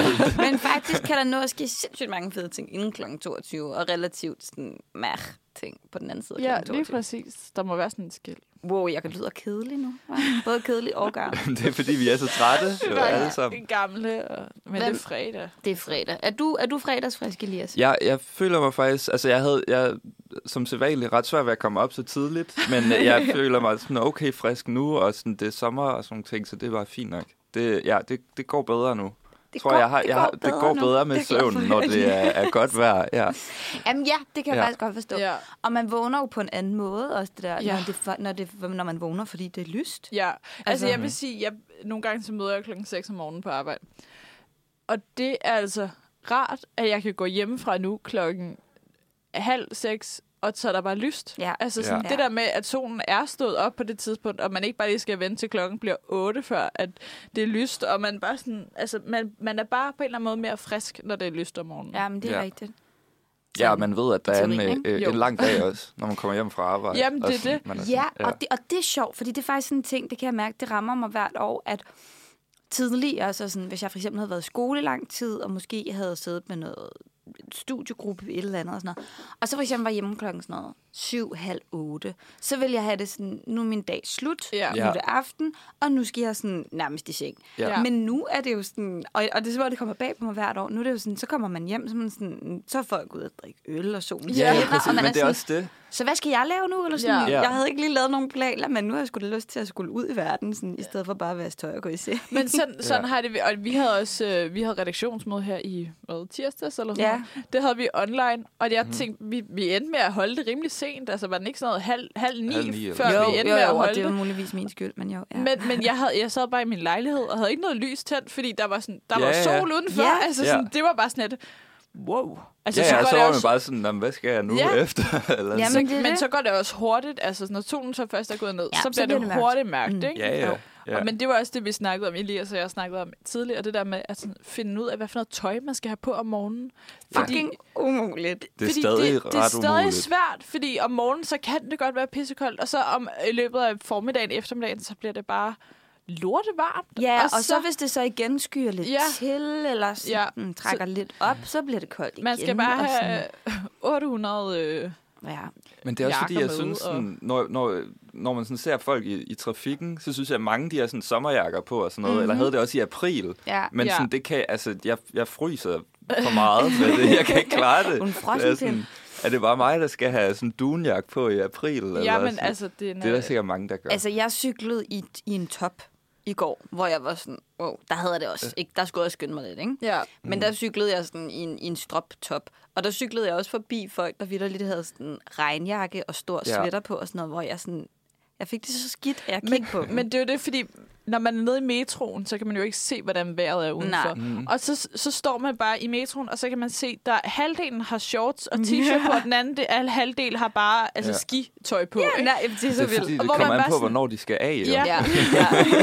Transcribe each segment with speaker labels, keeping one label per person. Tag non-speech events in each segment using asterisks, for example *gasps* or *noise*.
Speaker 1: *laughs* Men faktisk kan der nå at ske sindssygt mange fede ting inden kl. 22, og relativt sådan mær ting på den anden side af
Speaker 2: Ja,
Speaker 1: kl. 22.
Speaker 2: lige præcis. Der må være sådan en skilt.
Speaker 1: Wow, jeg lyder kedelig nu. hva'? Både kedelig og gammel.
Speaker 3: *laughs* det er fordi, vi er så trætte, jo
Speaker 2: Der er
Speaker 3: alle sammen.
Speaker 2: en gamle, og... men
Speaker 1: Hvem-
Speaker 2: det er fredag.
Speaker 1: Det er fredag. Er du, er du fredagsfrisk, Elias?
Speaker 3: Jeg, jeg føler mig faktisk, altså jeg havde, jeg som sædvanligt ret svært ved at komme op så tidligt, men øh, jeg *laughs* føler mig sådan okay frisk nu, og sådan det er sommer og sådan nogle ting, så det var fint nok. Det, ja, det, det går bedre nu.
Speaker 1: Det
Speaker 3: tror
Speaker 1: går-
Speaker 3: jeg har,
Speaker 1: det
Speaker 3: jeg
Speaker 1: går
Speaker 3: har, det
Speaker 1: bedre
Speaker 3: går
Speaker 1: nu.
Speaker 3: bedre med
Speaker 1: Det er jeg glad for,
Speaker 3: søvn, når
Speaker 1: at
Speaker 3: det er, er godt vejr. Ja.
Speaker 1: *laughs* Jamen ja, det kan jeg
Speaker 3: Ja.
Speaker 1: faktisk godt forstå.
Speaker 2: Ja.
Speaker 1: Og man vågner jo på en anden måde også, det der,
Speaker 2: Ja.
Speaker 1: når, det, for- når, det, når man vågner, fordi det er lyst.
Speaker 2: Ja, altså
Speaker 1: Altså-
Speaker 2: jeg vil sige, jeg, nogle gange så møder jeg klokken 6 om morgenen på arbejde. Og det er altså rart, at jeg kan gå hjemmefra nu klokken halv seks, og så er der bare lyst.
Speaker 1: Ja.
Speaker 2: Altså sådan
Speaker 1: Ja.
Speaker 2: det der med, at solen er stået op på det tidspunkt, og man ikke bare lige skal vente til klokken bliver 8, før at det er lyst, og man bare sådan, altså man, man er bare på en eller anden måde mere frisk, når det er lyst om morgenen.
Speaker 1: Ja, men det er
Speaker 3: Ja.
Speaker 1: rigtigt.
Speaker 3: ja, og man ved, at der er en,
Speaker 1: Teorien,
Speaker 3: øh,
Speaker 1: ikke?
Speaker 3: øh,
Speaker 2: Jo.
Speaker 3: en lang dag også, når man kommer hjem fra arbejde.
Speaker 2: Jamen, det er
Speaker 3: Og sådan,
Speaker 2: det.
Speaker 3: man altså. er
Speaker 1: Ja,
Speaker 3: sådan,
Speaker 1: og det, og det er sjovt, fordi det er faktisk sådan en ting, det kan jeg mærke, det rammer mig hvert år, at tidligere, så sådan, hvis jeg for eksempel havde været i skole i lang tid, og måske havde siddet med noget studiegruppe et eller andet og sådan noget, og så for eksempel var hjemme klokken sådan noget syv, halv otte, så ville jeg have det sådan, nu er min dag slut,
Speaker 2: Ja.
Speaker 1: nu er det aften, og nu skal jeg sådan nærmest i seng.
Speaker 3: Ja.
Speaker 1: Men nu er det jo sådan, og, og det er så, det kommer bag på mig hvert år, nu er det jo sådan, så kommer man hjem, så, er man sådan, så er folk ude at drikke øl, og solen
Speaker 3: Ja,
Speaker 1: skinner,
Speaker 3: ja, præcis,
Speaker 1: og man
Speaker 3: men det er
Speaker 1: sådan-
Speaker 3: også det.
Speaker 1: så hvad skal jeg lave nu? Eller sådan,
Speaker 2: Ja.
Speaker 1: ja.
Speaker 3: Ja.
Speaker 1: Jeg havde ikke lige lavet nogen planer, men nu har jeg sgu da lyst til at skulle ud i verden, sådan, i stedet for bare at være tøj og gå i seng.
Speaker 3: *laughs*
Speaker 2: Men sådan, sådan har det, og vi havde også øh, vi havde redaktionsmøde her i hvad, tirsdags eller sådan
Speaker 1: Ja.
Speaker 2: ja. noget. Det havde vi online, og
Speaker 3: Mhm.
Speaker 2: jeg tænkte, vi, vi endte med at holde det rimelig sent. Altså var den ikke sådan noget halv, halv ni,
Speaker 3: Halv ni eller
Speaker 2: før
Speaker 3: sådan
Speaker 2: vi
Speaker 3: noget.
Speaker 2: endte med at
Speaker 1: og
Speaker 2: holde
Speaker 1: det var
Speaker 2: det.
Speaker 1: muligvis min skyld, men jo. Ja.
Speaker 2: Men, men jeg, havde, jeg sad bare i min lejlighed og havde ikke noget lys tændt, fordi der var, sådan, der
Speaker 3: Ja,
Speaker 2: var
Speaker 3: ja.
Speaker 2: sol udenfor.
Speaker 1: Ja.
Speaker 2: Altså,
Speaker 3: Ja.
Speaker 2: sådan, Det var bare sådan et, wow. Altså,
Speaker 3: Ja, ja, så
Speaker 2: det
Speaker 3: var man
Speaker 2: også,
Speaker 3: bare sådan, "Nå, men hvad skal jeg nu
Speaker 2: Ja.
Speaker 3: *laughs* efter? Eller
Speaker 1: Jamen,
Speaker 3: sådan.
Speaker 1: det er
Speaker 2: men
Speaker 1: det.
Speaker 2: så går det også hurtigt. Altså, når solen så først er gået ned,
Speaker 1: Ja,
Speaker 2: så, bliver så bliver det,
Speaker 1: mørkt. Mm.
Speaker 2: hurtigt mørkt. Ikke?
Speaker 3: Ja, ja.
Speaker 2: Jo.
Speaker 3: ja.
Speaker 2: Ja. Men det var også det, vi snakkede om, Elias og jeg snakkede om tidligere, det der med at sådan, finde ud af, hvad for noget tøj, man skal have på om morgenen.
Speaker 1: fucking umuligt.
Speaker 3: det er stadig
Speaker 2: det,
Speaker 3: ret
Speaker 2: det er stadig
Speaker 3: umuligt.
Speaker 2: svært, fordi om morgenen, så kan det godt være pissekoldt, og så om øh, i løbet af formiddagen, eftermiddagen, så bliver det bare lortevarmt.
Speaker 1: Ja, og, og så, hvis det så igen skyer lidt ja.
Speaker 2: Ja.
Speaker 1: til, eller sådan, ja.
Speaker 2: Ja.
Speaker 1: trækker lidt op, så bliver det koldt igen.
Speaker 2: man skal bare
Speaker 1: og sådan,
Speaker 2: have *laughs* 800... Øh,
Speaker 1: Ja.
Speaker 3: Men det er også fordi,
Speaker 2: jakker med
Speaker 3: jeg synes,
Speaker 2: og-
Speaker 3: sådan, når, når, når man sådan ser folk i, i trafikken, så synes jeg, at mange de har sådan sommerjakker på og sådan noget, mm-hmm. eller havde det også i april.
Speaker 1: Ja.
Speaker 3: Men
Speaker 2: Mhm. Ja.
Speaker 3: sådan, det kan, altså, jeg, jeg fryser for meget med det. Jeg kan ikke klare
Speaker 2: *laughs*
Speaker 3: det.
Speaker 1: Hun frossen
Speaker 3: Det er, sådan,
Speaker 1: pind.
Speaker 3: er det bare mig, der skal have sådan en dunjakke på i april? Eller
Speaker 2: ja, men
Speaker 3: sådan?
Speaker 2: altså, det er, en,
Speaker 3: Det er der
Speaker 2: øh,
Speaker 3: sikkert mange, der gør.
Speaker 1: Altså, jeg cyklede i, i en top i går, hvor jeg var sådan, wow, der havde jeg det også. Ikke? Der skulle jeg også skynde mig lidt, ikke?
Speaker 2: Ja.
Speaker 1: Men der cyklede jeg sådan i en, i en strop-top. Og der cyklede jeg også forbi folk, der vidt lidt havde sådan regnjakke og stor
Speaker 3: Ja.
Speaker 1: ja. sweater på og sådan noget, hvor jeg sådan... Jeg fik det så skidt, at jeg
Speaker 2: Men,
Speaker 1: kiggede på dem.
Speaker 2: *laughs* men det er jo det, fordi når man er nede i metroen, så kan man jo ikke se, hvordan vejret er udenfor. Mm. Og så, så står man bare i metroen, og så kan man se, der halvdelen har shorts
Speaker 1: *laughs*
Speaker 2: og t-shirt yeah. på, og den anden del, al- halvdel har bare altså,
Speaker 3: Ja.
Speaker 2: yeah. skitøj på.
Speaker 1: Ja, nej, det er
Speaker 3: det
Speaker 1: så
Speaker 3: er fordi,
Speaker 1: vildt.
Speaker 3: det
Speaker 2: hvor
Speaker 3: kommer
Speaker 2: man
Speaker 3: an
Speaker 2: bare
Speaker 3: på,
Speaker 2: sådan-
Speaker 3: hvornår de skal af. Jo.
Speaker 2: Ja.
Speaker 1: Ja, ja. *laughs*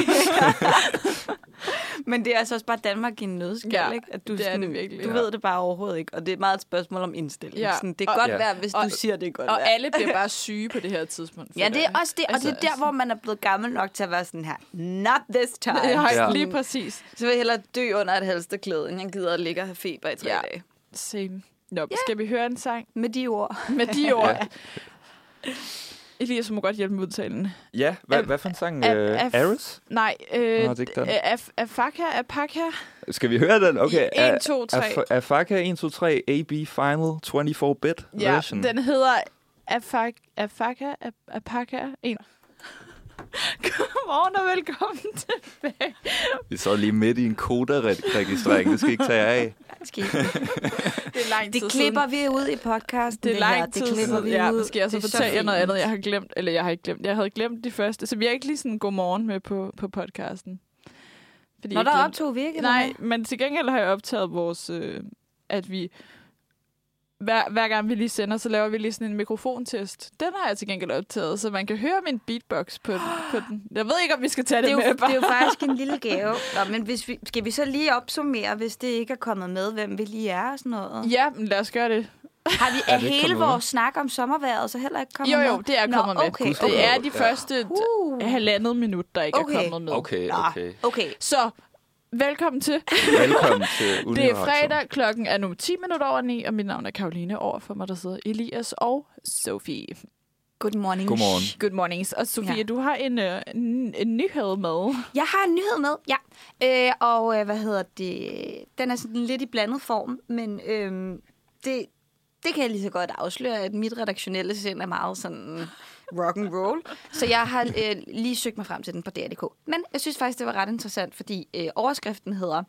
Speaker 1: men det er altså også bare Danmark i en nødskal,
Speaker 2: Ja,
Speaker 1: ikke? At du,
Speaker 2: det er
Speaker 1: sådan,
Speaker 2: det virkelig.
Speaker 1: Du
Speaker 2: Ja.
Speaker 1: ved det bare overhovedet ikke, og det er meget et spørgsmål om indstilling. Ja.
Speaker 2: Ja.
Speaker 1: Sådan, det er
Speaker 2: Og-
Speaker 1: godt
Speaker 3: Ja.
Speaker 1: værd, hvis
Speaker 2: og-
Speaker 1: du siger, det er godt
Speaker 2: Og
Speaker 1: vejr.
Speaker 2: alle bliver bare syge på det her tidspunkt.
Speaker 1: Ja,
Speaker 2: føler
Speaker 1: det er
Speaker 2: jeg.
Speaker 1: også det, og det er der, hvor man er blevet gammel nok til at være sådan her, not this *laughs* time.
Speaker 2: *laughs* Ja,
Speaker 3: Ja.
Speaker 2: lige præcis.
Speaker 1: Så vil jeg hellere dø under et halsterklæde, end jeg gider at ligge og have feber i tre ja.
Speaker 2: Ja.
Speaker 1: dage.
Speaker 2: Same. Nå, skal vi høre en sang?
Speaker 1: Med de ord. *laughs*
Speaker 2: Med de ord... Ja. *laughs* Elias må godt hjælpe med udtalen.
Speaker 3: ja hvad,
Speaker 2: Af-
Speaker 3: hvad for en sang?
Speaker 2: af-
Speaker 3: Øh,
Speaker 2: af-
Speaker 3: Aris?
Speaker 2: Nej, øh,
Speaker 3: Nå, det er ikke den.
Speaker 2: Afaka, Apaka.
Speaker 3: Skal vi høre den? Okay.
Speaker 2: 1, 2, 3.
Speaker 3: Afaka 1, 2, 3, AB Final 24-bit
Speaker 2: Ja,
Speaker 3: version.
Speaker 2: den hedder Afak, Afaka, Ap- Apaka 1. Godmorgen og velkommen tilbage.
Speaker 3: Vi sad lige midt i en koda-registrering. Det skal I ikke tage jer af.
Speaker 2: Det er lang
Speaker 1: Det klipper vi ud i podcasten.
Speaker 2: Det er
Speaker 1: her.
Speaker 2: lang tid
Speaker 1: Det klipper
Speaker 2: siden.
Speaker 1: vi
Speaker 2: Ja,
Speaker 1: ud.
Speaker 2: nu skal jeg så
Speaker 1: Det er
Speaker 2: fortælle jer noget
Speaker 1: fint.
Speaker 2: andet, jeg har glemt. Eller jeg har ikke glemt. Jeg havde glemt de første. Så vi har ikke lige sådan godmorgen med på, på podcasten. Fordi
Speaker 1: Nå,
Speaker 2: jeg
Speaker 1: der
Speaker 2: glemte-
Speaker 1: optog vi ikke, eller
Speaker 2: Nej,
Speaker 1: hvad?
Speaker 2: men til gengæld har jeg optaget vores, øh, at vi, hver, hver gang vi lige sender, så laver vi lige sådan en mikrofontest. Den har jeg til gengæld optaget, så man kan høre min beatbox på, den, på den. Jeg ved ikke, om vi skal tage det,
Speaker 1: Det er, jo,
Speaker 2: med.
Speaker 1: det
Speaker 2: bare.
Speaker 1: er jo faktisk en lille gave. Nå, men hvis vi, skal vi så lige opsummere, hvis det ikke er kommet med, hvem vi lige er og sådan noget?
Speaker 2: Ja, men lad os gøre det.
Speaker 1: Har vi
Speaker 3: Er
Speaker 1: er
Speaker 3: det ikke
Speaker 1: hele
Speaker 3: kommet med?
Speaker 1: vores snak om sommerværet så heller ikke kommet
Speaker 2: Jo,
Speaker 1: med?
Speaker 2: jo, det er
Speaker 1: Nå,
Speaker 2: kommet
Speaker 1: okay,
Speaker 2: med.
Speaker 1: okay.
Speaker 2: Det er de
Speaker 3: Ja.
Speaker 2: første
Speaker 1: Uh.
Speaker 2: halvandet minut, der ikke
Speaker 1: Okay.
Speaker 2: er kommet med.
Speaker 3: Okay,
Speaker 1: Nå,
Speaker 3: okay.
Speaker 1: okay.
Speaker 2: Så Velkommen til.
Speaker 3: Velkommen til
Speaker 2: Det er
Speaker 3: Uniradio.
Speaker 2: fredag, klokken er nu 10 minutter over 9, og mit navn er Karoline. Over for mig, der sidder Elias og Sofie.
Speaker 1: Good morning.
Speaker 3: Godmorgen.
Speaker 2: Good mornings. Og Sofie, ja.
Speaker 1: Ja.
Speaker 2: du har en, øh, en, en nyhed med.
Speaker 1: Jeg har en nyhed med, ja. Øh, og øh, hvad hedder det? Den er sådan lidt i blandet form, men øh, det, det kan jeg lige så godt afsløre, at mit redaktionelle sind er meget sådan rock and roll. Så jeg har øh, lige søgt mig frem til den på DR.dk. Men jeg synes faktisk, det var ret interessant, fordi øh, overskriften hedder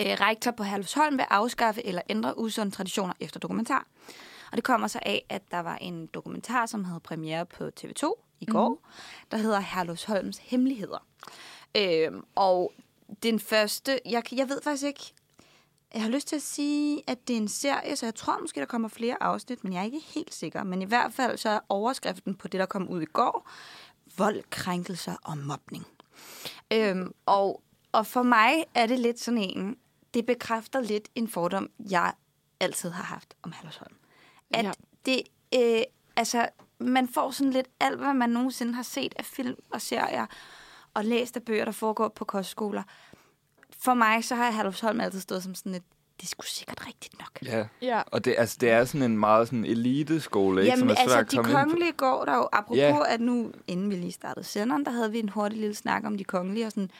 Speaker 1: øh, rektor på Herlufsholm vil afskaffe eller ændre usunde traditioner efter dokumentar. Og det kommer så af, at der var en dokumentar, som havde premiere på TV2 i går, der hedder Herlufsholms Hemmeligheder. Øhm, og den første, jeg, kan- jeg ved faktisk ikke, jeg har lyst til at sige, at det er en serie, så jeg tror måske, der kommer flere afsnit, men jeg er ikke helt sikker. Men i hvert fald så er overskriften på det, der kom ud i går, vold, krænkelser og mobning. Øhm, og, og for mig er det lidt sådan en, det bekræfter lidt en fordom, jeg altid har haft om Hallersholm. At
Speaker 2: Ja.
Speaker 1: ja. det, øh, altså, man får sådan lidt alt, hvad man nogensinde har set af film og serier, og læst af bøger, der foregår på kostskoler. For mig, så har Hallersholm altid stået som sådan et, det skulle sikkert rigtigt nok.
Speaker 3: Ja.
Speaker 2: Ja.
Speaker 3: Og det, altså, det er sådan en meget sådan eliteskole, ikke, som er svær
Speaker 1: altså,
Speaker 3: at
Speaker 1: de
Speaker 3: komme ind på.
Speaker 1: kongelige går der jo, apropos
Speaker 3: Ja.
Speaker 1: at nu, inden vi lige startede senderen, der havde vi en hurtig lille snak om de kongelige, og sådan,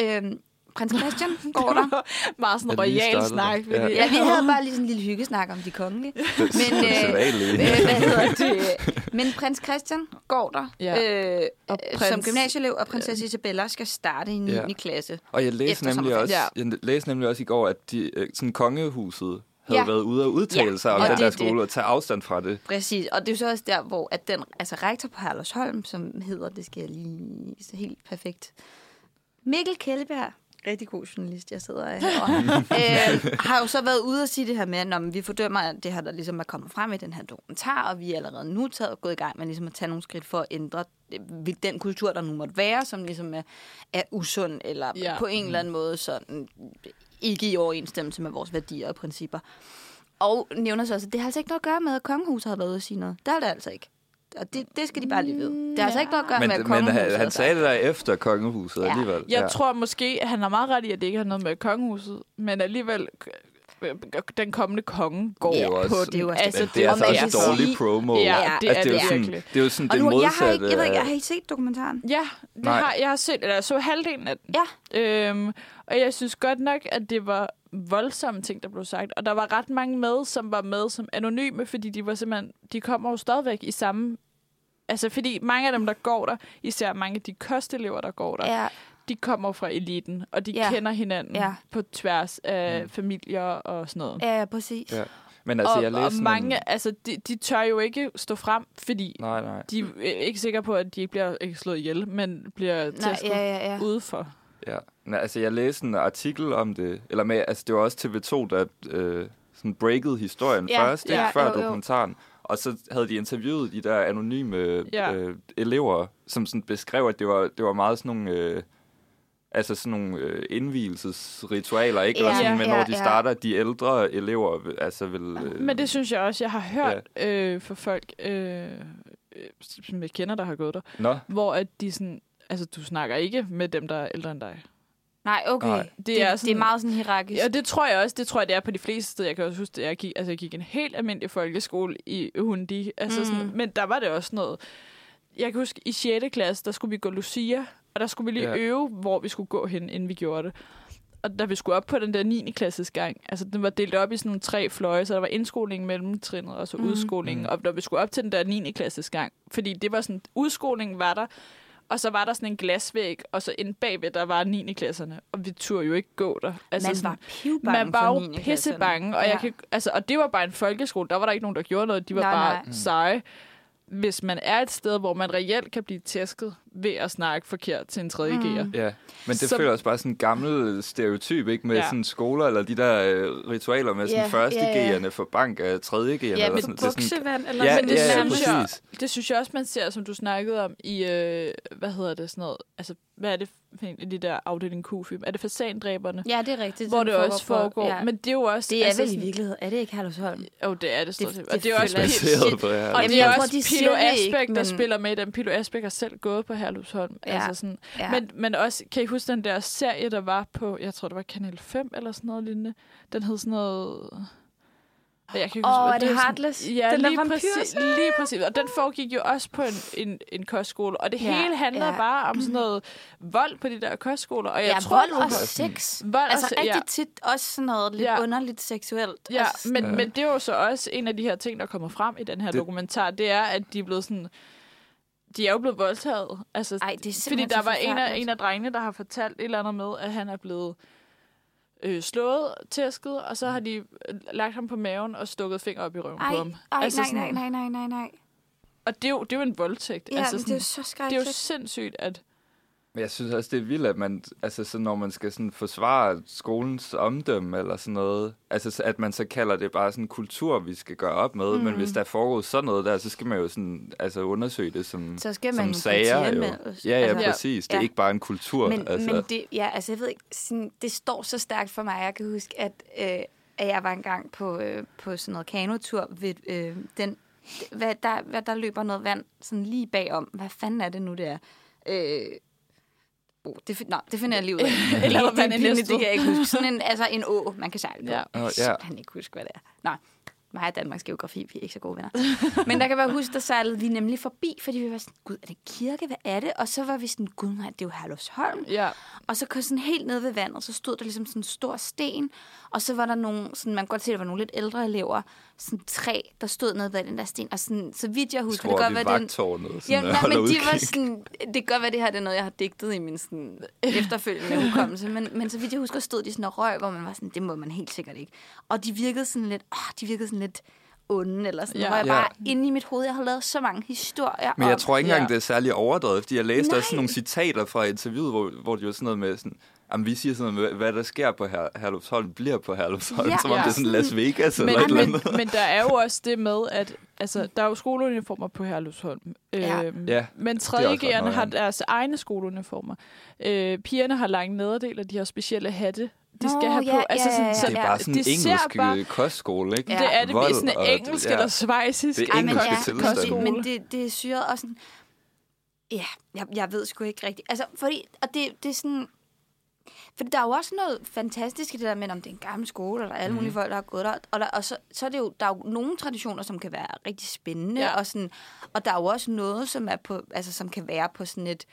Speaker 1: øhm, prins Christian
Speaker 2: *laughs*
Speaker 1: går
Speaker 3: *laughs*
Speaker 1: der.
Speaker 2: Meget sådan en
Speaker 3: Jeg lige
Speaker 2: royal
Speaker 3: startede.
Speaker 2: snak.
Speaker 3: Ja.
Speaker 2: fordi-
Speaker 1: Ja, vi havde bare lige sådan en lille hyggesnak om de kongelige. Men,
Speaker 3: Det er
Speaker 1: øh,
Speaker 3: sædvanligt.
Speaker 1: øh, hvad hedder
Speaker 3: *laughs*
Speaker 1: det? Men prins Christian går der
Speaker 2: Ja.
Speaker 1: øh,
Speaker 2: Og
Speaker 1: prins, som
Speaker 2: prins-
Speaker 1: gymnasieelev, og prinsesse Isabella skal starte i 9.
Speaker 3: Ja.
Speaker 1: klasse.
Speaker 3: Og jeg læste,
Speaker 1: Efter
Speaker 3: nemlig
Speaker 1: sommerferien.
Speaker 3: også,
Speaker 2: Ja.
Speaker 3: jeg læste nemlig også i går, at de, øh, sådan kongehuset havde
Speaker 1: Ja.
Speaker 3: været ude og udtale
Speaker 1: Ja,
Speaker 3: sig om
Speaker 1: og
Speaker 3: den
Speaker 1: det er
Speaker 3: der
Speaker 1: det.
Speaker 3: skole og tage afstand fra det.
Speaker 1: Præcis, og det er jo så også der, hvor at den, altså rektor på Herlersholm, som hedder, det skal jeg lige så helt perfekt, Mikkel Kjelleberg, rigtig god journalist, jeg sidder herovre, øh, har jo så været ude og sige det her med, at "Nå, men vi fordømmer alt det her, der ligesom er kommet frem i den her dokumentar, og vi er allerede nu taget og gået i gang med ligesom at tage nogle skridt for at ændre øh, ved den kultur, der nu måtte være, som ligesom er, er usund, eller
Speaker 2: Ja.
Speaker 1: ja. på en eller anden måde sådan øh, ikke i overensstemmelse med vores værdier og principper. Og nævner så også, at det har altså ikke noget at gøre med, at kongehuset har været ude at sige noget. Det har det altså ikke. Og det, det skal de bare lige vide. Det har altså ikke noget at gøre
Speaker 3: Men,
Speaker 1: med, at
Speaker 3: men
Speaker 1: kongehuset... altså-
Speaker 3: han,
Speaker 1: har
Speaker 3: han sagde det der efter kongehuset
Speaker 1: Ja.
Speaker 3: alligevel.
Speaker 2: Jeg tror måske, at han har meget ret i, at det ikke har noget med kongehuset, men alligevel øh, den kommende konge går
Speaker 3: Det er jo
Speaker 2: på
Speaker 3: også-
Speaker 2: den.
Speaker 1: det er jo også
Speaker 3: Men
Speaker 1: Altså,
Speaker 3: det er
Speaker 1: og
Speaker 3: altså
Speaker 1: man
Speaker 3: også
Speaker 1: kan
Speaker 3: en dårlig
Speaker 1: sige-
Speaker 3: promo.
Speaker 2: Ja,
Speaker 1: det
Speaker 3: altså,
Speaker 2: er
Speaker 3: det,
Speaker 2: det
Speaker 3: er jo sådan,
Speaker 2: virkelig.
Speaker 3: det er jo sådan
Speaker 1: Og
Speaker 3: det
Speaker 1: nu, jeg
Speaker 3: modsatte.
Speaker 1: har ikke, jeg ved ikke,
Speaker 3: af-
Speaker 1: jeg har I set dokumentaren?
Speaker 2: Ja, det
Speaker 3: Nej.
Speaker 2: har, jeg har set, eller jeg så halvdelen af den.
Speaker 1: Ja.
Speaker 2: Øhm, og jeg synes godt nok, at det var voldsomme ting, der blev sagt. Og der var ret mange med, som var med som anonyme, fordi de var simpelthen, de kommer jo stadigvæk i samme... Altså, fordi mange af dem, der går der, især mange af de kostelever, der går der,
Speaker 1: Ja,
Speaker 2: de kommer fra eliten, og de
Speaker 1: Ja.
Speaker 2: kender hinanden
Speaker 1: Ja.
Speaker 2: på tværs af familier og sådan noget.
Speaker 1: ja, ja præcis.
Speaker 3: Ja. Men Mm. altså,
Speaker 2: og,
Speaker 3: jeg
Speaker 2: og
Speaker 3: læste
Speaker 2: mange, altså, de, de tør jo ikke stå frem, fordi
Speaker 3: Nogle... Nej, nej.
Speaker 2: de er ikke sikre på, at de ikke bliver ikke slået ihjel, men bliver
Speaker 1: Nej,
Speaker 2: testet
Speaker 1: ja, ja, ja.
Speaker 2: udenfor.
Speaker 3: Ja. Nej, altså, jeg læste en artikel om det. Eller med, altså, det var også TV2, der øh, sådan breakede historien
Speaker 1: Ja,
Speaker 3: først, ikke?
Speaker 2: ja,
Speaker 3: før
Speaker 1: jo, jo.
Speaker 3: dokumentaren. Og så havde de interviewet de der anonyme
Speaker 2: Ja.
Speaker 3: øh, elever, som sådan beskrev, at det var, det var meget sådan nogle... Øh, altså sådan nogle øh, indvielsesritualer, ikke?
Speaker 1: Ja,
Speaker 3: Eller sådan, men
Speaker 1: ja,
Speaker 3: når de
Speaker 1: ja.
Speaker 3: starter, de ældre elever, vil- altså vil... Øh,
Speaker 2: Men det synes jeg også, jeg har hørt øh, fra folk, øh, øh, som jeg kender, der har gået der,
Speaker 3: øh, Nå,
Speaker 2: hvor at de sådan, altså du snakker ikke med dem, der er ældre end dig.
Speaker 1: Nej, okay.
Speaker 3: Nej.
Speaker 1: Det, det, er sådan, det er meget sådan hierarkisk.
Speaker 2: Ja, det tror jeg også. Det tror jeg, det er på de fleste steder. Jeg kan også huske, at jeg gik, altså, jeg gik en helt almindelig folkeskole i Hundi. Altså, mm. sådan, men der var det også noget... Jeg kan huske, i 6. klasse, der skulle vi gå Lucia, og der skulle vi lige
Speaker 3: Ja.
Speaker 2: ja. øve, hvor vi skulle gå hen, inden vi gjorde det. Og da vi skulle op på den der 9. klasses gang, altså den var delt op i sådan nogle tre fløje, så der var indskolingen, mellemtrinnet og så mm. udskolingen. Og da vi skulle op til den der 9. klasses gang, fordi det var sådan, udskolingen var der, og så var der sådan en glasvæg, og så inde bagved, der var 9. klasserne, og vi turde jo ikke gå der.
Speaker 1: altså, man
Speaker 2: sådan-
Speaker 1: var pivbange
Speaker 2: man var
Speaker 1: for
Speaker 2: jo
Speaker 1: 9.
Speaker 2: pisse
Speaker 1: klasserne.
Speaker 2: bange, og, ja. jeg kan, altså, og det var bare en folkeskole. Der var der ikke nogen, der gjorde noget. De var nej,
Speaker 1: Nej,
Speaker 2: bare nej.
Speaker 1: nej.
Speaker 2: seje. Hvis man er et sted, hvor man reelt kan blive tæsket ved at snakke forkert til en tredje mm.
Speaker 3: Ja, men det
Speaker 2: Så-
Speaker 3: så... føler også bare sådan en gammel stereotyp, ikke? Med
Speaker 2: Ja.
Speaker 3: ja. sådan skoler, eller de der øh, ritualer med sådan
Speaker 1: Ja,
Speaker 3: yeah, første
Speaker 1: ja, ja.
Speaker 3: G'erne for bank af tredje G'erne.
Speaker 2: men
Speaker 3: eller sådan, det er sådan,
Speaker 1: eller
Speaker 3: Ja,
Speaker 1: sådan
Speaker 2: det,
Speaker 1: lidt
Speaker 3: ja,
Speaker 1: nærmest.
Speaker 2: synes jeg,
Speaker 3: præcis.
Speaker 2: det synes jeg også, man ser, som du snakkede om i, øh, hvad hedder det sådan noget, altså, hvad er det, for en af de der afdeling Q-film? Er det fasandræberne?
Speaker 1: Ja, det er rigtigt.
Speaker 2: Hvor
Speaker 1: den
Speaker 2: det også
Speaker 1: på-
Speaker 2: foregår.
Speaker 1: Ja.
Speaker 2: Men det er jo også...
Speaker 1: det er altså, vel i
Speaker 2: sådan-
Speaker 1: virkeligheden. Er det ikke Herlufsholm?
Speaker 2: Jo, det er det stort
Speaker 1: Det-
Speaker 2: set.
Speaker 1: det
Speaker 2: Og det er også
Speaker 1: føler jeg
Speaker 2: Pil-
Speaker 1: Shit.
Speaker 3: Baseret på det her.
Speaker 2: Og
Speaker 1: Jamen,
Speaker 2: det er
Speaker 1: jeg
Speaker 2: også
Speaker 1: tror, de siger
Speaker 2: Pilo
Speaker 1: det ikke,
Speaker 2: Asbæk, ikke, men... der
Speaker 1: men-
Speaker 2: spiller med i den. Pilo Asbæk har selv gået på Herlufsholm. Ja.
Speaker 1: Ja.
Speaker 2: Altså sådan. Ja. Men, men også, kan I huske den der serie, der var på, jeg tror, det var Kanal 5 eller sådan noget lignende. Den hed sådan noget... Jeg kan ikke
Speaker 1: Åh, er
Speaker 2: hvad
Speaker 1: det
Speaker 2: hed sådan-
Speaker 1: Heartless?
Speaker 2: Ja,
Speaker 1: Den der
Speaker 2: lige, præcis,
Speaker 1: vampyrserie?
Speaker 2: lige præcis. Og den foregik jo også på en, en, en kostskole. Og det
Speaker 1: Ja,
Speaker 2: hele handler
Speaker 1: ja. Mm-hmm.
Speaker 2: bare om sådan noget vold på de der kostskoler. Og jeg
Speaker 1: ja,
Speaker 2: tror,
Speaker 1: vold
Speaker 2: du har-
Speaker 1: og sex.
Speaker 2: Vold og
Speaker 1: altså
Speaker 2: se-
Speaker 1: rigtig
Speaker 2: ja.
Speaker 1: tit også sådan noget lidt
Speaker 2: Ja.
Speaker 1: underligt seksuelt.
Speaker 2: Ja,
Speaker 1: altså,
Speaker 2: men,
Speaker 3: sådan-
Speaker 2: men det er jo så også en af de her ting, der kommer frem i den her det,
Speaker 3: Det-
Speaker 2: dokumentar, det er, at de er blevet sådan... De er jo blevet voldtaget. Altså,
Speaker 1: Ej, det er
Speaker 2: fordi
Speaker 1: simpelthen
Speaker 2: der
Speaker 1: så
Speaker 2: var en af,
Speaker 1: forfærdeligt.
Speaker 2: en af drengene, der har fortalt et eller andet med, at han er blevet øh, slået, tæsket, og så har de øh, lagt ham på maven og stukket fingre op i røven
Speaker 1: Ej,
Speaker 2: på ham.
Speaker 1: ej
Speaker 2: Altså
Speaker 1: altså nej,
Speaker 2: sådan-
Speaker 1: nej, nej, nej, nej, nej.
Speaker 2: Og det er jo, det er jo en voldtægt.
Speaker 1: Ja,
Speaker 2: altså,
Speaker 1: men
Speaker 2: sådan,
Speaker 1: det er jo så
Speaker 2: det er jo
Speaker 1: skrækkeligt.
Speaker 2: sindssygt, at...
Speaker 3: Men jeg synes også, det er vildt, at man, altså, så når man skal sådan forsvare skolens omdømme eller sådan noget, altså, så- at man så kalder det bare sådan en kultur, vi skal gøre op med. Mm. Men hvis der er foregået sådan noget der, så skal man jo sådan, altså, undersøge det som,
Speaker 1: Så skal
Speaker 3: som
Speaker 1: man
Speaker 3: sager. Jo.
Speaker 1: politianmeldes.
Speaker 3: Ja, ja,
Speaker 1: Altså-
Speaker 3: altså,
Speaker 2: Ja.
Speaker 3: præcis. Det er
Speaker 1: Ja.
Speaker 3: ikke bare en kultur.
Speaker 1: Men,
Speaker 3: altså.
Speaker 1: men det, ja, altså, jeg ved ikke, sådan, det står så stærkt for mig. Jeg kan huske, at, øh, at jeg var engang på, øh, på sådan noget kanotur ved øh, den... Hvad, der, hvad, der løber noget vand sådan lige bagom. Hvad fanden er det nu, det er? Øh, oh, det, fin- nå, det finder jeg lige ud
Speaker 2: *laughs*
Speaker 1: af. *laughs*
Speaker 2: Eller
Speaker 1: Det er
Speaker 2: hvad fanden er
Speaker 1: pinligt,
Speaker 2: næste?
Speaker 1: Det kan jeg ikke huske. Sådan en, altså en å, man kan sejle på.
Speaker 2: Ja.
Speaker 1: Ja.
Speaker 3: Åh,
Speaker 1: Jeg kan
Speaker 3: ja.
Speaker 1: simpelthen ikke huske, hvad det er. Nå, mig og Danmarks Geografi, vi er ikke så gode venner. Men der kan være huske, der sejlede vi nemlig forbi, fordi vi var sådan, gud, er det en kirke? Hvad er det? Og så var vi sådan, gud nej, det er jo Herlufsholm.
Speaker 2: Ja,
Speaker 1: Og så kom sådan helt ned ved vandet, så stod der ligesom sådan en stor sten, og så var der nogle, sådan, man kan godt se, der var nogle lidt ældre elever, sådan tre, der stod nede ved den der sten, og sådan, så vidt jeg
Speaker 3: jeg
Speaker 1: husker,
Speaker 3: tror,
Speaker 1: det kan
Speaker 3: vi
Speaker 1: godt være, den...
Speaker 3: vagtårnet. Sådan,
Speaker 1: Jamen,
Speaker 3: Jamen,
Speaker 1: nej, men de var
Speaker 3: udkig.
Speaker 1: sådan, det kan godt være, det her det er noget, jeg har digtet i min sådan, efterfølgende hukommelse, men, men så vidt jeg husker, stod de sådan og røg, hvor man var sådan, det må man helt sikkert ikke. Og de virkede sådan lidt, åh, de virkede sådan lidt onde, eller sådan,
Speaker 2: Ja.
Speaker 1: ja, hvor jeg
Speaker 3: Ja.
Speaker 1: bare inde i mit hoved, jeg har lavet så mange historier
Speaker 3: Men jeg
Speaker 1: om,
Speaker 3: tror ikke engang,
Speaker 2: Ja.
Speaker 3: det er særlig overdrevet, fordi jeg læste Nej.
Speaker 1: Nej.
Speaker 3: også sådan nogle citater fra interviewet, hvor, hvor de var sådan noget med sådan, jamen vi siger sådan noget med, hvad der sker på Her- Herlufsholm, bliver på Herlufsholm, ja,
Speaker 1: Ja,
Speaker 3: som om
Speaker 2: ja.
Speaker 3: det er sådan Las Vegas
Speaker 2: men,
Speaker 3: eller et eller
Speaker 2: men,
Speaker 3: andet.
Speaker 2: men der er jo også det med, at altså, der er jo skoleuniformer på Herlufsholm.
Speaker 1: Ja.
Speaker 2: Øhm,
Speaker 3: Ja,
Speaker 2: men
Speaker 3: ret
Speaker 2: 3.G'erne har
Speaker 3: nøjeren.
Speaker 2: deres egne skoleuniformer. Øh, pigerne har lange nederdel, og de har specielle hatte, de
Speaker 1: Nå,
Speaker 2: skal have
Speaker 1: ja,
Speaker 2: på. Altså
Speaker 1: ja, ja, ja.
Speaker 3: Det er bare sådan en
Speaker 2: de ser
Speaker 3: engelsk
Speaker 2: bare,
Speaker 3: bare, kostskole, ikke?
Speaker 1: Ja.
Speaker 2: Det er det
Speaker 3: Vold
Speaker 2: mest sådan
Speaker 3: og-
Speaker 2: engelsk
Speaker 3: ja.
Speaker 2: eller svejsisk.
Speaker 3: Det er
Speaker 1: Ej,
Speaker 3: engelsk.
Speaker 1: men,
Speaker 3: engelske
Speaker 1: ja,
Speaker 3: tilstande.
Speaker 1: det- Men det, det er syret og sådan... Ja, jeg, jeg ved sgu ikke rigtigt. Altså, fordi... Og det, det er sådan... Fordi der er jo også noget fantastisk i det der med, om det er en gammel skole, og der er alle mulige
Speaker 3: Mhm.
Speaker 1: folk, der har gået der. Og, der, og så, så er det jo, der er jo nogle traditioner, som kan være rigtig spændende,
Speaker 2: Ja.
Speaker 1: ja. og, sådan, og der er jo også noget, som, er på, altså, som kan være på sådan et,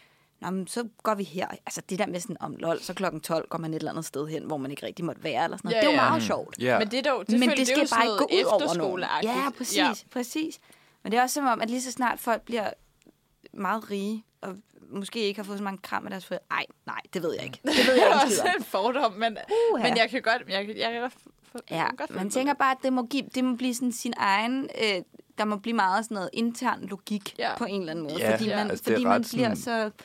Speaker 1: Nå, men så går vi her. Altså det der med sådan, om lol, så klokken 12 går man et eller andet sted hen, hvor man ikke rigtig måtte være, eller sådan noget.
Speaker 2: Ja,
Speaker 1: det er jo
Speaker 2: ja.
Speaker 1: meget sjovt.
Speaker 3: Ja.
Speaker 2: Men det er dog,
Speaker 1: Det
Speaker 2: det
Speaker 1: men
Speaker 2: føler-
Speaker 1: det
Speaker 2: det er
Speaker 1: skal
Speaker 2: jo
Speaker 1: bare
Speaker 2: sådan
Speaker 1: ikke gå ud
Speaker 2: noget
Speaker 1: over nogen.
Speaker 2: efterskoleagtigt.
Speaker 1: Ja, præcis,
Speaker 2: Ja.
Speaker 1: ja. præcis. Men det er også som om, at lige så snart folk bliver meget rige, og måske ikke har fået så mange kram af deres forældre. Ej, nej, det ved jeg ikke. Det ved
Speaker 2: Det
Speaker 1: jeg
Speaker 2: er
Speaker 1: ikke en skid
Speaker 2: også
Speaker 1: om.
Speaker 2: en fordom, men,
Speaker 1: Uha.
Speaker 2: men jeg kan godt... Jeg, kan- jeg kan godt, for, jeg
Speaker 1: *laughs* Ja,
Speaker 2: kan godt
Speaker 1: man
Speaker 2: følge
Speaker 1: tænker
Speaker 2: dig.
Speaker 1: bare, at det må, give, det må blive sådan sin egen... Øh, der må blive meget sådan noget intern logik
Speaker 2: Ja.
Speaker 1: ja. på en eller anden måde.
Speaker 3: Ja,
Speaker 1: fordi
Speaker 3: ja.
Speaker 1: man,
Speaker 3: altså, det er
Speaker 1: fordi man
Speaker 3: ret
Speaker 1: bliver
Speaker 3: sådan-
Speaker 1: så...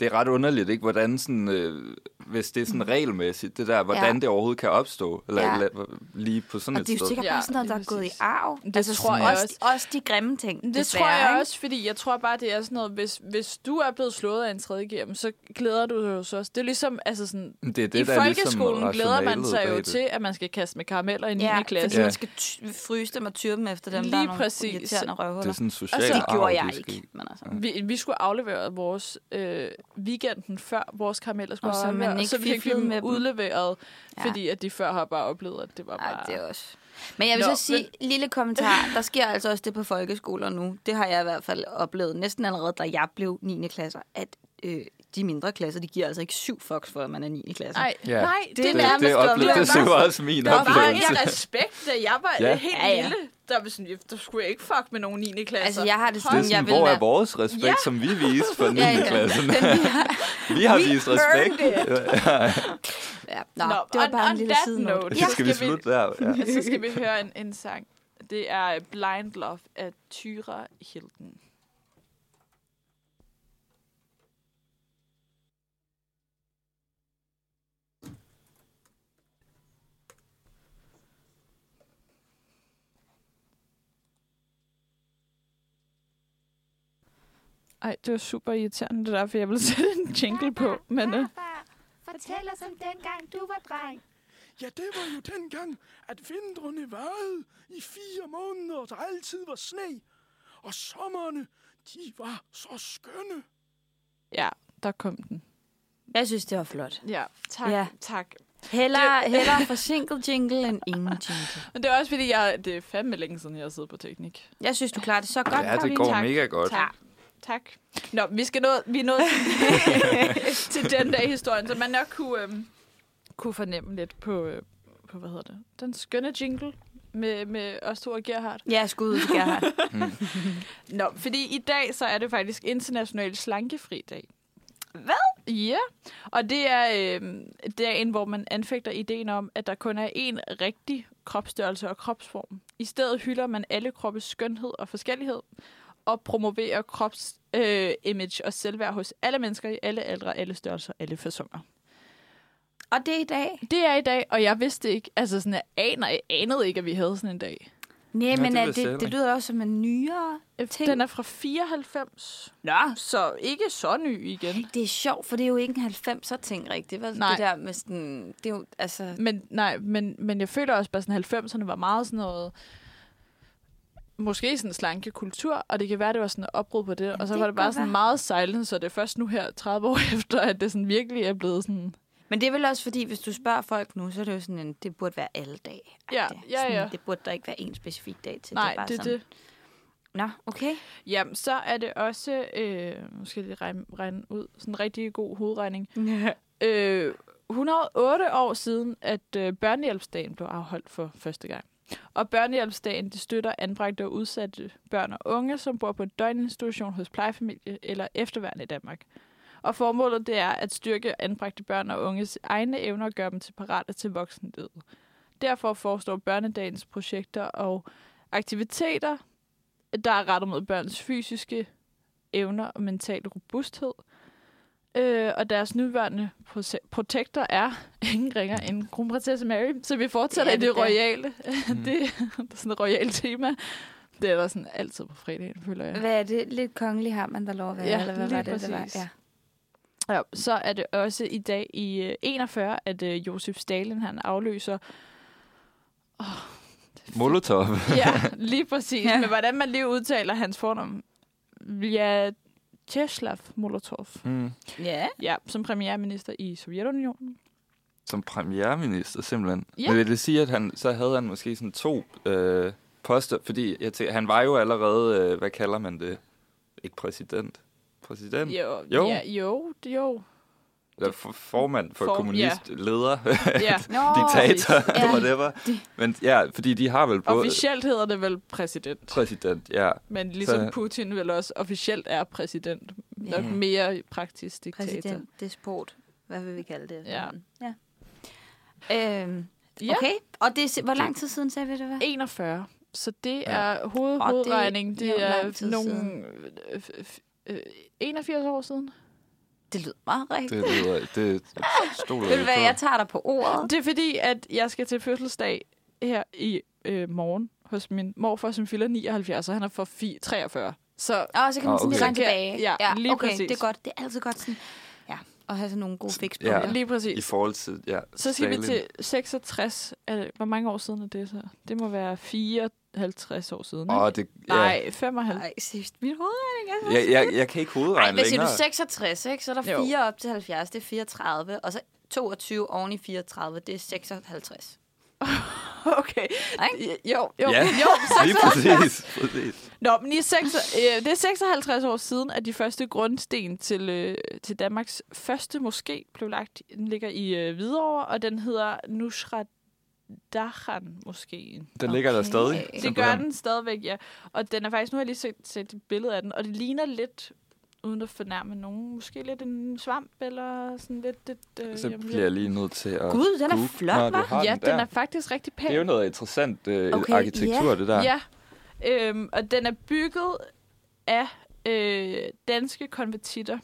Speaker 3: det er ret underligt, ikke? Hvordan sådan, øh, hvis det er sådan regelmæssigt, det der, hvordan
Speaker 1: Ja.
Speaker 3: det overhovedet kan opstå, eller,
Speaker 1: Ja.
Speaker 3: eller lige på sådan
Speaker 1: Og
Speaker 3: et
Speaker 1: det er jo
Speaker 3: sted.
Speaker 1: sikkert
Speaker 2: Ja,
Speaker 1: bare sådan noget, der
Speaker 2: lige
Speaker 1: er gået i
Speaker 2: præcis.
Speaker 1: arv. Altså,
Speaker 2: Det tror jeg
Speaker 1: også,
Speaker 2: også.
Speaker 1: Også de grimme ting,
Speaker 2: Det tror
Speaker 1: desværre,
Speaker 2: jeg
Speaker 1: ikke?
Speaker 2: også, fordi jeg tror bare, det er sådan noget, hvis, hvis du er blevet slået af en 3. GM, så glæder du dig jo så også. Det er ligesom, altså sådan,
Speaker 3: Men det er
Speaker 2: det, I
Speaker 3: der er ligesom
Speaker 2: folkeskolen ligesom glæder man
Speaker 3: rationalet
Speaker 2: sig
Speaker 3: bag
Speaker 2: jo
Speaker 3: det.
Speaker 2: til, at man skal kaste med karameller i 9.
Speaker 1: Ja,
Speaker 2: klasse.
Speaker 1: fordi
Speaker 3: Ja.
Speaker 1: ja. man skal ty- fryse dem og tyre dem efter dem,
Speaker 2: Lige
Speaker 1: der er nogle
Speaker 2: præcis.
Speaker 1: irriterende røvhuller.
Speaker 3: Det er sådan en social
Speaker 2: Og så-
Speaker 1: det
Speaker 3: arv,
Speaker 1: gjorde
Speaker 3: det
Speaker 1: jeg
Speaker 3: er sket.
Speaker 1: ikke. Men altså.
Speaker 2: Vi, vi skulle aflevere vores øh, weekenden før vores karameller skulle
Speaker 1: Og så man
Speaker 2: afleveres,
Speaker 1: ikke
Speaker 2: så vi fik
Speaker 1: fiflede
Speaker 2: dem
Speaker 1: med dem.
Speaker 2: udleveret,
Speaker 1: Ja.
Speaker 2: fordi at de før har bare oplevet, at det var bare...
Speaker 1: Ej, det er også... Men jeg vil
Speaker 2: Nå,
Speaker 1: Nå, så sige, men... lille kommentar, der sker altså også det på folkeskoler nu. Det har jeg i hvert fald oplevet næsten allerede, da jeg blev 9. klasser, at øh, de mindre klasser, de giver altså ikke syv fucks for, at man er 9. klasser.
Speaker 2: Nej,
Speaker 3: Ja.
Speaker 2: nej, det, det er
Speaker 1: det
Speaker 2: nærmest...
Speaker 3: det,
Speaker 1: blevet
Speaker 3: oplevede, det,
Speaker 1: værre.
Speaker 3: det var også min
Speaker 2: Der var
Speaker 3: oplevelse.
Speaker 2: ikke respekt, da jeg var
Speaker 3: Ja.
Speaker 2: ja. helt
Speaker 1: Ja, ja.
Speaker 2: lille. Der, var sådan, der skulle jeg ikke fuck med nogen 9. klasse.
Speaker 1: Altså, jeg har det
Speaker 3: Det
Speaker 1: sådan,
Speaker 3: er sådan,
Speaker 1: jeg vil
Speaker 3: hvor er
Speaker 1: være-
Speaker 3: vores respekt, ja.
Speaker 2: Ja.
Speaker 3: som vi viste for 9.
Speaker 1: Ja,
Speaker 3: Ja,
Speaker 1: ja.
Speaker 3: ja. klassen? vi har vist respekt.
Speaker 1: Ja. Nå, Nå, det var
Speaker 2: on-
Speaker 1: bare en
Speaker 2: on
Speaker 1: lille
Speaker 2: that
Speaker 1: side note.
Speaker 2: note.
Speaker 3: Det
Speaker 2: Ja.
Speaker 3: skal vi
Speaker 2: Skal vi-
Speaker 3: slutte der. Ja.
Speaker 2: Så skal *laughs* vi høre en, en sang. Det er Blind Love af Tyra Hilden. I Ej, det var super irriterende det der, for jeg ville sætte en jingle på. *laughs* Men øh,
Speaker 4: Farfar, fortæl os om dengang du var dreng.
Speaker 5: Ja, det var jo dengang, at vintrene varede i fire måneder, og der altid var sne. Og sommerne, de var så skønne.
Speaker 2: ja, der kom den.
Speaker 1: *laughs* Jeg synes, det var flot.
Speaker 2: Ja, tak.
Speaker 1: Ja.
Speaker 2: tak.
Speaker 1: Heller, heller forsinket jingle end ingen jingle.
Speaker 2: Men det er også fordi, jeg, det er fandme længe siden, jeg har siddet på teknik.
Speaker 1: Jeg synes, du klarer det så godt,
Speaker 3: Ja, det
Speaker 1: Karoline.
Speaker 3: går
Speaker 2: tak.
Speaker 3: mega godt.
Speaker 2: Tak. Tak. Nå, vi skal nå, vi er nået til den dag i historien, så man nok kunne, øhm, kunne fornemme lidt på, øh, på, hvad hedder det, den skønne jingle med, med os to og Gerhard.
Speaker 1: Ja, skud ud til Gerhard.
Speaker 3: *laughs*
Speaker 2: Nå, fordi i dag så er det faktisk international slankefri dag. Hvad? Ja, og det er øh, dagen, hvor man anfægter ideen om, at der kun er én rigtig kropsstørrelse og kropsform. I stedet hylder man alle kroppes skønhed og forskellighed, og promoverer krops øh, image og selvværd hos alle mennesker i alle aldre, alle størrelser, alle fasoner.
Speaker 1: Og det er i dag.
Speaker 2: Det er i dag, og jeg vidste ikke, altså sådan, jeg aner, jeg anede ikke, at vi havde sådan en dag.
Speaker 1: Nej, men
Speaker 3: det
Speaker 1: det,
Speaker 3: vidste jeg
Speaker 1: det,
Speaker 3: heller
Speaker 1: det, det
Speaker 3: ikke.
Speaker 1: lyder også som en nyere ting.
Speaker 2: Den er fra 94,
Speaker 1: Nå,
Speaker 2: så ikke så ny igen.
Speaker 1: det er sjovt, for det er jo ikke en 90'er ting rigtigt. Vel?
Speaker 2: Nej.
Speaker 1: Det der med sådan, det er jo, altså,
Speaker 2: Men nej, men, men jeg føler også bare sådan, at 90'erne var meget sådan noget, måske sådan slanke kultur, og det kan være, det var sådan et opbrud på det, og så
Speaker 1: det kan
Speaker 2: var det bare
Speaker 1: godt
Speaker 2: sådan
Speaker 1: være.
Speaker 2: meget silence, og det er først nu her, 30 år *laughs* efter, at det sådan virkelig er blevet sådan,
Speaker 1: Men det er vel også fordi, hvis du spørger folk nu, så er det jo sådan en, det burde være alle dage.
Speaker 2: Ja,
Speaker 1: Agtigt.
Speaker 2: ja,
Speaker 1: sådan,
Speaker 2: ja.
Speaker 1: Det burde der ikke være en specifik dag til.
Speaker 2: nej,
Speaker 1: det er bare
Speaker 2: det er
Speaker 1: sådan,
Speaker 2: det.
Speaker 1: Nå, okay.
Speaker 2: Jamen, så er det også, øh, nu skal jeg lige regne, regne ud, sådan en rigtig god hovedregning. Øh, 108 år siden, at øh, børnehjælpsdagen blev afholdt for første gang. Og børnehjælpsdagen det støtter anbragte og udsatte børn og unge, som bor på en døgninstitution hos plejefamilie eller efterværende i Danmark. Og formålet det er at styrke anbragte børn og unges egne evner og gøre dem til parate til voksenlivet. Derfor forestår børnedagens projekter og aktiviteter, der er rettet mod børns fysiske evner og mental robusthed. Øh, og deres nuværende proce- protektor er *laughs* ingen ringer end kronprinsesse Mary. Så vi fortsætter
Speaker 1: Det
Speaker 2: det
Speaker 1: er
Speaker 2: i
Speaker 1: det
Speaker 2: det
Speaker 1: da.
Speaker 2: royale. *laughs* Mm. det, det er sådan et royalt tema. Det er der sådan altid på fredagen, føler jeg.
Speaker 1: Hvad er det? Lidt kongelig har man der lov at være,
Speaker 2: Ja,
Speaker 1: eller hvad
Speaker 2: lige
Speaker 1: var det, det var?
Speaker 2: præcis.
Speaker 1: Ja.
Speaker 2: Ja, så er det også i dag i øh, 41, at øh, Josef Stalin han
Speaker 3: *laughs*
Speaker 2: afløser.
Speaker 3: Molotov.
Speaker 2: Ja, lige præcis.
Speaker 1: Ja.
Speaker 2: ja. Men hvordan man lige udtaler hans fornavn. Ja, Czeslaw Molotov.
Speaker 3: Mm.
Speaker 1: ja.
Speaker 2: *laughs* Ja, som premierminister i Sovjetunionen.
Speaker 3: Som premierminister, simpelthen.
Speaker 2: Ja.
Speaker 3: Men vil det sige, at han, så havde han måske sådan to øh, poster? Fordi jeg tænker, han var jo allerede, øh, hvad kalder man det? Ikke præsident. Præsident?
Speaker 2: Jo,
Speaker 3: Jo.
Speaker 2: Ja, jo, det- jo.
Speaker 3: Eller for, formand for
Speaker 2: Form-
Speaker 3: Form,
Speaker 2: ja.
Speaker 3: kommunist, leder, *laughs*
Speaker 2: Ja.
Speaker 1: Nå,
Speaker 3: diktator,
Speaker 1: Ja.
Speaker 3: ja. whatever. Men ja, fordi de har vel både
Speaker 2: Officielt hedder det vel præsident.
Speaker 3: præsident, ja.
Speaker 2: Men ligesom
Speaker 3: Så-
Speaker 2: Putin vel også officielt er præsident. Nok
Speaker 3: Ja.
Speaker 2: mere praktisk diktator.
Speaker 1: Præsident, despot, hvad vil vi kalde det?
Speaker 2: Ja.
Speaker 1: ja. Øhm,
Speaker 2: Ja.
Speaker 1: okay, og det er, si- hvor lang tid siden sagde vi det var?
Speaker 2: 41. Så det
Speaker 3: Ja.
Speaker 2: er hoved,
Speaker 1: Åh, det
Speaker 2: hovedregning. Det,
Speaker 1: er jo lang
Speaker 2: er
Speaker 1: tid
Speaker 2: nogle øh, f- øh, 81 år siden.
Speaker 1: Det lyder meget rigtigt.
Speaker 3: Det lyder, det stoler
Speaker 1: Det vil
Speaker 3: jeg
Speaker 1: være, jeg
Speaker 3: på.
Speaker 1: tager dig på ordet.
Speaker 2: Det er fordi, at jeg skal til fødselsdag her i øh, morgen hos min morfar, som fylder 79, og han er for fi- 43. Så
Speaker 1: Og så kan man
Speaker 3: Ah,
Speaker 1: sådan lige
Speaker 3: okay.
Speaker 1: regne tilbage.
Speaker 2: Ja, lige
Speaker 1: okay,
Speaker 2: præcis.
Speaker 1: det er godt. Det er altid godt sådan, ja, at have sådan nogle gode fix på.
Speaker 3: Ja.
Speaker 2: lige
Speaker 3: I
Speaker 2: præcis.
Speaker 3: forhold til, ja,
Speaker 2: Så skal vi
Speaker 3: Stalin.
Speaker 2: til 66. Er det, hvor mange år siden er det så? Det må være 54 år siden.
Speaker 3: Åh,
Speaker 2: ikke?
Speaker 3: det, ja.
Speaker 2: Nej, 55.
Speaker 1: Ej, seriøst, min hovedregning er så
Speaker 3: Jeg, jeg, jeg kan ikke
Speaker 1: Mm. Ej,
Speaker 3: hovedregne
Speaker 1: hvis
Speaker 3: længere.
Speaker 1: du 66, ikke, så er der
Speaker 2: Jo.
Speaker 1: 4 op til 70, det er 34, og så 22 oven i 34, det er 56.
Speaker 2: *laughs* Okay.
Speaker 1: Ej.
Speaker 2: Jo, jo,
Speaker 3: Ja.
Speaker 2: jo.
Speaker 3: *laughs* Lige præcis, præcis.
Speaker 2: Nå, men i 6, øh, det er 56 år siden, at de første grundsten til, øh, til Danmarks første moské blev lagt. Den ligger i øh, Hvidovre, og den hedder Nusrat Dahan moskeen.
Speaker 3: Den ligger der
Speaker 1: Okay.
Speaker 3: stadig.
Speaker 1: Det
Speaker 2: Det gør den stadigvæk, ja. Og den er faktisk, nu har jeg lige set, set et billede af den, og det ligner lidt, uden at fornærme nogen, måske lidt en svamp, eller sådan lidt... lidt øh,
Speaker 3: Så
Speaker 2: jamen,
Speaker 3: bliver jeg lige nødt til at...
Speaker 1: Gud, den er
Speaker 3: google,
Speaker 1: flot,
Speaker 3: når du
Speaker 1: hva'?
Speaker 3: har
Speaker 2: Ja, den
Speaker 3: der.
Speaker 2: er faktisk rigtig pæn.
Speaker 3: Det er jo noget interessant øh,
Speaker 1: Okay,
Speaker 3: okay, arkitektur, det der.
Speaker 2: Ja, øhm, og den er bygget af øh, danske konvertitter,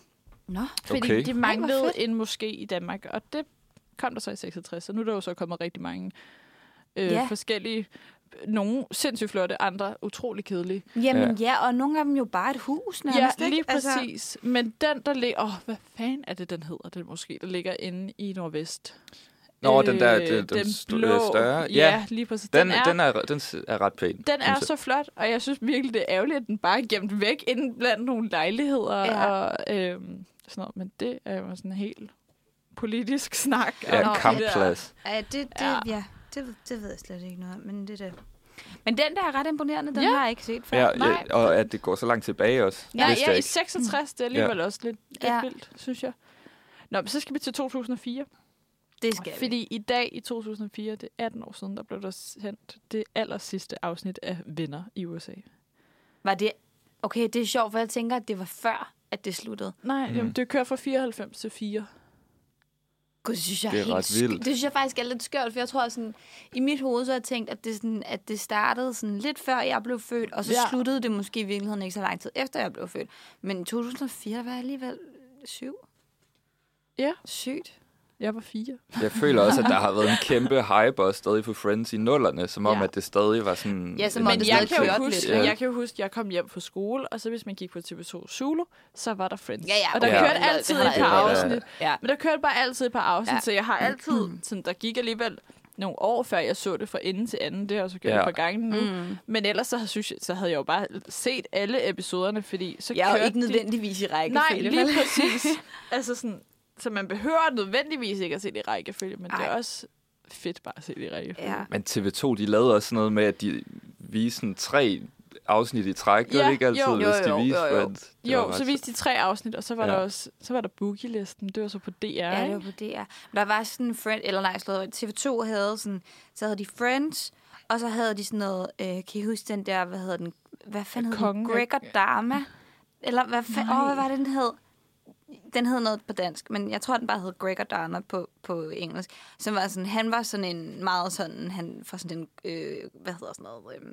Speaker 1: Nå,
Speaker 2: fordi
Speaker 3: Okay.
Speaker 2: de
Speaker 1: Ej, hvor
Speaker 2: manglede
Speaker 1: fedt.
Speaker 2: en moské i Danmark, og det kom der så i 66, og nu er der jo så kommet rigtig mange øh,
Speaker 1: Ja.
Speaker 2: forskellige nogle sindssygt flotte, andre utrolig kedelige.
Speaker 1: Jamen ja. ja, og nogle af dem jo bare et hus nærmest.
Speaker 2: ja,
Speaker 1: ikke?
Speaker 2: lige præcis. Altså... Men den, der ligger... Åh, oh, hvad fanden er det, den hedder, den måske, der ligger inde i Nordvest?
Speaker 3: Nå, den der, det- den st- øh, større.
Speaker 2: Ja,
Speaker 3: Ja.
Speaker 2: ja lige præcis.
Speaker 3: Den, den, er, den, er, den s- er ret pæn.
Speaker 2: Den er
Speaker 3: synes jeg.
Speaker 2: så flot, og jeg synes virkelig, det er ærgerligt, at den bare er gemt væk inden blandt nogle lejligheder
Speaker 1: Ja.
Speaker 2: ja. og øhm, sådan noget. Men det er jo sådan en helt politisk snak. om
Speaker 3: Ja,
Speaker 2: det
Speaker 3: kampplads.
Speaker 1: Ja, det, det, ja.
Speaker 2: Ja.
Speaker 1: ja det, det ved jeg slet ikke noget om, men det der. Men den der er ret imponerende, den ja.
Speaker 2: Ja.
Speaker 1: har jeg ikke set før.
Speaker 3: Ja,
Speaker 2: Nej.
Speaker 3: ja, og at det går så langt tilbage også.
Speaker 2: Der. Ja,
Speaker 3: vidste
Speaker 2: ja,
Speaker 3: jeg
Speaker 2: i
Speaker 3: ikke.
Speaker 2: 66, det er alligevel også lidt, lidt
Speaker 1: Ja.
Speaker 2: ja. vildt, synes jeg. Nå, men så skal vi til 2004.
Speaker 1: Det skal vi.
Speaker 2: Fordi i dag i 2004, det er 18 år siden, der blev der sendt det aller sidste afsnit af Venner i USA.
Speaker 1: Var det... Okay, det er sjovt, for jeg tænker, at det var før, at det sluttede.
Speaker 2: Nej,
Speaker 3: Mm.
Speaker 2: mm. jamen, det kører fra 94 til 4.
Speaker 1: Gud, det synes jeg
Speaker 3: Det er
Speaker 1: helt
Speaker 3: ret
Speaker 1: sk-
Speaker 3: vildt.
Speaker 1: Det synes jeg faktisk er lidt skørt, for jeg tror sådan, i mit hoved så har jeg tænkt, at det, sådan, at det startede sådan lidt før jeg blev født, og så ja.
Speaker 2: Ja.
Speaker 1: sluttede det måske i virkeligheden ikke så lang tid efter jeg blev født. Men i 2004 der var jeg alligevel syv.
Speaker 2: Ja.
Speaker 1: Sygt.
Speaker 2: Jeg var 4.
Speaker 3: Jeg føler også, at der har været en kæmpe hype også stadig på Friends i nullerne, som om,
Speaker 2: Ja.
Speaker 3: at det stadig var sådan...
Speaker 1: Ja, som
Speaker 3: en-
Speaker 1: om
Speaker 2: Men
Speaker 1: det
Speaker 2: jeg
Speaker 1: stadig
Speaker 2: kan,
Speaker 1: kørte
Speaker 2: jo huske,
Speaker 3: lidt. Ja.
Speaker 2: jeg kan jo huske, at jeg kom hjem fra skole, og så hvis man gik på TV2 Zulu, så var der Friends.
Speaker 1: Ja, ja,
Speaker 2: og der
Speaker 3: okay.
Speaker 2: kørte
Speaker 1: Ja,
Speaker 2: altid
Speaker 1: det har
Speaker 2: et
Speaker 1: jeg
Speaker 2: par
Speaker 3: ikke.
Speaker 2: afsnit.
Speaker 1: Ja.
Speaker 2: Men der kørte bare altid et par afsnit,
Speaker 1: Ja.
Speaker 2: så jeg har
Speaker 1: *clears throat*
Speaker 2: altid, sådan, der gik alligevel nogle år, før jeg så det fra ende til anden. Det har jeg så gjort
Speaker 3: Ja.
Speaker 2: ja. et par gange nu. Mm. Men ellers så, har- synes jeg, så havde jeg jo bare set alle episoderne, fordi så
Speaker 1: Jeg er jo
Speaker 2: kørte
Speaker 1: ikke
Speaker 2: de-
Speaker 1: nødvendigvis i række.
Speaker 2: Nej, lige
Speaker 1: *laughs*
Speaker 2: præcis. altså sådan, så man behøver nødvendigvis ikke at se det i rækkefølge, men Ej. det er
Speaker 1: Ej.
Speaker 2: også fedt bare at se det i rækkefølge.
Speaker 1: Ja.
Speaker 3: Men TV2, de lavede også sådan noget med, at de viste sådan tre afsnit i træk. Ja, det
Speaker 2: Ja,
Speaker 3: er ikke altid,
Speaker 2: jo,
Speaker 3: jo,
Speaker 2: jo,
Speaker 3: hvis
Speaker 1: jo,
Speaker 3: de viste
Speaker 1: jo, jo.
Speaker 3: Friends. Det var
Speaker 2: Jo,
Speaker 3: ret
Speaker 2: så viste de tre afsnit, og så var
Speaker 3: Ja.
Speaker 2: ja. der også så var der boogie-listen. Det var så på DR, ja,
Speaker 1: Ja, det
Speaker 2: ikke?
Speaker 1: var på DR. Men Der var sådan en Friends, eller nej, slået TV2 havde sådan, så havde de Friends, og så havde de sådan noget, øh, kan I huske den der, hvad hedder den, hvad fanden hed den?
Speaker 2: Kongen af-
Speaker 1: Gregor Dharma? Eller hvad fanden, åh, hvad var det, den hed? Den hed noget på dansk, men jeg tror, den bare hed Gregor Dharma på, på engelsk. Som var sådan, han var sådan en meget sådan, han var sådan en, øh, hvad hedder sådan noget, øh,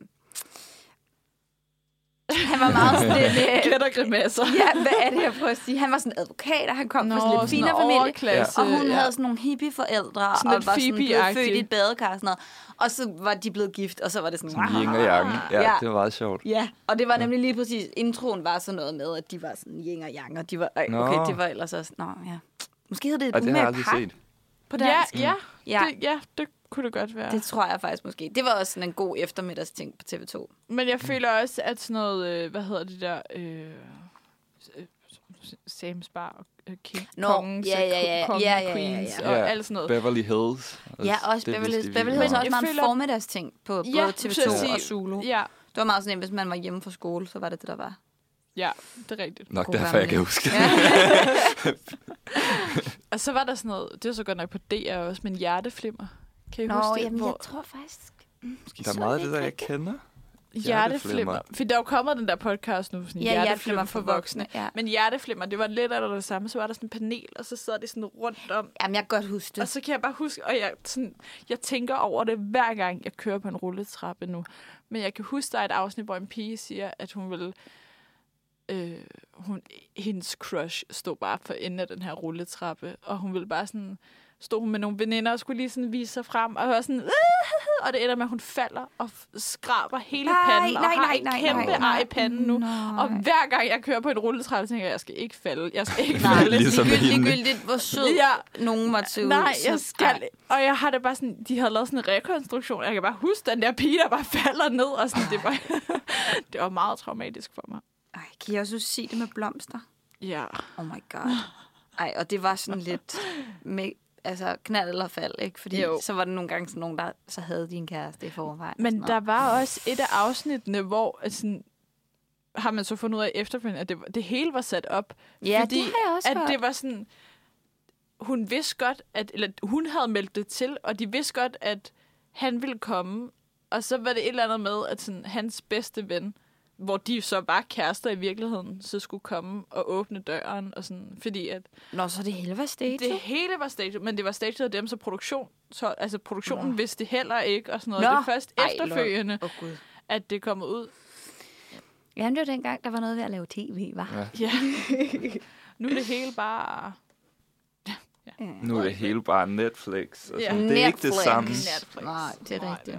Speaker 1: han var meget sådan en, øh,
Speaker 2: Gæt og grimasser.
Speaker 1: Ja, hvad er det, jeg prøver at sige? Han var sådan en advokat, og han kom Nå, fra sådan lidt finere familie.
Speaker 2: overklasse,
Speaker 1: Og hun
Speaker 2: ja.
Speaker 1: havde sådan nogle hippieforældre,
Speaker 2: Sådan
Speaker 1: og
Speaker 2: lidt
Speaker 1: var sådan blevet
Speaker 2: Phoebe-agtig.
Speaker 1: født i et badekar og sådan noget. Og så var de blevet gift, og så var det sådan...
Speaker 3: Sådan yin og yang. Ja,
Speaker 1: Ja.
Speaker 3: det var meget sjovt.
Speaker 1: Ja, og det var nemlig lige præcis, introen var sådan noget med, at de var sådan yin og yang, og de var... Øj,
Speaker 3: Nå.
Speaker 1: okay, det var ellers også... Nå, ja. Måske hed det et
Speaker 3: Og det har jeg
Speaker 1: umage
Speaker 3: aldrig
Speaker 1: par
Speaker 3: set.
Speaker 1: på
Speaker 2: Ja,
Speaker 1: dansk.
Speaker 2: ja,
Speaker 1: Ja.
Speaker 2: ja. Det, ja, det kunne det godt være.
Speaker 1: Det tror jeg faktisk måske. Det var også sådan en god eftermiddagsting på TV2.
Speaker 2: Men jeg føler også, at sådan noget, øh, hvad hedder det der, øh, Sam's Bar og øh, King,
Speaker 1: Nå,
Speaker 2: Kongens,
Speaker 1: ja,
Speaker 2: øh,
Speaker 1: ja, ja,
Speaker 2: Kongen,
Speaker 1: ja, ja, ja,
Speaker 2: Queens
Speaker 1: ja.
Speaker 2: og
Speaker 3: Ja.
Speaker 2: alt sådan noget.
Speaker 3: Beverly Hills. Altså,
Speaker 1: Ja, også
Speaker 3: Det
Speaker 1: Beverly
Speaker 3: vidste de
Speaker 1: Hills.
Speaker 3: virkelig
Speaker 1: Beverly Hills
Speaker 3: meget.
Speaker 1: var også
Speaker 2: Jeg
Speaker 1: meget en
Speaker 2: føler-
Speaker 1: formiddagsting på både
Speaker 2: Ja,
Speaker 1: TV2
Speaker 2: så jeg
Speaker 1: og
Speaker 2: siger-
Speaker 1: Zulu.
Speaker 2: Ja,
Speaker 1: Det var meget sådan en, hvis man var hjemme fra skole, så var det det, der var.
Speaker 2: ja, det er rigtigt.
Speaker 3: Nok
Speaker 1: God
Speaker 3: derfor,
Speaker 1: gammel.
Speaker 3: jeg kan huske det.
Speaker 2: Og så var der sådan noget, det var så godt nok på DR også, men hjerteflimmer. Kan I
Speaker 1: Nå,
Speaker 2: huske det?
Speaker 1: jamen,
Speaker 2: Hvor-
Speaker 1: jeg tror faktisk... mm, Måske
Speaker 3: Der er
Speaker 1: så
Speaker 3: meget af
Speaker 1: jeg
Speaker 3: det, der jeg
Speaker 1: ikke
Speaker 3: kender.
Speaker 2: Hjerteflimmer.
Speaker 3: Hjerteflimmer.
Speaker 2: For der er jo kommet den der podcast nu, sådan
Speaker 1: Ja, Hjerteflimmer for voksne, ja.
Speaker 2: Men hjerteflimmer, det var lidt af det samme. Så var der sådan en panel, og så sad det sådan rundt om.
Speaker 1: rigtigt. Jamen, jeg kan godt huske
Speaker 2: Og
Speaker 1: det.
Speaker 2: så kan jeg bare huske, og jeg, sådan, jeg tænker over det hver gang, jeg kører på en rulletrappe nu. Men jeg kan huske, der er et afsnit, hvor en pige siger, at hun vil... Øh, hun, hendes crush stod bare for enden af den her rulletrappe, og hun ville bare sådan stod hun med nogle veninder og skulle lige sådan vise sig frem, og høre sådan, "Øh", og det ender med, at hun falder og f- skraber hele
Speaker 1: Nej,
Speaker 2: panden, og
Speaker 1: nej,
Speaker 2: har
Speaker 1: nej,
Speaker 2: et
Speaker 1: nej,
Speaker 2: kæmpe
Speaker 1: nej, nej.
Speaker 2: ar i panden nu.
Speaker 1: Nej.
Speaker 2: Og hver gang jeg kører på en rulletrappe, tænker jeg, jeg skal ikke falde, jeg skal ikke
Speaker 1: Nej,
Speaker 2: falde.
Speaker 3: *laughs* Ligesom med
Speaker 1: ligegyldigt,
Speaker 3: hende.
Speaker 1: ligegyldigt, hvor sød
Speaker 2: Ja.
Speaker 1: nogen måtte se ud.
Speaker 2: Nej,
Speaker 1: så-
Speaker 2: jeg skal
Speaker 1: Ej.
Speaker 2: Og jeg har det bare sådan, de havde lavet sådan en rekonstruktion, og jeg kan bare huske den der pige, der bare falder ned, og sådan, det var, *laughs* det var meget traumatisk for mig.
Speaker 1: Ej, kan I også sige det med blomster?
Speaker 2: Ja.
Speaker 1: Oh my
Speaker 2: *gasps*
Speaker 1: god. Ej, og det var sådan lidt med, altså knald eller fald, ikke? Fordi jo.
Speaker 2: Jo.
Speaker 1: så var der nogle gange sådan nogen, der så havde din kæreste i forvejen. og
Speaker 2: Men
Speaker 1: sådan
Speaker 2: der
Speaker 1: noget.
Speaker 2: var også et af afsnittene, hvor altså, sådan, har man så fundet ud af efterfølgende, at det, var- det hele var sat op.
Speaker 1: Ja, det har jeg også
Speaker 2: at
Speaker 1: hørt.
Speaker 2: det var sådan, hun vidste godt, at, eller hun havde meldt det til, og de vidste godt, at han ville komme. Og så var det et eller andet med, at sådan, hans bedste ven, hvor de så var kærester i virkeligheden, så skulle komme og åbne døren. Og sådan, fordi at
Speaker 1: Nå, så er det hele var stage.
Speaker 2: det hele var staged, men det var staged af dem, så produktion, så, altså produktionen Nå. vidste det heller ikke. Og sådan noget.
Speaker 1: Nå.
Speaker 2: Det er først
Speaker 1: Ej, lol.
Speaker 2: efterfølgende,
Speaker 1: Åh, oh, Gud.
Speaker 2: at det kommer ud.
Speaker 1: Jamen, det var dengang, der var noget ved at lave tv, var. Ja.
Speaker 3: Ja.
Speaker 2: Ja. nu er det hele bare
Speaker 3: Nu er det hele bare Netflix. Og
Speaker 2: Ja.
Speaker 3: sådan. Det er ikke det samme.
Speaker 1: Nej, det er rigtigt.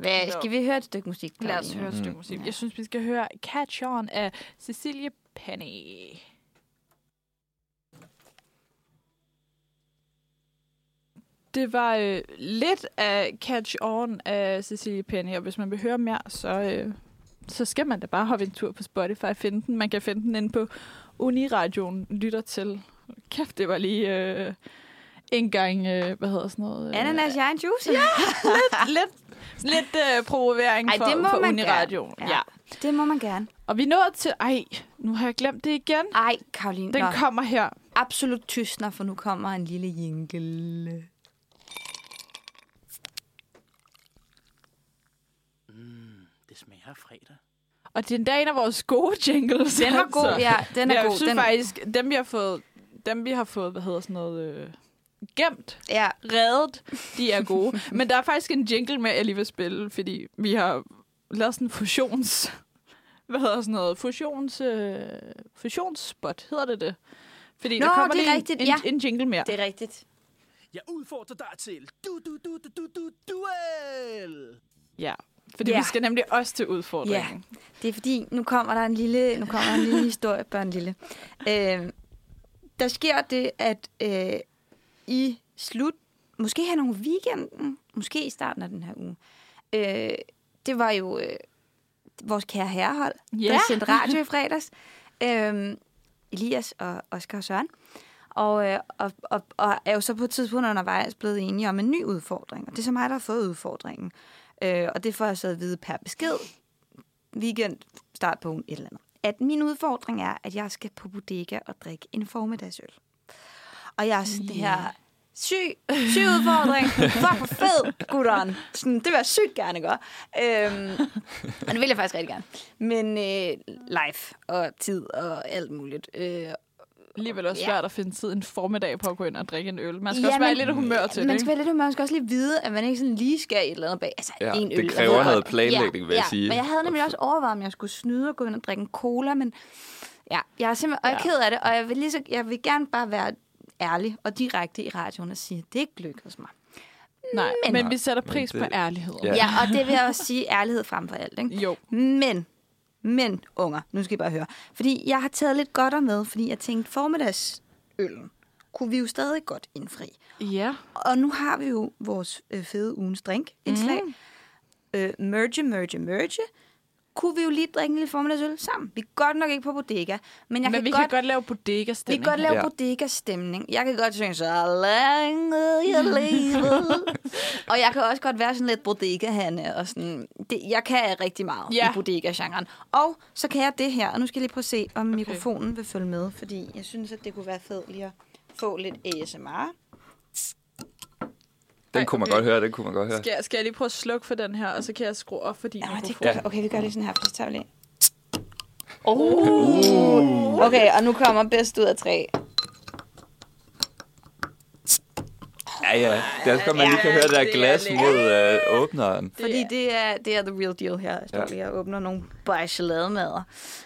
Speaker 1: Hvad, skal vi Mm. høre et stykke musik?
Speaker 2: Lad os
Speaker 1: Karoline?
Speaker 2: høre et stykke musik. Jeg synes, vi skal høre Catch On af Cecilie Penny. Det var øh, lidt af Catch On af Cecilie Penny, og hvis man vil høre mere, så, øh, så skal man da bare hoppe en tur på Spotify og finde den. Man kan finde den inde på Uniradioen, lytter til. Kæft, det var lige øh, en gang, øh, hvad hedder sådan noget? øh,
Speaker 1: Ananas, jeg er en juice. Ja.
Speaker 2: lidt, lidt øh, promovering
Speaker 1: Ej,
Speaker 2: for,
Speaker 1: det må
Speaker 2: for
Speaker 1: man
Speaker 2: Uniradioen.
Speaker 1: gerne.
Speaker 2: Ja.
Speaker 1: Ja.
Speaker 2: ja.
Speaker 1: Det må man gerne.
Speaker 2: Og vi nåede til... Ej, nu har jeg glemt det igen.
Speaker 1: Ej, Karoline.
Speaker 2: Den
Speaker 1: Den
Speaker 2: Nå.
Speaker 1: kom.
Speaker 2: kommer her.
Speaker 1: Absolut tysner, for nu kommer en lille jingle.
Speaker 5: Det smager af fredag.
Speaker 2: Og det er endda en af vores gode *laughs* jingles.
Speaker 1: Den var god,
Speaker 2: altså.
Speaker 1: ja. Den er
Speaker 2: jeg
Speaker 1: god.
Speaker 2: synes
Speaker 1: Den,
Speaker 2: faktisk, dem vi har fået... Dem vi har fået, hvad hedder sådan noget... Øh, gemt,
Speaker 1: ja.
Speaker 2: reddet, de er gode.
Speaker 1: *laughs*
Speaker 2: Men der er faktisk en jingle med, jeg lige vil spille, fordi vi har lavet sådan en fusions... Hvad hedder sådan noget? Fusions... Øh, fusionsspot, hedder det det? Fordi
Speaker 1: Nå,
Speaker 2: der kommer
Speaker 1: det er
Speaker 2: lige en-
Speaker 1: rigtigt,
Speaker 2: en,
Speaker 1: ja.
Speaker 2: en jingle mere.
Speaker 1: Det er rigtigt.
Speaker 5: Jeg udfordrer dig til du du du du du du duel.
Speaker 2: Ja, fordi
Speaker 1: Ja.
Speaker 2: vi skal nemlig også til udfordringen.
Speaker 1: Det er fordi, nu kommer der en lille, nu kommer der en lille historie, børn lille. Øh, der sker det, at øh, i slut, måske her nogle weekenden, måske i starten af den her uge, øh, det var jo øh, vores kære herrehold,
Speaker 2: Ja.
Speaker 1: ja. der sendte radio i fredags. Øh, Elias og Oscar og Søren. Og, øh, og, og, og er jo så på et tidspunkt undervejs blevet enige om en ny udfordring. Og det er så mig, der har fået udfordringen. Øh, og det får jeg så at vide per besked. Weekend, start på ugen, et eller andet. At min udfordring er, at jeg skal på bodega og drikke en formiddagsøl. Og jeg er sådan, det her syg, syg udfordring. Fuck, hvor fed, gutteren. Sådan, det vil jeg sygt gerne gøre. Øhm, og det vil jeg faktisk rigtig gerne. Men øh, live og tid og alt muligt. Øh,
Speaker 2: Alligevel også
Speaker 1: Ja.
Speaker 2: svært at finde tid en formiddag på at gå ind og drikke en øl. Man skal også være i lidt humør til det,
Speaker 1: Man skal
Speaker 2: ikke?
Speaker 1: være lidt humør. Man skal også lige vide, at man ikke sådan lige skal et eller andet bag. Altså,
Speaker 3: Ja,
Speaker 1: en øl.
Speaker 3: det
Speaker 1: jeg
Speaker 3: kræver
Speaker 1: ved
Speaker 3: noget
Speaker 1: godt.
Speaker 3: planlægning, vil jeg sige.
Speaker 1: Men jeg havde nemlig også overvejet, om jeg skulle snyde og gå ind og drikke en cola, men ja, jeg er simpelthen og jeg er
Speaker 2: Ja.
Speaker 1: ked af det, og jeg vil, lige så, jeg vil gerne bare være ærlig og direkte i radioen og sige, at det ikke lykkedes mig.
Speaker 2: Nej,
Speaker 1: Mm.
Speaker 2: men, men vi sætter
Speaker 3: Men
Speaker 2: pris det...
Speaker 3: det-
Speaker 2: på ærlighed.
Speaker 3: Ja.
Speaker 1: Ja, ja og det vil jeg også sige ærlighed frem for alt. Ikke?
Speaker 2: Jo.
Speaker 1: Men, men unger, nu skal I bare høre. Fordi jeg har taget lidt godt med, fordi jeg tænkte, formiddagsøllen kunne vi jo stadig godt indfri.
Speaker 2: ja.
Speaker 1: Og nu har vi jo vores øh, fede ugens drink indslag. Mm. Øh, merge, merge, merge. Kunne vi jo lige drikke en lille formiddagsøl sammen? Vi er godt nok ikke på bodega, men jeg men
Speaker 2: Men
Speaker 1: kan,
Speaker 2: vi
Speaker 1: godt,
Speaker 2: kan godt lave
Speaker 1: vi
Speaker 2: bodega-stemning.
Speaker 1: kan godt lave
Speaker 3: Ja.
Speaker 1: ja. bodega-stemning. Jeg kan godt synge, så længe *laughs* jeg lever. og jeg kan også godt være sådan lidt bodega-hanne. Og sådan. Det, jeg kan rigtig meget
Speaker 2: Ja.
Speaker 1: i bodega-genren. Og så kan jeg det her, og nu skal jeg lige prøve at se, om okay. mikrofonen vil følge med, fordi jeg synes, at det kunne være fedt lige at få lidt ASMR.
Speaker 3: Den kunne man
Speaker 1: øh,
Speaker 2: okay.
Speaker 3: godt høre, den kunne man godt høre.
Speaker 2: Skal jeg, skal jeg lige prøve at slukke for den her, og så kan jeg skrue op for din
Speaker 1: Nå, det
Speaker 2: mikrofon?
Speaker 1: gør, okay, vi gør lige sådan her, for så tager vi lige. Oh. Okay, og nu kommer bedst ud af tre.
Speaker 3: Ja, ja. Det er også godt, man lige kan
Speaker 2: Ja,
Speaker 3: høre det
Speaker 2: det
Speaker 3: der
Speaker 2: er
Speaker 3: glas
Speaker 2: lækkert.
Speaker 3: mod øh, åbneren.
Speaker 1: Fordi det er, det er the real deal her. Jeg står
Speaker 3: Ja.
Speaker 1: lige og åbner nogle bare chokolademader.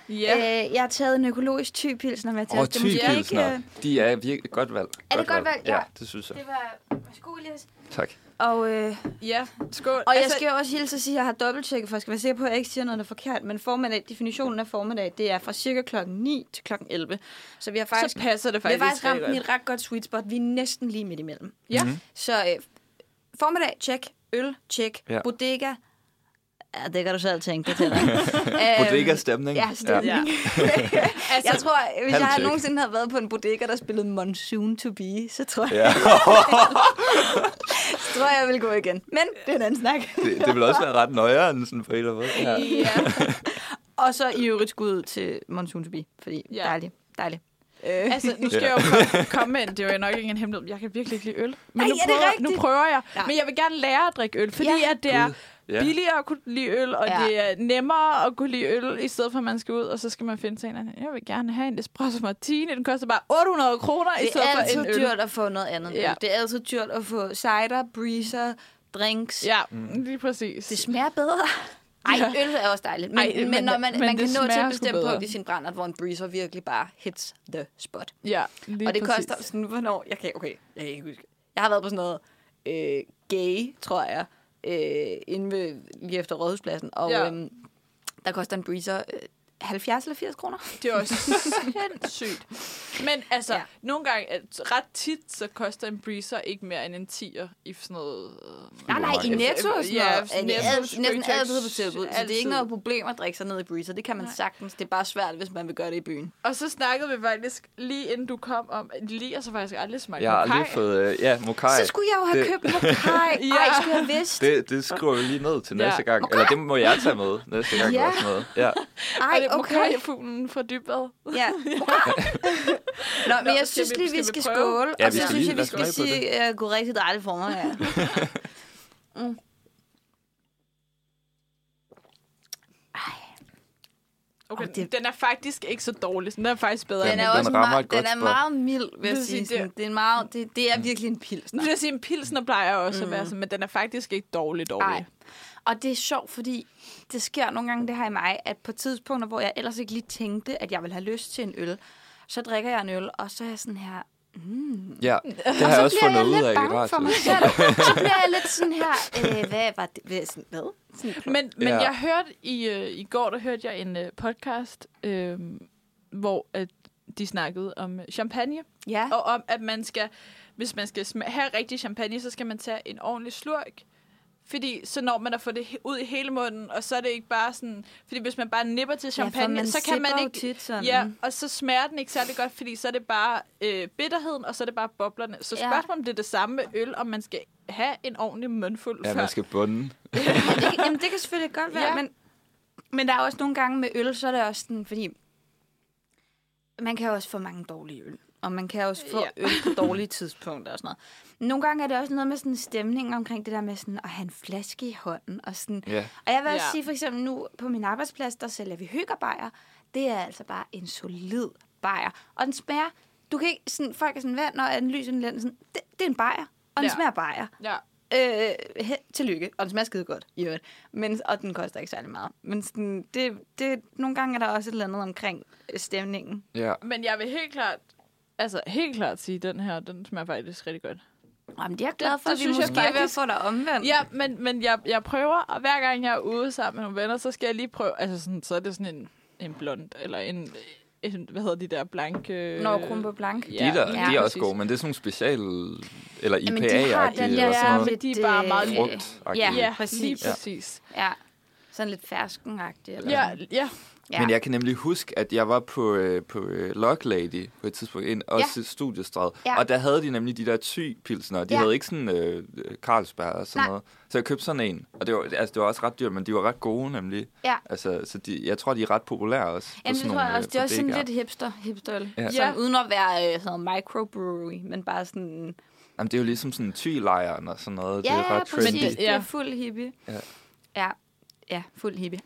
Speaker 2: Ja.
Speaker 1: Ja. Øh, jeg har taget en økologisk thypilsner med til
Speaker 3: Og
Speaker 1: os. Det er måske ikke,
Speaker 3: typilsner,
Speaker 1: øh,
Speaker 3: de er virkelig godt valg.
Speaker 1: Er det godt valg?
Speaker 3: Ja,
Speaker 1: Ja.
Speaker 3: det synes jeg.
Speaker 1: Det var... Værsgo, Elias.
Speaker 3: Tak.
Speaker 1: Og, øh,
Speaker 2: ja, skål.
Speaker 1: og altså, jeg skal jo også hilse at sige, at jeg har dobbelttjekket, for jeg skal være sikker på, at jeg ikke siger noget der er forkert. Men formiddag, definitionen af formiddag, det er fra cirka klokken 9 til klokken 11. Så vi har faktisk
Speaker 2: så passer det
Speaker 1: Vi har
Speaker 2: faktisk.
Speaker 1: faktisk ramt
Speaker 2: rigtig
Speaker 1: den i
Speaker 2: godt.
Speaker 1: et ret godt sweet spot. Vi er næsten lige midt imellem.
Speaker 2: Ja.
Speaker 1: Så øh, formiddag, tjek. Øl, tjek.
Speaker 3: Ja.
Speaker 1: Ja. Bodega. Ja, det kan du selv tænke det til dig.
Speaker 3: Bodega stemning.
Speaker 1: Øhm, Ja, stemning.
Speaker 2: Ja.
Speaker 1: Ja. *laughs*
Speaker 2: altså,
Speaker 1: Jeg tror, hvis jeg
Speaker 3: Halv
Speaker 1: havde
Speaker 3: tjek.
Speaker 1: nogensinde havde været på en bodega, der spillede Monsoon to Be, så tror jeg,
Speaker 3: Ja. *laughs*
Speaker 1: så tror jeg, jeg ville gå igen. Men det er en anden snak.
Speaker 3: Det, det ville også være ret nøjeren, sådan på en eller anden måde. Ja.
Speaker 2: ja.
Speaker 1: *laughs* Og så i øvrigt skud til Monsoon to Be, fordi
Speaker 2: Ja.
Speaker 1: ja. dejlig, dejlig. Øh.
Speaker 2: Altså, nu skal
Speaker 3: Ja.
Speaker 2: jeg jo
Speaker 3: *laughs*
Speaker 2: komme, komme med ind. Det er jo nok ingen hemmelighed. Jeg kan virkelig ikke lide øl. Men
Speaker 1: Ej,
Speaker 2: nu,
Speaker 1: er det
Speaker 2: prøver,
Speaker 1: rigtigt?
Speaker 2: nu prøver jeg.
Speaker 1: Ja.
Speaker 2: Men jeg vil gerne lære at drikke øl, fordi ja.
Speaker 1: Ja.
Speaker 2: at det er
Speaker 3: Ja.
Speaker 2: billigere at kunne lide øl, og ja.
Speaker 1: Ja.
Speaker 2: det er nemmere at kunne lide øl, i stedet for at man skal ud, og så skal man finde sig en anden. Jeg vil gerne have en espresso martini. Den koster bare 800 kroner, i
Speaker 1: Det
Speaker 2: stedet
Speaker 1: er
Speaker 2: for en
Speaker 1: altid
Speaker 2: øl.
Speaker 1: dyrt at få noget andet.
Speaker 2: Ja.
Speaker 1: Ja. Det er altid dyrt at få cider, breezer, drinks.
Speaker 2: Ja,
Speaker 3: Mm.
Speaker 2: lige præcis.
Speaker 1: Det smager bedre. Ej, øl er også dejligt. Men,
Speaker 2: Ej,
Speaker 1: Ej, men,
Speaker 2: men-
Speaker 1: men når man,
Speaker 2: men
Speaker 1: man
Speaker 2: det
Speaker 1: kan nå til
Speaker 2: smager
Speaker 1: et
Speaker 2: sgu
Speaker 1: bestemt
Speaker 2: bedre.
Speaker 1: punkt i sin brændert, hvor en breezer virkelig bare hits the spot.
Speaker 2: ja, lige
Speaker 1: og det
Speaker 2: præcis.
Speaker 1: koster sådan, hvornår... Jeg kan, okay, jeg kan ikke huske. Jeg har været på sådan noget øh, gay, tror jeg, øh, inde ved, lige efter Rådhuspladsen, og
Speaker 2: Ja.
Speaker 1: ja. øhm, der koster en breezer øh, 70 eller 80 kroner.
Speaker 2: Det er *laughs* også sindssygt. Men altså, ja.
Speaker 1: Ja.
Speaker 2: nogle gange, at ret tit, så koster en breezer ikke mere end en 10'er i sådan noget... Øh,
Speaker 1: Nej, nej, i
Speaker 3: F-
Speaker 1: Netto og sådan
Speaker 2: ja,
Speaker 1: noget. Ja,
Speaker 2: Netto,
Speaker 1: netto, næsten
Speaker 2: Føtex,
Speaker 1: altid på tilbud, så det er
Speaker 2: altid.
Speaker 1: ikke noget problem at drikke sig ned i breezer. Det kan man sagtens. Det er bare svært, hvis man vil gøre det i byen.
Speaker 2: og så snakkede vi faktisk, lige inden du kom, om... Lige, altså faktisk aldrig smagt
Speaker 3: Jeg har aldrig
Speaker 2: Mokaj.
Speaker 3: fået... Øh, ja, mokai.
Speaker 1: Så skulle jeg jo have
Speaker 3: det-
Speaker 1: købt Mokai.
Speaker 2: *laughs* Ja.
Speaker 1: ja. Ej, skulle jeg have vidst.
Speaker 3: Det, det skriver vi lige ned til
Speaker 2: Ja.
Speaker 3: næste gang. Eller det må jeg tage med næste gang.
Speaker 1: Ja.
Speaker 3: Ja. Også med. ja.
Speaker 2: Ej, er
Speaker 1: Ej,
Speaker 2: det
Speaker 1: okay.
Speaker 2: okay. fuglen fra Dybvad?
Speaker 1: *laughs* Ja. Nå, men jeg
Speaker 2: skal
Speaker 1: synes
Speaker 2: vi-
Speaker 1: lige,
Speaker 2: skal
Speaker 1: vi
Speaker 2: vi
Speaker 1: skal
Speaker 2: prøve?
Speaker 1: skåle.
Speaker 3: Ja,
Speaker 1: og
Speaker 3: vi
Speaker 1: så
Speaker 3: skal
Speaker 1: synes jeg,
Speaker 3: lige- lad
Speaker 1: vi
Speaker 3: os
Speaker 1: skal
Speaker 3: smage på
Speaker 1: sige, at jeg går rigtig dejligt for mig her. Mm.
Speaker 2: Okay,
Speaker 1: Åh, det-
Speaker 2: den er faktisk ikke så dårlig. sådan. Den er faktisk bedre.
Speaker 3: Den
Speaker 1: Den
Speaker 2: end-
Speaker 1: er
Speaker 3: den
Speaker 1: også
Speaker 3: rammer
Speaker 1: meget,
Speaker 3: et godt
Speaker 1: den er
Speaker 3: spot. Mm.
Speaker 1: meget mild, vil
Speaker 2: Det vil
Speaker 1: jeg
Speaker 2: sige,
Speaker 1: sige. Sådan, det, er en meget, det, det er virkelig en pilsner.
Speaker 2: *laughs* Jeg vil sige, en pilsner plejer også mm. at være sådan, men den er faktisk ikke dårlig dårlig.
Speaker 1: Nej. Og det er sjovt, fordi det sker nogle gange det her i mig, at på tidspunkter, hvor jeg ellers ikke lige tænkte, at jeg ville have lyst til en øl, så drikker jeg en øl, og så er jeg sådan her,
Speaker 3: ja, det har jeg også
Speaker 1: bliver
Speaker 3: fundet
Speaker 1: jeg
Speaker 3: ud
Speaker 1: lidt
Speaker 3: af i
Speaker 1: bange for
Speaker 3: radioen.
Speaker 1: mig selv. Så bliver jeg lidt sådan her, øh, hvad var det? Hvad? Sådan, hvad?
Speaker 2: Men, men
Speaker 3: Ja.
Speaker 2: jeg hørte i, øh, i går, der hørte jeg en øh, podcast, øh, hvor at de snakkede om øh, champagne,
Speaker 1: Ja.
Speaker 2: og om, at man skal, hvis man skal sma- have rigtig champagne, så skal man tage en ordentlig slurk. Fordi så når man at få det he- ud i hele munden, og så er det ikke bare sådan... Fordi hvis man bare nipper til champagne,
Speaker 1: man
Speaker 2: så kan man
Speaker 1: sipper jo
Speaker 2: ikke...
Speaker 1: tit sådan.
Speaker 2: Ja, og så smager den ikke særlig godt, fordi så er det bare øh, bitterheden, og så er det bare boblerne. Så
Speaker 1: Ja.
Speaker 2: spørgsmålet ja. om det er det samme med øl, om man skal have en ordentlig mundfuld
Speaker 3: Ja,
Speaker 2: før.
Speaker 3: man skal bunde.
Speaker 1: Men det, *laughs* jamen, det kan selvfølgelig godt være,
Speaker 2: Ja.
Speaker 1: ja. men, men der er også nogle gange med øl, så er det også sådan, fordi man kan jo også få mange dårlige øl, og man kan også få
Speaker 2: Ja.
Speaker 1: ja. øl på dårlige tidspunkter og sådan noget. Nogle gange er det også noget med sådan stemning omkring det der med sådan at have en flaske i hånden og sådan.
Speaker 3: Ja.
Speaker 1: Og jeg vil også
Speaker 2: Ja.
Speaker 1: ja. sige for eksempel nu på min arbejdsplads, der sælger vi hyggerbajer. Det er altså bare en solid bajer. Og den smager, du kan ikke sådan, folk er sådan, hvad, når er den lys i den lænd?" sådan, det, det er en bajer, og den
Speaker 2: Ja.
Speaker 1: ja. smager bajer.
Speaker 2: Ja.
Speaker 1: Øh, he- tillykke. Og den smager skide godt, i øvrigt. Men, og den koster ikke særlig meget. Men sådan, det, det, nogle gange er der også et eller andet omkring øh, stemningen.
Speaker 3: Ja.
Speaker 2: Men jeg vil helt klart, altså helt klart sige, at den her, den smager faktisk rigtig godt.
Speaker 1: Jamen, det er jeg glad for,
Speaker 2: det
Speaker 1: at vi
Speaker 2: synes jeg
Speaker 1: måske er ved at
Speaker 2: faktisk-
Speaker 1: få dig omvendt.
Speaker 2: Ja, men, men jeg, jeg prøver, og hver gang jeg er ude sammen med nogle venner, så skal jeg lige prøve, altså sådan, så er det sådan en, en blond, eller en, en, hvad hedder de der blanke...
Speaker 1: Når Kron på Blank.
Speaker 3: De, der,
Speaker 1: Ja,
Speaker 3: de er også
Speaker 2: præcis.
Speaker 3: gode, men det er sådan nogle special... Eller
Speaker 1: Jamen, de har den
Speaker 3: IPA-agtige
Speaker 1: der
Speaker 3: eller sådan noget.
Speaker 1: lidt,
Speaker 2: de er bare
Speaker 1: øh,
Speaker 2: meget
Speaker 3: Frugt-agtige.
Speaker 1: Ja,
Speaker 2: Ja, præcis.
Speaker 1: præcis.
Speaker 2: lige præcis.
Speaker 1: Ja. Sådan lidt ferskenagtig. Eller
Speaker 2: Ja,
Speaker 1: sådan.
Speaker 2: ja.
Speaker 3: Ja. Men jeg kan nemlig huske, at jeg var på, øh, på øh, Lock Lady på et tidspunkt, ind, også ja. studiestræd, ja.
Speaker 1: Ja.
Speaker 3: og der havde de nemlig de der ty-pilsner. De ja.
Speaker 1: Ja.
Speaker 3: havde ikke sådan øh, Carlsberg og sådan Nej.
Speaker 1: Nej.
Speaker 3: noget. Så jeg købte sådan en, og det var, altså, det var også ret dyrt, men de var ret gode nemlig.
Speaker 1: Ja.
Speaker 3: Altså, så de, jeg tror, de er ret populære også. på
Speaker 1: Jamen, det
Speaker 3: sådan
Speaker 1: tror jeg
Speaker 3: nogle,
Speaker 1: også.
Speaker 3: øh,
Speaker 1: Det er også sådan
Speaker 3: bodegaer.
Speaker 1: lidt hipster, hipster
Speaker 3: Ja.
Speaker 1: ja.
Speaker 2: Ja.
Speaker 1: Sådan, uden at være øh, sådan noget microbrewery, men bare sådan...
Speaker 3: Jamen, det er jo ligesom sådan ty-lejren og sådan noget.
Speaker 1: Ja,
Speaker 3: det er
Speaker 1: ja,
Speaker 3: ret trendy.
Speaker 1: præcis. Det
Speaker 2: Ja.
Speaker 1: er fuld hippie.
Speaker 3: Ja.
Speaker 1: Ja, ja fuld
Speaker 3: *laughs*
Speaker 1: hippie.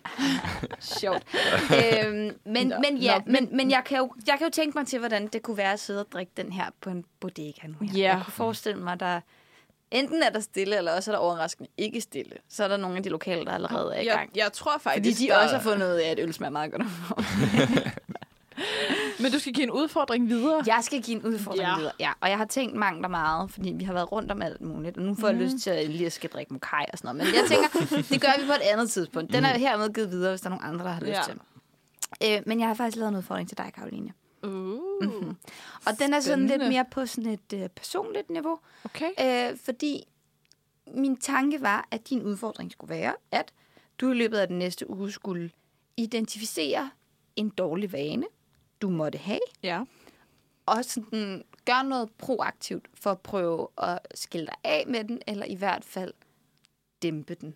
Speaker 1: Sjovt. øhm, men,
Speaker 2: Nå,
Speaker 1: men ja,
Speaker 2: nå,
Speaker 1: men, men jeg, kan jo, jeg kan jo tænke mig til, hvordan det kunne være at sidde og drikke den her på en bodega nu. her.
Speaker 2: Ja.
Speaker 1: Jeg kunne forestille mig, der enten er der stille, eller også er der overraskende ikke stille. Så er der nogle af de lokale, der allerede er i
Speaker 2: Jeg,
Speaker 1: gang.
Speaker 2: jeg tror
Speaker 1: Fordi
Speaker 2: faktisk...
Speaker 1: de
Speaker 2: der-
Speaker 1: også har fundet ud af, at øl smager meget godt.
Speaker 2: Men du skal give en udfordring videre.
Speaker 1: Jeg skal give en udfordring
Speaker 2: Ja.
Speaker 1: ja. videre. Ja, og jeg har tænkt mangt og meget, fordi vi har været rundt om alt muligt. Og nu får jeg
Speaker 2: Mhm.
Speaker 1: mm. lyst til at lige at skal drikke mokai og sådan noget. Men jeg tænker, det gør vi på et andet tidspunkt. Den er hermed givet videre, hvis der er nogen andre, der har lyst
Speaker 2: Mhm. Ja.
Speaker 1: ja. til. Øh, men jeg har faktisk lavet en udfordring til dig, Karoline.
Speaker 2: Uh,
Speaker 1: Og den er sådan
Speaker 2: Spændende.
Speaker 1: lidt mere på sådan et øh, personligt niveau.
Speaker 2: okay.
Speaker 1: Øh, fordi min tanke var, at din udfordring skulle være, at du i løbet af den næste uge skulle identificere en dårlig vane, du måtte have,
Speaker 2: Ja.
Speaker 1: og sådan gøre noget proaktivt for at prøve at skille dig af med den, eller i hvert fald dæmpe den.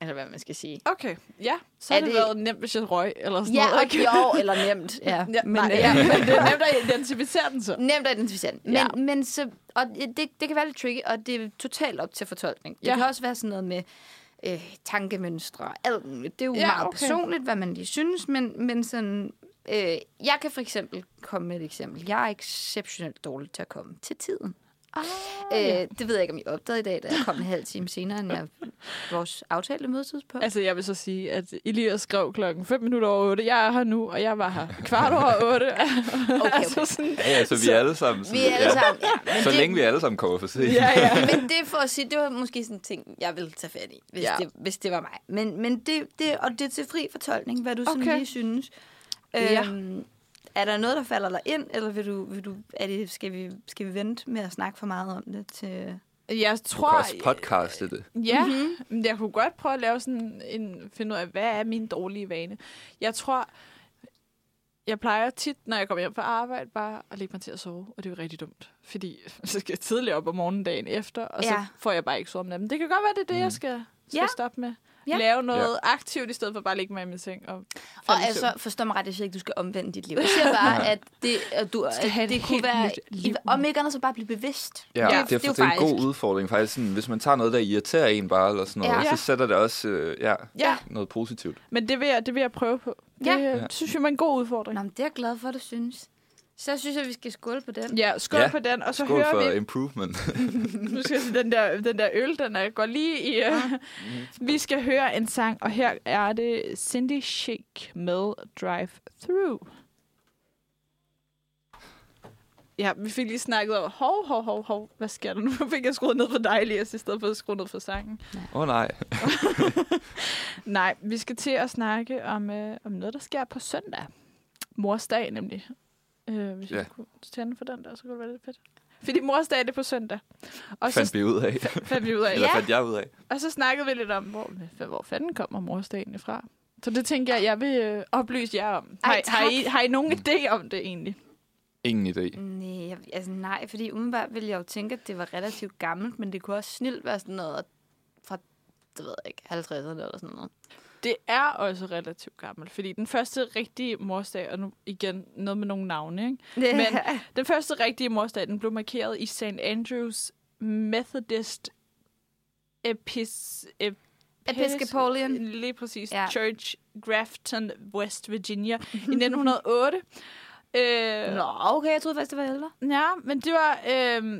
Speaker 1: Eller hvad man skal sige.
Speaker 2: Okay, ja. Så
Speaker 1: Er
Speaker 2: har det,
Speaker 1: det-
Speaker 2: været nemt, hvis jeg røg, eller sådan
Speaker 1: Ja,
Speaker 2: noget.
Speaker 1: og jo, *laughs* eller nemt. Ja,
Speaker 2: *laughs* Ja,
Speaker 1: men,
Speaker 2: men, nej,
Speaker 1: øh,
Speaker 2: ja, men det er nemt at identificere den så.
Speaker 1: Nemt at identificere den. Men,
Speaker 2: Ja.
Speaker 1: ja. men så, og det, det kan være lidt tricky, og det er totalt op til fortolkning. Det
Speaker 2: Ja.
Speaker 1: ja. kan også være sådan noget med øh, tankemønstre og alt muligt. Det er jo
Speaker 2: Ja,
Speaker 1: ja, meget
Speaker 2: okay.
Speaker 1: okay. personligt, hvad man lige synes, men, men sådan... Øh, jeg kan for eksempel komme med et eksempel. Jeg er exceptionelt dårlig til at komme til tiden. Ah, ja. øh, det ved jeg ikke, om I opdagede i dag, da jeg kom en halv time senere, end jeg, vores aftalte mødetidspunkt.
Speaker 2: Altså, jeg vil så sige, at Elias skrev klokken 5 minutter over 8. Jeg er her nu, og jeg var her kvart over 8. Okay, *laughs* okay. altså sådan,
Speaker 3: Ja, ja, så vi
Speaker 2: Så-
Speaker 3: er alle sammen. sådan-
Speaker 1: Vi er alle sammen. Ja, men
Speaker 3: Så
Speaker 1: det,
Speaker 3: længe vi alle sammen kommer for sent.
Speaker 2: ja, ja.
Speaker 1: Men det er for at sige, det var måske sådan en ting, jeg ville tage fat i, hvis,
Speaker 2: Ja.
Speaker 1: ja. det, hvis det var mig. Men, men det, det, og det er til fri fortolkning, hvad du sådan
Speaker 2: Okay.
Speaker 1: lige synes.
Speaker 2: Ja.
Speaker 1: Øhm, er der noget, der falder dig ind, eller vil du, vil du, er det, skal, vi, skal vi vente med at snakke for meget om det? Til...
Speaker 2: Jeg
Speaker 3: Du kan
Speaker 2: tror...
Speaker 3: også podcaste det.
Speaker 2: Ja, mm-hmm. jeg kunne godt prøve at lave sådan en, finde ud af, hvad er min dårlige vane. Jeg tror, jeg plejer tit, når jeg kommer hjem fra arbejde, bare at lægge mig til at sove, og det er jo rigtig dumt, fordi *laughs* så skal jeg tidligt op om morgenen dagen efter, og ja. så
Speaker 1: Ja.
Speaker 2: får jeg bare ikke sovet om natten. Det kan godt være, det er det, jeg skal, skal
Speaker 1: Ja.
Speaker 2: stoppe med.
Speaker 1: Ja.
Speaker 2: Lave noget aktivt, i stedet for bare at ligge mig i min seng. Og,
Speaker 1: Og
Speaker 2: falde i
Speaker 1: altså,
Speaker 2: søvn.
Speaker 1: forstå mig ret, jeg siger ikke, du skal omvende dit *laughs* liv. Jeg siger bare, at det, at du,
Speaker 2: skal have
Speaker 1: at
Speaker 2: et
Speaker 1: det kunne
Speaker 2: helt
Speaker 1: være...
Speaker 2: nyt liv.
Speaker 1: I- Om ikke andet, så bare blive bevidst.
Speaker 3: Ja, det,
Speaker 1: jo
Speaker 3: det, er, det er en god udfordring faktisk. Sådan, hvis man tager noget, der irriterer en bare, eller sådan noget,
Speaker 2: Ja.
Speaker 3: ja. så sætter det også øh, ja,
Speaker 2: ja,
Speaker 3: noget positivt.
Speaker 2: men det vil jeg, det vil jeg prøve på. Det
Speaker 1: Ja.
Speaker 2: ja. synes jeg var en god udfordring.
Speaker 1: Nå, men det er jeg glad for, du synes. Så synes jeg, vi skal skåle på den.
Speaker 2: Ja, skål ja.
Speaker 3: Ja.
Speaker 2: på den, og så
Speaker 3: Skål
Speaker 2: hører
Speaker 3: for
Speaker 2: vi
Speaker 3: improvement. *laughs*
Speaker 2: Nu skal jeg sige, den der, den der øl, den er, går lige i... Uh, vi skal høre en sang, og her er det Cindy Chic med Drive Through. Ja, vi fik lige snakket over, hov, hov, hov, hov, hvad sker der nu? fik jeg skruet ned for dig, Elias, i stedet for at skrue ned for sangen.
Speaker 3: Åh oh, nej.
Speaker 2: Nej, vi skal til at snakke om, øh, om noget, der sker på søndag. Mors dag, nemlig. Øh, hvis ja.
Speaker 3: Ja.
Speaker 2: jeg kunne tænde for den der, så kunne det være lidt fedt. Fordi mors dag, det er på søndag. Og
Speaker 3: Fandt
Speaker 2: så
Speaker 3: vi ud af.
Speaker 2: fandt vi ud af,
Speaker 3: Eller fandt jeg ud af.
Speaker 2: Og så snakkede vi lidt om, hvor, hvad- hvor fanden kommer morsdagen fra. Så det tænker jeg, jeg vil øh, oplyse jer om. Har,
Speaker 1: Ej,
Speaker 2: Ej, har,
Speaker 1: tak.
Speaker 2: I, har I nogen idé om det egentlig?
Speaker 3: Ingen idé.
Speaker 1: Nej, jeg- altså nej, fordi umiddelbart ville jeg jo tænke, at det var relativt gammelt, men det kunne også snilt være sådan noget fra, det ved jeg ikke, 50'erne eller sådan noget.
Speaker 2: Det er også relativt gammelt, fordi den første rigtige morsdag, og nu igen noget med nogle navne, ikke? Men den første rigtige morsdag, den blev markeret i St. Andrews Methodist Epis, ep,
Speaker 1: Episcopalian.
Speaker 2: Lige præcis. Ja.
Speaker 1: Ja.
Speaker 2: Church Grafton, West Virginia i 1908. Øh,
Speaker 1: Nå, okay, jeg troede faktisk, det var ældre.
Speaker 2: Ja, men det var øh,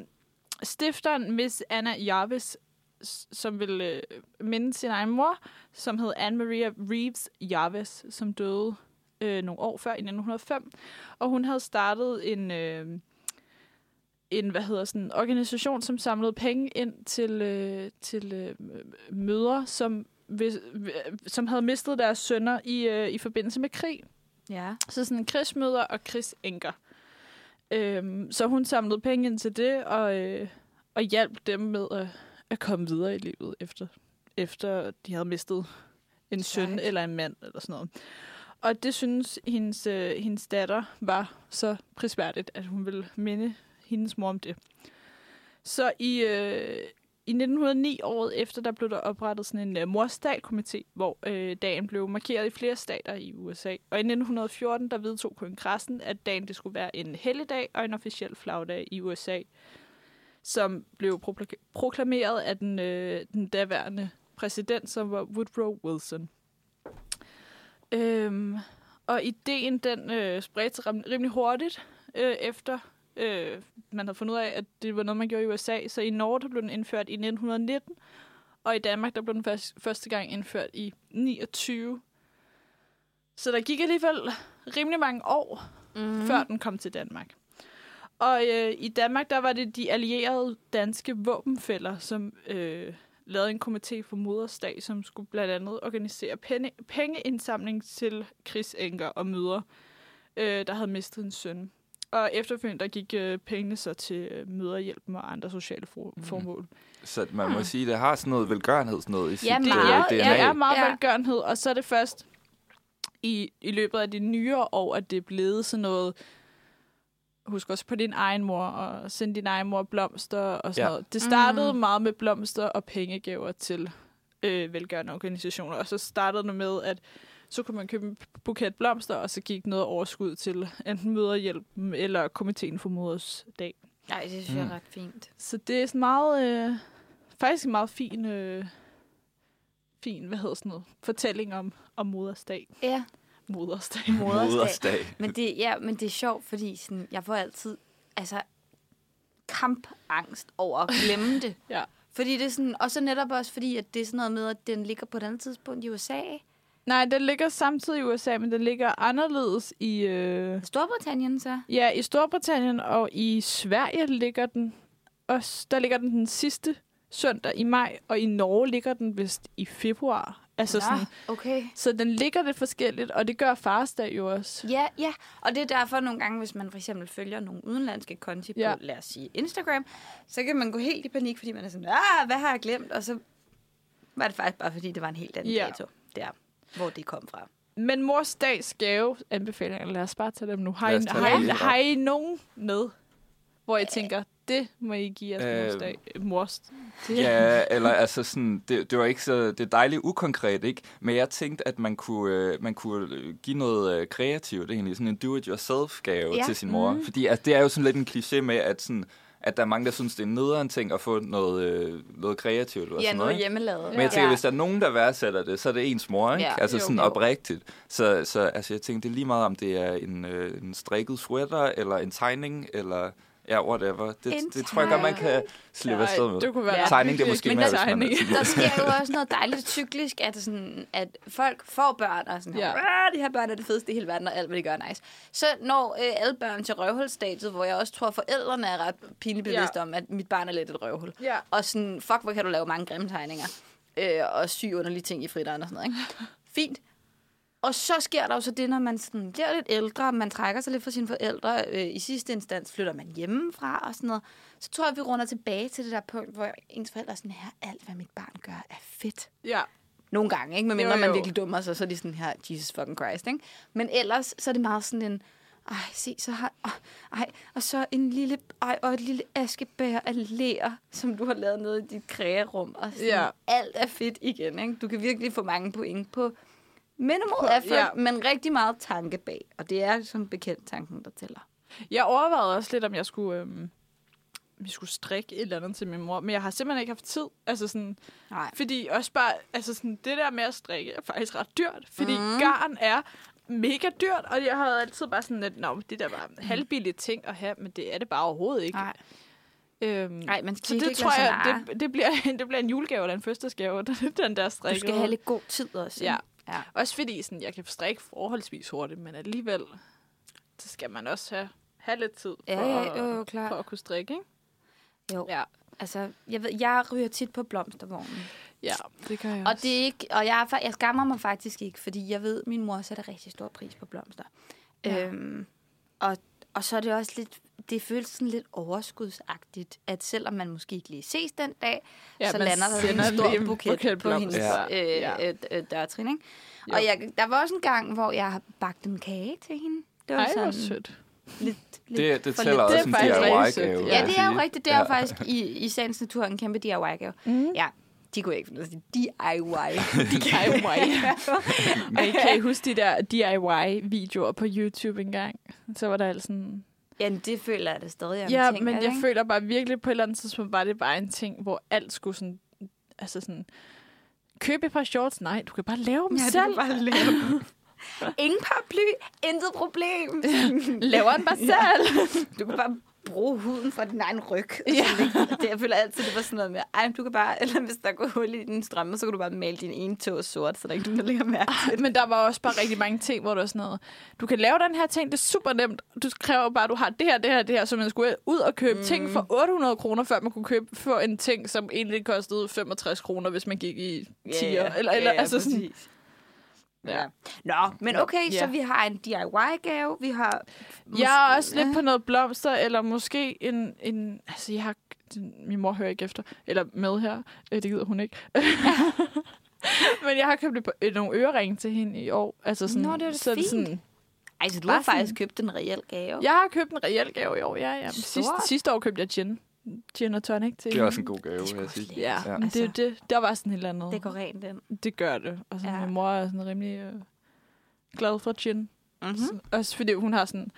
Speaker 2: stifteren Miss Anna Jarvis, s- som ville øh, minde sin egen mor, som hed Anne Maria Reeves Jarvis, som døde øh, nogle år før, i 1905. Og hun havde startet en, øh, en hvad hedder sådan, organisation, som samlede penge ind til, øh, til øh, mødre, som, hvis, øh, som havde mistet deres sønner i, øh, i forbindelse med krig.
Speaker 1: Ja.
Speaker 2: Så sådan krigsmøder og krigsenker. Øhm, så hun samlede penge ind til det, og, øh, og hjalp dem med at, at komme videre i livet, efter, efter de havde mistet en søn
Speaker 1: Sejt.
Speaker 2: eller en mand eller sådan noget. Og det synes hendes, øh, hendes datter var så prisværdigt, at hun ville minde hendes mor om det. Så i, øh, i 1909, året efter, der blev der oprettet sådan en øh, morsdag-komité, hvor øh, dagen blev markeret i flere stater i USA. Og i 1914, der vedtog kongressen, at dagen det skulle være en helligdag og en officiel flagdag i USA, som blev prokla- proklameret af den, øh, den daværende præsident, som var Woodrow Wilson. Øhm, og ideen, den øh, spredte sig rim- rimelig hurtigt øh, efter øh, man havde fundet ud af, at det var noget, man gjorde i USA. Så i Norge der blev den indført i 1919, og i Danmark der blev den først, første gang indført i 29. Så der gik alligevel rimelig mange år, mm. før den kom til Danmark. Og øh, i Danmark der var det de allierede danske våbenfælder, som øh, lavede en komité for modersdag, som skulle blandt andet organisere penge, pengeindsamling til krigsenker og møder, øh, der havde mistet en søn. Og efterfølgende der gik øh, pengene så til øh, møderhjælpen og andre sociale for- formål.
Speaker 3: Så man må sige, det har sådan noget velgørenhed sådan noget i sit øh,
Speaker 1: Ja,
Speaker 3: ja,
Speaker 2: Det
Speaker 1: Meget
Speaker 2: er,
Speaker 3: DNA.
Speaker 2: ja, er meget ja.
Speaker 1: Ja.
Speaker 2: velgørenhed, og så er det først i, i løbet af de nyere år, at det er blevet sådan noget, husk også på din egen mor, og send din egen mor blomster og sådan ja.
Speaker 3: Ja.
Speaker 2: noget. Det startede mm. meget med blomster og pengegaver til øh, velgørende organisationer, og så startede det med, at så kunne man købe en buket blomster, og så gik noget overskud til enten møderhjælpen eller komiteen for moders dag.
Speaker 1: Nej, det synes jeg er ret fint.
Speaker 2: Så det er sådan meget, øh, faktisk en meget fin, øh, fin, hvad hedder sådan noget, fortælling om, om modersdag.
Speaker 1: Ja.
Speaker 2: Modersdag. *laughs*
Speaker 1: Modersdag.
Speaker 3: Modersdag.
Speaker 1: Men det, ja, men det er sjovt, fordi sådan, jeg får altid, altså, kampangst over at glemme det.
Speaker 2: *laughs* Ja.
Speaker 1: Fordi det er sådan, og så netop også fordi, at det er sådan noget med, at den ligger på et andet tidspunkt i USA.
Speaker 2: Nej, den ligger samtidig i USA, men den ligger anderledes i... Øh,
Speaker 1: Storbritannien så.
Speaker 2: ja, i Storbritannien og i Sverige ligger den også. Der ligger den den sidste søndag i maj, og i Norge ligger den vist i februar. Altså sådan,
Speaker 1: okay.
Speaker 2: så den ligger lidt forskelligt, og det gør farsdag jo også.
Speaker 1: Ja, ja. Og det er derfor nogle gange, hvis man for eksempel følger nogle udenlandske konti på,
Speaker 2: Ja.
Speaker 1: lad os sige Instagram, så kan man gå helt i panik, fordi man er sådan, ah, hvad har jeg glemt? Og så var det faktisk bare, fordi det var en helt anden
Speaker 2: Ja.
Speaker 1: dato, der, hvor det kom fra.
Speaker 2: Men mors dags gave anbefalinger, lad os bare tage dem nu. Har,
Speaker 3: Lad
Speaker 2: I,
Speaker 3: os tage
Speaker 2: har,
Speaker 3: dem
Speaker 2: I,
Speaker 3: lige op.
Speaker 2: har I nogen med, hvor jeg tænker, det må I give jeres mors
Speaker 3: Øh,
Speaker 2: dag? Mors. Det.
Speaker 3: Ja, eller altså sådan, det, det var ikke så, det er dejligt ukonkret, ikke? Men jeg tænkte, at man kunne, øh, man kunne øh, give noget øh, kreativt egentlig, sådan en do-it-yourself-gave
Speaker 1: Ja.
Speaker 3: ja. til sin mor. Mm. Fordi altså, det er jo sådan lidt en kliché med, at sådan, at der er mange, der synes, det er en nederen ting at få noget, øh, noget kreativt. Eller
Speaker 1: Ja, noget
Speaker 3: sådan noget, ikke?
Speaker 1: hjemmelavet.
Speaker 3: Men jeg tænker, hvis der er nogen, der værdsætter det, så er det ens mor, ikke?
Speaker 1: Ja,
Speaker 3: Ja, altså
Speaker 1: jo,
Speaker 3: sådan
Speaker 1: jo.
Speaker 3: oprigtigt. Så, så altså, jeg tænker, det er lige meget, om det er en, øh, en strikket sweater, eller en tegning, eller ja, whatever. Det,
Speaker 1: En
Speaker 3: det tror jeg godt, man kan slippe
Speaker 2: Nej,
Speaker 3: afsted med.
Speaker 2: det kunne være
Speaker 1: Ja.
Speaker 3: Tegning, det er måske
Speaker 2: Men der-
Speaker 3: mere, hvis man altså- er
Speaker 2: tegning.
Speaker 1: *laughs*
Speaker 3: sådan-
Speaker 1: Der sker jo også noget dejligt cyklisk, at, sådan, at folk får børn, og sådan,
Speaker 2: Ja.
Speaker 1: ja. de her børn er det fedeste i hele verden, og alt, hvad de gør, er nice. Så når øh, alle børn til røvhulsstatiet, hvor jeg også tror, forældrene er ret pinligt
Speaker 2: Ja.
Speaker 1: ja. om, at mit barn er lidt et røvhul.
Speaker 2: Ja.
Speaker 1: Og sådan, fuck, hvor kan du lave mange grimme tegninger, øh, og sy underlige ting i fritøjen og sådan noget, ikke? Fint. Og så sker der jo så det, når man sådan bliver lidt ældre, man trækker sig lidt fra sine forældre. Øh, I sidste instans flytter man hjemmefra og sådan noget. Så tror jeg, vi runder tilbage til det der punkt, hvor ens forældre er sådan her, alt hvad mit barn gør er fedt.
Speaker 2: Ja.
Speaker 1: Nogle gange, ikke? Men
Speaker 2: Jo,
Speaker 1: mindre man
Speaker 2: jo.
Speaker 1: virkelig dummer sig, så er de sådan her, Jesus fucking Christ, ikke? Men ellers, så er det meget sådan en, ej, se, så har, åh, ej, og så en lille, ej, og et lille askebær af læer, som du har lavet nede i dit krægerum. Og sådan,
Speaker 2: Ja.
Speaker 1: ja. alt er fedt igen, ikke? Du kan virkelig få mange point på minimal
Speaker 2: På-
Speaker 1: effort,
Speaker 2: ja.
Speaker 1: ja. men rigtig meget tanke bag. Og det er som bekendt tanken, der tæller.
Speaker 2: Jeg overvejede også lidt, om jeg skulle, øhm, vi skulle strikke et eller andet til min mor, men jeg har simpelthen ikke haft tid. Altså sådan,
Speaker 1: Nej.
Speaker 2: fordi også bare, altså sådan, det der med at strikke er faktisk ret dyrt, fordi mm. garn er mega dyrt, og jeg havde altid bare sådan, at Nå, men det der var halvbillige ting at have, men det er det bare overhovedet ikke.
Speaker 1: Nej.
Speaker 2: Øhm,
Speaker 1: Nej, man skal
Speaker 2: så
Speaker 1: ikke
Speaker 2: det
Speaker 1: lade
Speaker 2: tror
Speaker 1: sig
Speaker 2: jeg,
Speaker 1: narre.
Speaker 2: det, det, bliver, *laughs* det bliver en julegave eller en fødselsdagsgave, *laughs* den der
Speaker 1: Du
Speaker 2: strikke.
Speaker 1: skal have lidt god tid også. ikke?
Speaker 2: Ja.
Speaker 1: ja.
Speaker 2: Også fordi sådan, jeg kan strikke forholdsvis hurtigt, men alligevel, så skal man også have, have lidt tid for,
Speaker 1: Ja, ja,
Speaker 2: at-
Speaker 1: jo, jo, klart.
Speaker 2: for at kunne strikke, ikke?
Speaker 1: Jo.
Speaker 2: Ja.
Speaker 1: Altså, jeg, ved, jeg ryger tit på blomstervognen.
Speaker 2: Ja, det gør jeg
Speaker 1: Og, det er ikke, og jeg, er, fa- jeg skammer mig faktisk ikke, fordi jeg ved, at min mor sætter rigtig stor pris på blomster.
Speaker 2: Ja.
Speaker 1: Ja. Øhm, og, og så er det også lidt, det føles sådan lidt overskudsagtigt, at selvom man måske ikke lige ses den dag,
Speaker 2: Ja,
Speaker 1: ja, så
Speaker 2: man
Speaker 1: lander der
Speaker 2: sender
Speaker 1: sådan en
Speaker 2: lige
Speaker 1: stor
Speaker 2: en
Speaker 1: buket,
Speaker 2: buket
Speaker 1: buket på hendes
Speaker 2: blomster.
Speaker 1: ja. øh,
Speaker 2: Ja.
Speaker 1: ja. øh, øh, dørtrin. Ikke?
Speaker 2: Jo.
Speaker 1: Og jeg, der var også en gang, hvor jeg bagte en kage til hende. Det var
Speaker 2: Ej, hvor
Speaker 1: sådan
Speaker 2: sødt.
Speaker 1: *laughs* lidt, lidt
Speaker 3: Det, det
Speaker 1: for
Speaker 3: tæller
Speaker 1: lidt.
Speaker 3: også
Speaker 2: Det er
Speaker 3: som
Speaker 2: faktisk rigtig sødt,
Speaker 3: DIY-gave.
Speaker 2: ja.
Speaker 3: vil
Speaker 1: Ja,
Speaker 3: jeg
Speaker 1: det er jo
Speaker 3: sige.
Speaker 1: rigtigt. Det er ja. jo faktisk i, i sagens natur en kæmpe DIY-gave. Mm. Ja, de kunne ikke finde ud af at sige *laughs* DIY.
Speaker 2: DIY. Og I kan I huske de der DIY-videoer på YouTube engang? Så var der altså sådan...
Speaker 1: ja, men det føler jeg da stadig er en
Speaker 2: Ja,
Speaker 1: ting,
Speaker 2: men
Speaker 1: er det
Speaker 2: jeg
Speaker 1: ikke?
Speaker 2: føler bare virkelig på et eller andet tidspunkt, var det bare en ting, hvor alt skulle sådan... Altså sådan... Køb et par shorts. Nej, du kan bare lave dem
Speaker 1: Ja, du kan
Speaker 2: selv.
Speaker 1: bare lave.
Speaker 2: *laughs*
Speaker 1: Ingen paraply, intet problem.
Speaker 2: *laughs* Laver den bare selv.
Speaker 1: Du kan bare bruge huden fra din egen ryg. *laughs* Ja. Det, jeg føler altid, det var sådan noget med, ej, men du kan bare, *laughs* eller hvis der går hul i din strømme, så kan du bare male din ene tog sort, så der ikke er nogen, der lægger mærke til det.
Speaker 2: Men der var også bare rigtig mange ting, hvor der var sådan noget. Du kan lave den her ting, det er super nemt. Du kræver bare, at du har det her, det her, det her, så man skulle ud og købe mm. ting for 800 kroner, før man kunne købe for en ting, som egentlig kostede 65 kroner, hvis man gik i 10'er. Yeah, eller, eller, yeah, altså sådan,
Speaker 1: præcis.
Speaker 2: Ja.
Speaker 1: Ja. Nå, men okay,
Speaker 2: Ja.
Speaker 1: så vi har en DIY-gave, vi har...
Speaker 2: jeg er også lidt på noget blomster, eller måske en... en altså, jeg har, min mor hører ikke efter, eller med her. Øh, Det gider hun ikke. *laughs* Men jeg har købt et par- øh, nogle øreringe til hende i år. Altså sådan,
Speaker 1: Nå, det var da
Speaker 2: så er det
Speaker 1: fint.
Speaker 2: Sådan,
Speaker 1: Ej, så du
Speaker 2: Bare
Speaker 1: har
Speaker 2: sådan-
Speaker 1: faktisk købt en reel gave.
Speaker 2: Jeg har købt en reel gave i år, ja. ja.
Speaker 1: Stort.
Speaker 2: Sidste, sidste år købte jeg gin. Gin og tonic til.
Speaker 3: Det er også en god gave, vil
Speaker 1: sgu
Speaker 3: jeg
Speaker 1: også
Speaker 3: sige.
Speaker 1: lækkert.
Speaker 2: Ja,
Speaker 3: Ja.
Speaker 2: men det, er jo det, der var sådan et eller andet.
Speaker 1: Altså. Det går rent den.
Speaker 2: det gør det. Og sådan, ja.
Speaker 1: Ja.
Speaker 2: min mor er sådan rimelig øh, glad for gin.
Speaker 1: Mm-hmm.
Speaker 2: Mm. Også fordi hun har sådan...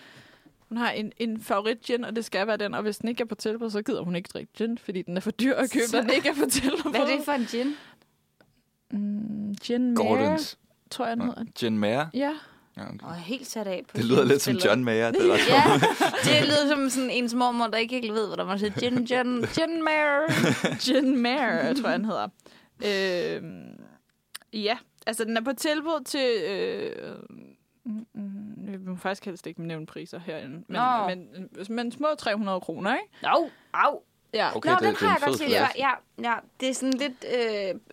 Speaker 2: Hun har en, en favorit gin, og det skal være den. Og hvis den ikke er på tilbud, så gider hun ikke drikke gin, fordi den er for dyr at købe,
Speaker 1: Så-
Speaker 2: så... den ikke er på tilbud.
Speaker 1: Hvad er det for en gin?
Speaker 2: Mm, gin Mare,
Speaker 3: Gordons.
Speaker 2: tror jeg, den hedder.
Speaker 3: Jen Mare.
Speaker 2: Ja,
Speaker 3: Ja, okay.
Speaker 1: Og er helt sat af på
Speaker 3: Det lyder lidt som
Speaker 1: skuespillet.
Speaker 3: John Mayer. Det er ret
Speaker 1: Ja, det lyder som sådan en mormor, der ikke helt ved, hvordan man siger Jen, Jen, Jen Mayer.
Speaker 2: Gin Mare, *laughs* tror jeg, han hedder. Øhm, ja, altså den er på tilbud til... Øh, mm, mm, jeg må faktisk helst ikke nævne priser herinde. Men,
Speaker 1: Nå.
Speaker 2: men, men små 300 kroner, ikke?
Speaker 1: Au, au.
Speaker 2: Ja.
Speaker 3: Okay,
Speaker 1: Nå,
Speaker 3: det-
Speaker 1: den
Speaker 3: det er
Speaker 1: har jeg
Speaker 3: en
Speaker 1: godt
Speaker 3: fed
Speaker 1: set. Ja,
Speaker 3: flaske.
Speaker 1: ja, ja, det er sådan lidt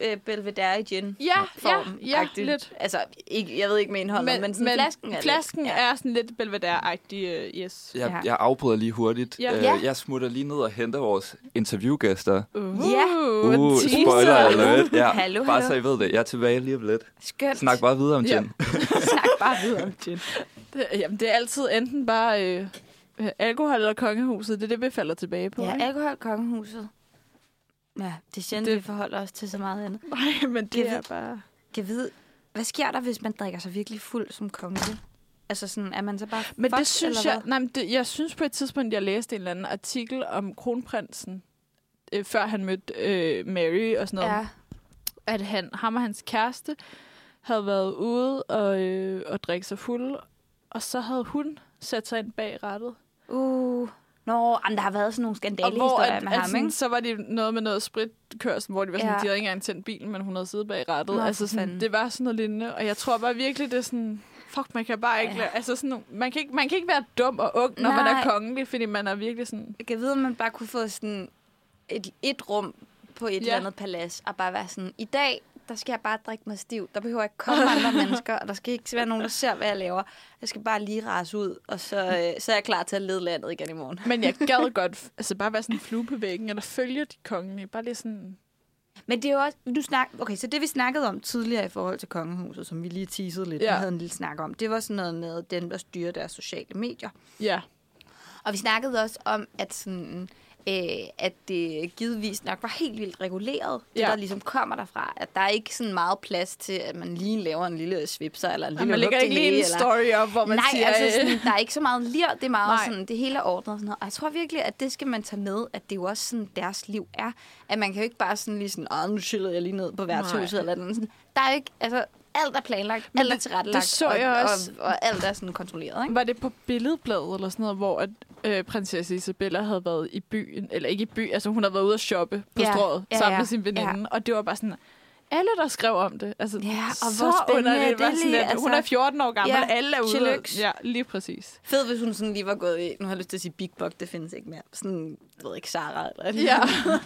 Speaker 1: øh, øh, Belvedere i gin.
Speaker 2: Ja, ja,
Speaker 1: form
Speaker 2: ja, lidt.
Speaker 1: Altså, ikke, jeg ved ikke med indholdet, men, men, sådan, flasken er
Speaker 2: flasken
Speaker 1: lidt.
Speaker 2: er, sådan lidt Belvedere-agtig, øh, yes.
Speaker 3: Jeg,
Speaker 1: Ja.
Speaker 3: jeg afbryder lige hurtigt.
Speaker 2: Ja.
Speaker 3: Øh,
Speaker 1: Ja.
Speaker 3: Jeg smutter lige ned og henter vores interviewgæster.
Speaker 1: Ja.
Speaker 3: Uh,
Speaker 2: teaser.
Speaker 3: spoiler alert. Ja,
Speaker 1: Hallo,
Speaker 3: bare
Speaker 1: hallo.
Speaker 3: så I ved det. Jeg er tilbage lige om lidt.
Speaker 1: Skønt.
Speaker 3: Snak bare videre om
Speaker 2: Ja.
Speaker 3: Jen.
Speaker 1: Snak bare videre om gin.
Speaker 2: Det, jamen, det er altid enten bare øh, øh, alkohol eller kongehuset. Det er det, vi falder tilbage på.
Speaker 1: Ja,
Speaker 2: ikke? *laughs*
Speaker 1: alkohol, kongehuset. Ja, det er sjældent,
Speaker 2: Det-
Speaker 1: det... vi forholder os til så meget andet.
Speaker 2: Nej, men
Speaker 1: Det
Speaker 2: det er
Speaker 1: ved-
Speaker 2: bare...
Speaker 1: Kan vide, hvad sker der, hvis man drikker sig virkelig fuld som konge? Altså sådan, er man så bare
Speaker 2: Men
Speaker 1: fucked,
Speaker 2: det synes
Speaker 1: eller
Speaker 2: jeg... Nej, men det, jeg synes på et tidspunkt, jeg læste en eller anden artikel om kronprinsen, øh, før han mødte øh, Mary og sådan
Speaker 1: hvad?
Speaker 2: noget.
Speaker 1: Ja.
Speaker 2: at han, ham og hans kæreste havde været ude og, øh, og drikke sig fuld, og så havde hun sat sig ind bag rettet.
Speaker 1: Uh. Nå, jamen, der har været sådan nogle
Speaker 2: Og hvor
Speaker 1: skandalehistorier
Speaker 2: at,
Speaker 1: med
Speaker 2: at
Speaker 1: ham,
Speaker 2: sådan,
Speaker 1: ikke?
Speaker 2: så var det noget med noget spritkørsel, hvor de var sådan,
Speaker 1: Ja.
Speaker 2: ja. de havde ikke engang tændt bilen, men hun havde siddet bag rettet.
Speaker 1: Nå,
Speaker 2: Nå, altså
Speaker 1: for fanden.
Speaker 2: sådan, det var sådan noget lignende, og jeg tror bare virkelig, det er sådan, fuck, man kan bare ikke,
Speaker 1: Ja.
Speaker 2: ja. altså sådan, man kan ikke, man kan ikke være dum og ung, når Nej. man
Speaker 1: Nej.
Speaker 2: er kongelig, fordi man er virkelig sådan,
Speaker 1: Jeg kan vide, om man bare kunne få sådan et, et rum på et ja. eller
Speaker 2: Ja.
Speaker 1: andet palads, og bare være sådan, i dag, der skal jeg bare drikke mig stiv. Der behøver ikke komme andre mennesker, og der skal ikke være nogen, der ser, hvad jeg laver. Jeg skal bare lige rase ud, og så, øh, så er jeg klar til at lede landet igen i morgen. *laughs*
Speaker 2: men jeg gad godt, altså bare være sådan en flue på væggen, eller følge de kongelige, bare lige sådan,
Speaker 1: Men det er jo også, nu snak, okay, så det vi snakkede om tidligere i forhold til kongehuset, som vi lige teasede lidt, ja.
Speaker 2: Ja.
Speaker 1: vi havde en lille snak om, det var sådan noget med dem, der styrer deres sociale medier.
Speaker 2: ja,
Speaker 1: Og vi snakkede også om, at, sådan, øh, at det givetvis nok var helt vildt reguleret, det
Speaker 2: Ja.
Speaker 1: der ligesom kommer derfra. At der er ikke sådan meget plads til, at man lige laver en lille svipser, eller en
Speaker 2: og
Speaker 1: lille
Speaker 2: man lægger ikke lige en
Speaker 1: eller...
Speaker 2: story op, hvor man
Speaker 1: Nej,
Speaker 2: siger,
Speaker 1: altså
Speaker 2: øh,
Speaker 1: sådan, der er ikke så meget lir, det er meget
Speaker 2: Nej.
Speaker 1: sådan, det hele er ordnet og sådan noget. Og jeg tror virkelig, at det skal man tage med, at det jo også sådan, deres liv er. At man kan jo ikke bare sådan lige sådan, åh, nu chiller jeg lige ned på værtshuset
Speaker 2: Nej.
Speaker 1: eller noget. Sådan, der er jo ikke, altså, alt er planlagt,
Speaker 2: Men
Speaker 1: alt er
Speaker 2: det-
Speaker 1: tilrettelagt,
Speaker 2: det så jeg
Speaker 1: og,
Speaker 2: også.
Speaker 1: Og, og, og, alt er sådan kontrolleret, ikke?
Speaker 2: Var det på billedbladet eller sådan noget, hvor at, øh, prinsesse Isabella havde været i byen, eller ikke i by, altså hun havde været ude at shoppe på
Speaker 1: Ja,
Speaker 2: ja, strået
Speaker 1: ja,
Speaker 2: ja, sammen
Speaker 1: ja,
Speaker 2: med sin veninde, ja. og det var bare sådan, alle der skrev om det, altså
Speaker 1: Ja, og
Speaker 2: så
Speaker 1: hvor spændende er
Speaker 2: underligt,
Speaker 1: det
Speaker 2: var sådan,
Speaker 1: lige,
Speaker 2: at hun
Speaker 1: altså.
Speaker 2: er 14 år gammel,
Speaker 1: Ja,
Speaker 2: ja, alle er ude.
Speaker 1: tillykke.
Speaker 2: og- Ja, lige præcis.
Speaker 1: Fed, hvis hun sådan lige var gået i, nu har jeg lyst til at sige Big Buck, det findes ikke mere. Sådan, jeg ved ikke, Sarah eller et eller *laughs*
Speaker 2: Ja,
Speaker 1: andet.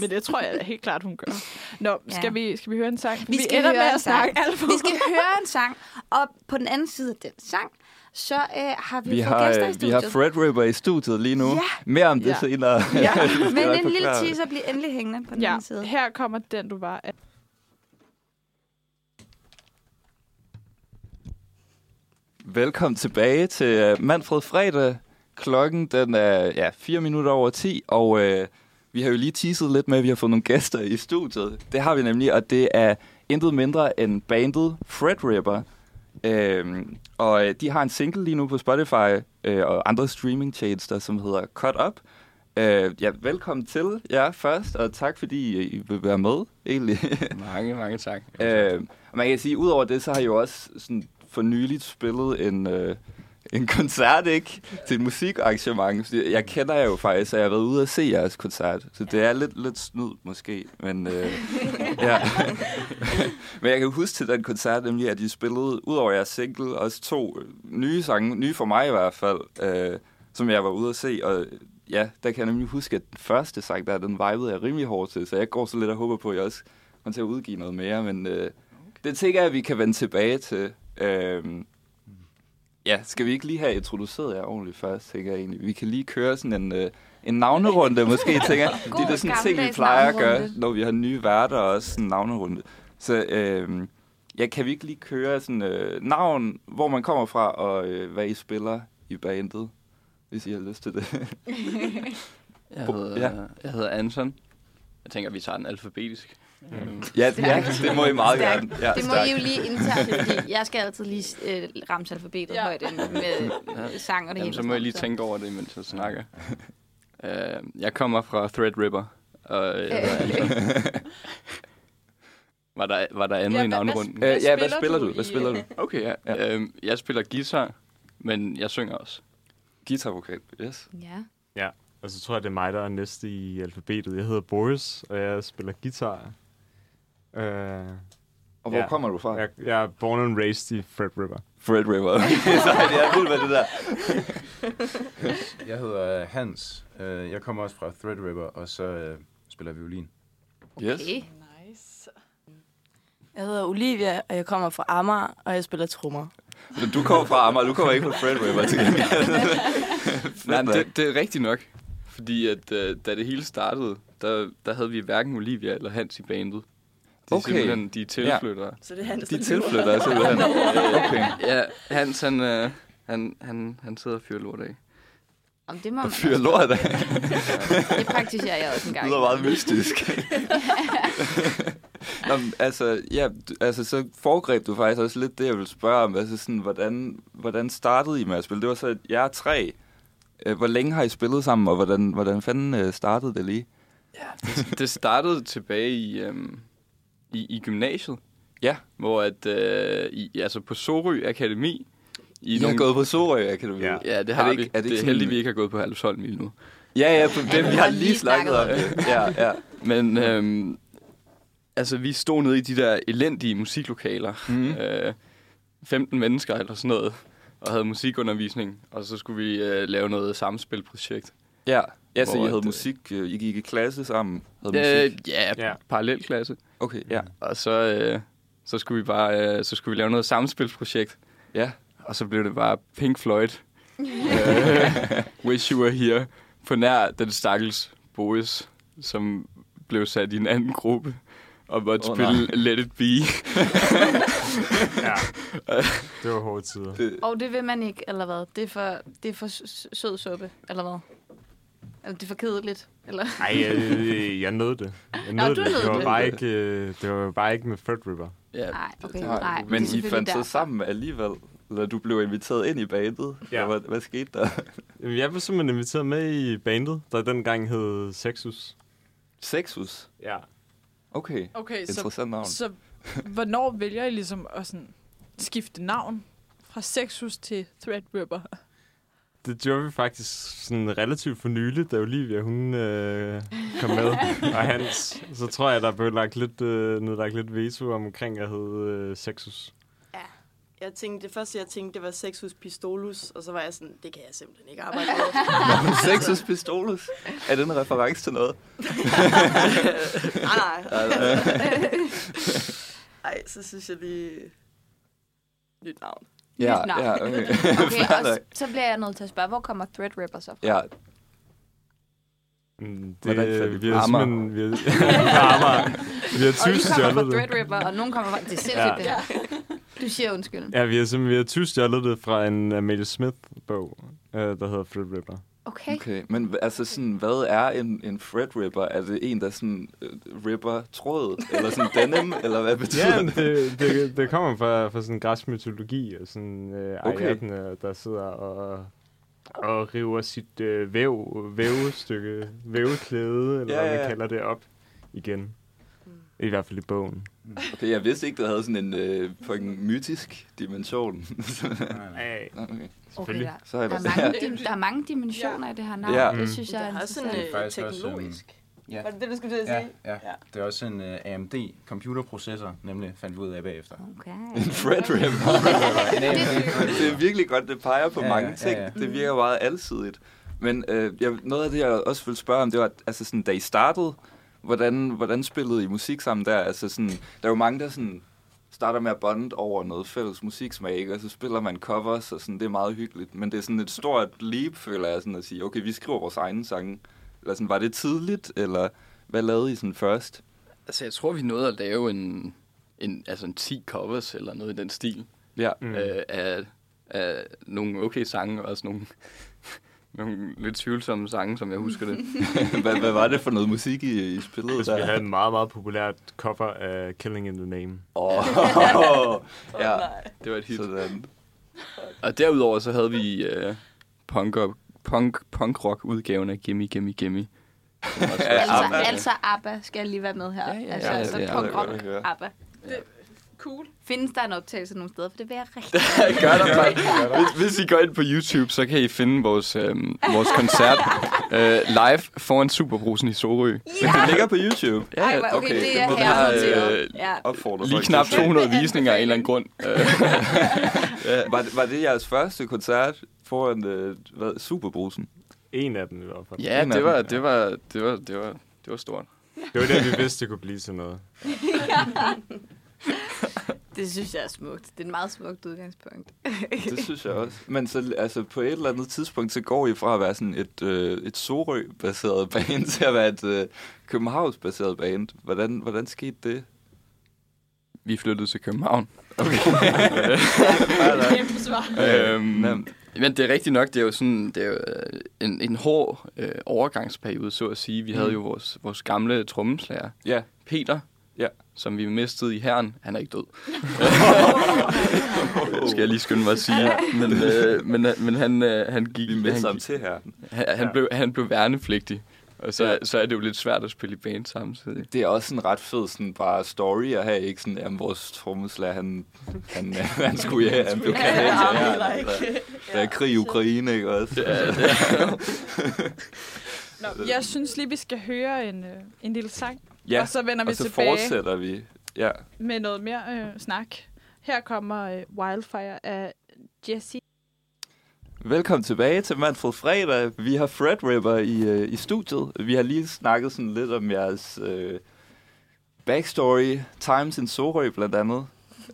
Speaker 2: men det tror jeg helt klart, hun gør. Nå, skal,
Speaker 1: Ja.
Speaker 2: ja. vi, skal vi høre en sang? Vi,
Speaker 1: skal
Speaker 2: ender
Speaker 1: høre
Speaker 2: med
Speaker 1: en
Speaker 2: at
Speaker 1: sang.
Speaker 2: snakke alt for
Speaker 1: Vi skal høre en sang, og på den anden side af den sang, så øh, har vi,
Speaker 3: Vi
Speaker 1: fået
Speaker 3: har,
Speaker 1: gæster i
Speaker 3: øh, vi har
Speaker 1: studiet.
Speaker 3: Fred Ripper i studiet lige nu.
Speaker 1: Ja.
Speaker 3: Mere om det
Speaker 2: Ja.
Speaker 3: senere.
Speaker 1: Ja,
Speaker 3: *laughs* Det skal jeg nok
Speaker 1: men en lille
Speaker 3: forklare.
Speaker 1: teaser bliver endelig hængende på den anden
Speaker 2: Ja,
Speaker 1: side.
Speaker 2: her kommer den, du var. af.
Speaker 3: Velkommen tilbage til øh, Manfred Fredag. Klokken den er ja, 4 minutter over 10, og øh, vi har jo lige teaset lidt med, at vi har fået nogle gæster i studiet. Det har vi nemlig, og det er intet mindre end bandet Fred Ripper. Øhm, og øh, de har en single lige nu på Spotify øh, og andre streamingtjenester, som hedder Cut Up. Øh, ja, velkommen til jer først, og tak fordi øh, I vil være med, egentlig. *laughs*
Speaker 6: Mange, mange tak.
Speaker 3: Øh, og man kan sige, udover det, så har I jo også sådan for nyligt spillet en, øh, en koncert, ikke? Til et musikarrangement. Så Jeg kender jer jo faktisk, og jeg har været ude og se jeres koncert. Så det er lidt, lidt snyd, måske. Men, øh, ja. men jeg kan huske til den koncert, nemlig, at I spillede, udover jeres single, også to øh, nye sange, nye for mig i hvert fald, øh, som jeg var ude at se, og ja, der kan jeg nemlig huske, at den første sang, der den vibede jeg rimelig hårdt til, så jeg går så lidt og håber på, at jeg også kommer til at udgive noget mere, men øh, det tænker jeg, at vi kan vende tilbage til. Øhm, ja, skal vi ikke lige have introduceret jer ordentligt først, tænker jeg egentlig. Vi kan lige køre sådan en, øh, en
Speaker 1: *laughs*
Speaker 3: navnerunde måske, tænker jeg.
Speaker 1: God,
Speaker 3: Fordi det er sådan en ting, vi
Speaker 1: gammeldags
Speaker 3: plejer at gøre,
Speaker 1: navnerunde.
Speaker 3: når vi har nye værter og også sådan en navnerunde. Så øhm, ja, kan vi ikke lige køre sådan øh, navn, hvor man kommer fra og øh, hvad I spiller i bandet, hvis I har lyst til det.
Speaker 6: Jeg
Speaker 3: Bo-
Speaker 6: hedder,
Speaker 3: ja.
Speaker 6: jeg hedder Anton. Jeg tænker, vi tager den alfabetisk. Øhm,
Speaker 3: *laughs* Ja, ja det må I meget
Speaker 1: Stærkt.
Speaker 3: gerne. Ja,
Speaker 1: Det må
Speaker 3: stærkt.
Speaker 1: I jo lige internt, fordi jeg skal altid lige øh, ramse alfabetet ja.
Speaker 2: Ja.
Speaker 1: højt ind med ja. sang og det
Speaker 6: Jamen,
Speaker 1: hele.
Speaker 6: så må jeg lige
Speaker 1: sådan
Speaker 6: tænke over det, mens jeg snakker. Øh, jeg kommer fra Threadripper, og jeg hedder Anton. øh, Var der, var der andet ja,
Speaker 2: Ja,
Speaker 6: i
Speaker 2: hvad-
Speaker 6: navnrunden?
Speaker 2: hvad-
Speaker 3: Øh, ja, hvad
Speaker 2: spiller
Speaker 3: spiller
Speaker 2: du
Speaker 3: du? Hvad
Speaker 2: i,
Speaker 1: *laughs*
Speaker 3: spiller du?
Speaker 6: Okay, ja.
Speaker 3: Ja.
Speaker 6: ja. Øhm, jeg spiller guitar, men jeg synger også.
Speaker 3: Guitarvokal, yes.
Speaker 1: Ja.
Speaker 7: Og så tror jeg, det er mig, der er næste i alfabetet. Jeg hedder Boris, og jeg spiller guitar. Uh,
Speaker 3: Og hvor
Speaker 7: Ja.
Speaker 3: kommer du fra?
Speaker 7: jeg, jeg er born and raised i Fred River.
Speaker 3: Fred River. *laughs* Okay, så er det jeg er vild med det der.
Speaker 8: Jeg hedder øh, Hans. Øh, Jeg kommer også fra Thread River, og så øh, spiller jeg *laughs* violin.
Speaker 3: Yes.
Speaker 1: Okay.
Speaker 2: Nice.
Speaker 9: Jeg hedder Olivia, og jeg kommer fra Amager, og jeg spiller trommer.
Speaker 3: Men du kommer fra Amager, du kommer ikke fra Fred River til gengæld.
Speaker 6: *laughs* Nej,
Speaker 3: nok.
Speaker 6: men det, det er rigtigt nok. Fordi at, øh, da det hele startede, der, der havde vi hverken Olivia eller Hans i bandet. De er
Speaker 3: Okay.
Speaker 6: simpelthen, de er tilflyttere.
Speaker 9: Så det er Hans,
Speaker 3: De
Speaker 9: der
Speaker 3: tilflytter altså simpelthen. Okay.
Speaker 6: Ja, ja Hans, han, øh, han, han, han sidder og fyrer lort
Speaker 3: *laughs*
Speaker 6: af.
Speaker 1: Om det må man
Speaker 3: Fyre lort af.
Speaker 1: Det praktiserer jeg også en gang.
Speaker 3: Det lyder meget mystisk. Nå, men, altså, ja, d- altså, så foregreb du faktisk også lidt det, jeg ville spørge om. Altså, sådan, hvordan, hvordan startede I med at spille? Det var så, at jeg er tre. Øh, Hvor længe har I spillet sammen, og hvordan, hvordan fanden øh, startede det lige?
Speaker 6: det startede tilbage i, øhm, i, i gymnasiet.
Speaker 3: Ja.
Speaker 6: Hvor at, øh, i, altså på Sorø Akademi. I
Speaker 3: I har gået på Sorø Akademi.
Speaker 7: Ja.
Speaker 6: Ja, det har
Speaker 3: Er det
Speaker 6: vi.
Speaker 3: ikke- er det
Speaker 6: det
Speaker 3: ikke
Speaker 6: er
Speaker 3: sådan-
Speaker 6: heldigt, vi ikke har gået på Halvsholm lige nu.
Speaker 3: Ja, ja, for det, vi har lige
Speaker 1: lige
Speaker 3: snakket
Speaker 1: snakket
Speaker 3: om det. Ja, ja.
Speaker 6: Men øhm, altså, vi stod nede i de der elendige musiklokaler. Mm. Øh, 15 mennesker eller sådan noget. Og havde musikundervisning. Og så skulle vi øh, lave noget samspilprojekt.
Speaker 3: Ja, ja så
Speaker 6: Hvor
Speaker 3: I havde
Speaker 6: at, øh,
Speaker 3: musik, øh, I gik i klasse sammen, havde
Speaker 6: Øh,
Speaker 3: musik.
Speaker 6: ja,
Speaker 7: Ja.
Speaker 6: yeah. parallelklasse.
Speaker 3: Okay, ja.
Speaker 6: Og så, øh, så skulle vi bare øh, så skulle vi lave noget samspilsprojekt.
Speaker 3: Ja.
Speaker 6: Og så blev det bare Pink
Speaker 3: *laughs*
Speaker 6: Floyd. øh, Wish You Were Here. På nær den stakkels Boris, som blev sat i en anden gruppe og måtte
Speaker 3: Åh,
Speaker 6: oh,
Speaker 3: nej.
Speaker 6: spille Let It Be.
Speaker 7: Ja, det var hårde tider.
Speaker 1: Og det vil man ikke, eller hvad? Det er for, det er for s- s- sød suppe, eller hvad? Eller det er for kedeligt, eller?
Speaker 7: Ej, jeg, jeg nød det. Jeg nød
Speaker 1: Nå,
Speaker 7: det.
Speaker 1: du nød
Speaker 7: Det var,
Speaker 1: det.
Speaker 7: bare ikke, øh, det var bare ikke med Fred River.
Speaker 6: Ja,
Speaker 1: Nej, okay,
Speaker 6: det-
Speaker 1: nej. det
Speaker 3: Men
Speaker 1: er
Speaker 3: I fandt
Speaker 1: selvfølgelig
Speaker 3: så
Speaker 1: derfor.
Speaker 3: sammen alligevel, eller du blev inviteret ind i bandet.
Speaker 7: Ja.
Speaker 3: Ja. Hvad, hvad skete der?
Speaker 7: Jamen, Jeg blev simpelthen inviteret med i bandet, der dengang hed Sexus.
Speaker 3: Sexus.
Speaker 7: Ja.
Speaker 3: Okay,
Speaker 2: Okay, så,
Speaker 3: interessant navn.
Speaker 2: så hvornår vælger I ligesom at sådan skifte navn fra Sexus til Threadripper?
Speaker 7: Det gjorde vi faktisk sådan relativt for nylig, da Olivia hun øh, kom
Speaker 1: *laughs*
Speaker 7: med, og Hans. Så tror jeg, der blev lagt lidt, øh, nedlagt lidt veto omkring, at hed øh, Sexus.
Speaker 9: Jeg tænkte, det første, jeg tænkte, det var Sexus Pistolus, og så var jeg sådan, det kan jeg simpelthen ikke arbejde
Speaker 3: *laughs*
Speaker 9: med.
Speaker 3: *laughs* Sexus Pistolus. Er det en reference til noget?
Speaker 9: nej, *laughs* nej. *laughs* Ej, så synes jeg lige... Nyt navn.
Speaker 1: Nyt navn.
Speaker 3: ja, okay.
Speaker 1: Okay,
Speaker 3: *laughs* Fair
Speaker 1: og
Speaker 3: nok.
Speaker 1: så, så bliver jeg nødt til at spørge, hvor kommer Threadripper så fra?
Speaker 3: Ja,
Speaker 7: Mm, Det,
Speaker 3: Hvordan fandt I
Speaker 7: vi har
Speaker 3: Amager?
Speaker 7: simpelthen... Vi
Speaker 1: *laughs*
Speaker 7: har, Amager. vi
Speaker 1: Og de
Speaker 7: har
Speaker 1: kommer
Speaker 7: tyvstjålet
Speaker 1: fra
Speaker 7: det.
Speaker 1: Threadripper, og nogen kommer fra... Det er sindssygt, det her. Du siger undskyld.
Speaker 7: Ja, vi har simpelthen vi har tyvstjålet det fra en Amelia Smith-bog, øh, der hedder Fred Ripper.
Speaker 1: Okay.
Speaker 3: okay. Men hva- altså sådan, hvad er en, en thread ripper? Er det en, der sådan øh, ripper tråd? Eller sådan *laughs* denim? eller hvad betyder
Speaker 7: Ja,
Speaker 3: det?
Speaker 7: men det, det, det kommer fra, fra sådan græsk mytologi, og sådan øh,
Speaker 3: Okay.
Speaker 7: okay. der sidder og, og river sit øh, væv, vævestykke, væveklæde, eller
Speaker 3: Ja,
Speaker 7: ja, hvad man
Speaker 3: ja.
Speaker 7: kalder det, op igen. I hvert fald i bogen.
Speaker 3: Okay, jeg vidste ikke, det havde sådan en øh, fucking mytisk dimension.
Speaker 7: Ej,
Speaker 3: Nå, okay.
Speaker 1: Okay,
Speaker 7: selvfølgelig.
Speaker 1: der,
Speaker 3: Så er
Speaker 1: der,
Speaker 3: der,
Speaker 1: er mange, dim- der er mange dimensioner i det her navn.
Speaker 3: Ja.
Speaker 1: Mm. Det synes jeg er
Speaker 9: Der er også
Speaker 1: interessant.
Speaker 9: sådan
Speaker 8: Det er
Speaker 9: øh,
Speaker 8: faktisk også,
Speaker 9: teknologisk.
Speaker 3: øhm,
Speaker 8: ja.
Speaker 9: Var det det, du skulle til at
Speaker 8: Ja,
Speaker 9: sige?
Speaker 8: ja. Det er også en øh, AMD computerprocessor, nemlig fandt vi ud af bagefter.
Speaker 1: Okay.
Speaker 3: *laughs* En thread ripper. *laughs* det er virkelig godt, det peger på ja,
Speaker 8: Ja,
Speaker 3: mange
Speaker 8: ja,
Speaker 3: ting. Ja,
Speaker 8: ja.
Speaker 3: ja. Det virker meget alsidigt. Men øh, jeg, noget af det, jeg også ville spørge om, det var, at, altså sådan, da I startede, hvordan, hvordan spillede I musik sammen der? Altså sådan, der er jo mange, der sådan, starter med at bonde over noget fælles musiksmag, ikke? og så spiller man covers, og sådan, det er meget hyggeligt. Men det er sådan et stort leap, føler jeg, sådan at sige, okay, vi skriver vores egne sange. Eller sådan, var det tidligt, eller hvad lavede I sådan først?
Speaker 6: altså, jeg tror, vi nåede at lave en, en, altså en 10 covers eller noget i den stil.
Speaker 3: Ja,
Speaker 7: Mm.
Speaker 6: øh, af, af nogle okay sange, og også nogle, *laughs* nogle lidt tvivlsomme sange, som jeg husker det.
Speaker 3: *laughs* hvad, hvad var det for noget musik, I, I spillede
Speaker 7: Hvis
Speaker 3: der?
Speaker 7: vi havde en meget, meget populært cover af Killing in the Name.
Speaker 3: Åh, ja,
Speaker 6: Det var et hit.
Speaker 3: sådan.
Speaker 6: Og derudover så havde vi øh, punk, og, punk, punk rock udgaven af Gimme Gimme Gimme,
Speaker 1: Altså,
Speaker 3: ABBA.
Speaker 1: altså ABBA skal lige være med her.
Speaker 3: Ja, ja,
Speaker 1: altså,
Speaker 3: ja,
Speaker 1: altså
Speaker 3: det er
Speaker 1: punk
Speaker 3: det, jeg
Speaker 1: rock
Speaker 3: godt vil høre.
Speaker 1: ABBA.
Speaker 2: Cool.
Speaker 1: Findes der en optagelse nogle steder? For det vil jeg rigtig
Speaker 6: Gør der faktisk. Hvis, hvis I går ind på YouTube, så kan I finde vores, øh, vores koncert øh, live foran Superbrusen i Sorø.
Speaker 3: Men det ligger på YouTube.
Speaker 6: Ja,
Speaker 1: Ej, hvor- okay, det er
Speaker 6: Den
Speaker 1: her
Speaker 6: har,
Speaker 1: noteret.
Speaker 6: øh,
Speaker 1: Ja.
Speaker 3: Opfordrer
Speaker 6: Lige
Speaker 3: folk
Speaker 6: knap
Speaker 3: til at-
Speaker 6: 200 visninger af en eller anden grund. Øh,
Speaker 3: Var det, var det jeres første koncert foran øh, hvad, Superbrusen?
Speaker 7: En af dem i hvert fald.
Speaker 6: ja, *laughs* det var, det var, det var, det var, det var stort.
Speaker 7: Det var det, vi vidste, det kunne blive til noget.
Speaker 1: Det synes jeg er smukt. Det er en meget smukt udgangspunkt.
Speaker 3: Det synes jeg også. Men så, altså, på et eller andet tidspunkt, så går I fra at være sådan et, øh, et Sorø-baseret band *laughs* til at være et øh, Københavns-baseret band. Hvordan, hvordan skete det?
Speaker 6: Vi flyttede til *laughs* København.
Speaker 2: Kæmpe svar.
Speaker 6: Øhm,
Speaker 3: nemt.
Speaker 6: men det er rigtigt nok, det er jo sådan det er jo øh, en, en hård øh, overgangsperiode, så at sige. Vi havde jo vores, vores gamle trommeslager,
Speaker 3: Ja.
Speaker 6: Peter,
Speaker 3: Ja.
Speaker 6: som vi mistede i herren. Han er ikke død. Det skal jeg lige skynde mig at *laughs* sige. Men, øh, men, men han, øh, han gik...
Speaker 3: Vi med
Speaker 6: han,
Speaker 3: sammen til her.
Speaker 6: han, han, blev, han blev værnepligtig. Og så, så er det jo lidt svært at spille i band samtidig.
Speaker 3: Det er også en ret fed sådan, bare story at have, ikke? Sådan, jamen, vores trommeslager, han, han, øh, *laughs* han skulle ja, han blev kaldt ind til her. Der er krig i Ukraine, ikke også?
Speaker 2: Nå, jeg synes lige, vi skal høre en, øh, en lille sang,
Speaker 3: *laughs* Ja,
Speaker 2: og så vender vi
Speaker 3: og så
Speaker 2: tilbage
Speaker 3: fortsætter vi. Ja.
Speaker 2: med noget mere øh, snak. Her kommer øh, Wildfire af Jesse.
Speaker 3: Velkommen tilbage til Manfred Fredag. Vi har Fred Ripper i, øh, i studiet. Vi har lige snakket sådan lidt om jeres øh, backstory, Times in Sorø blandt andet.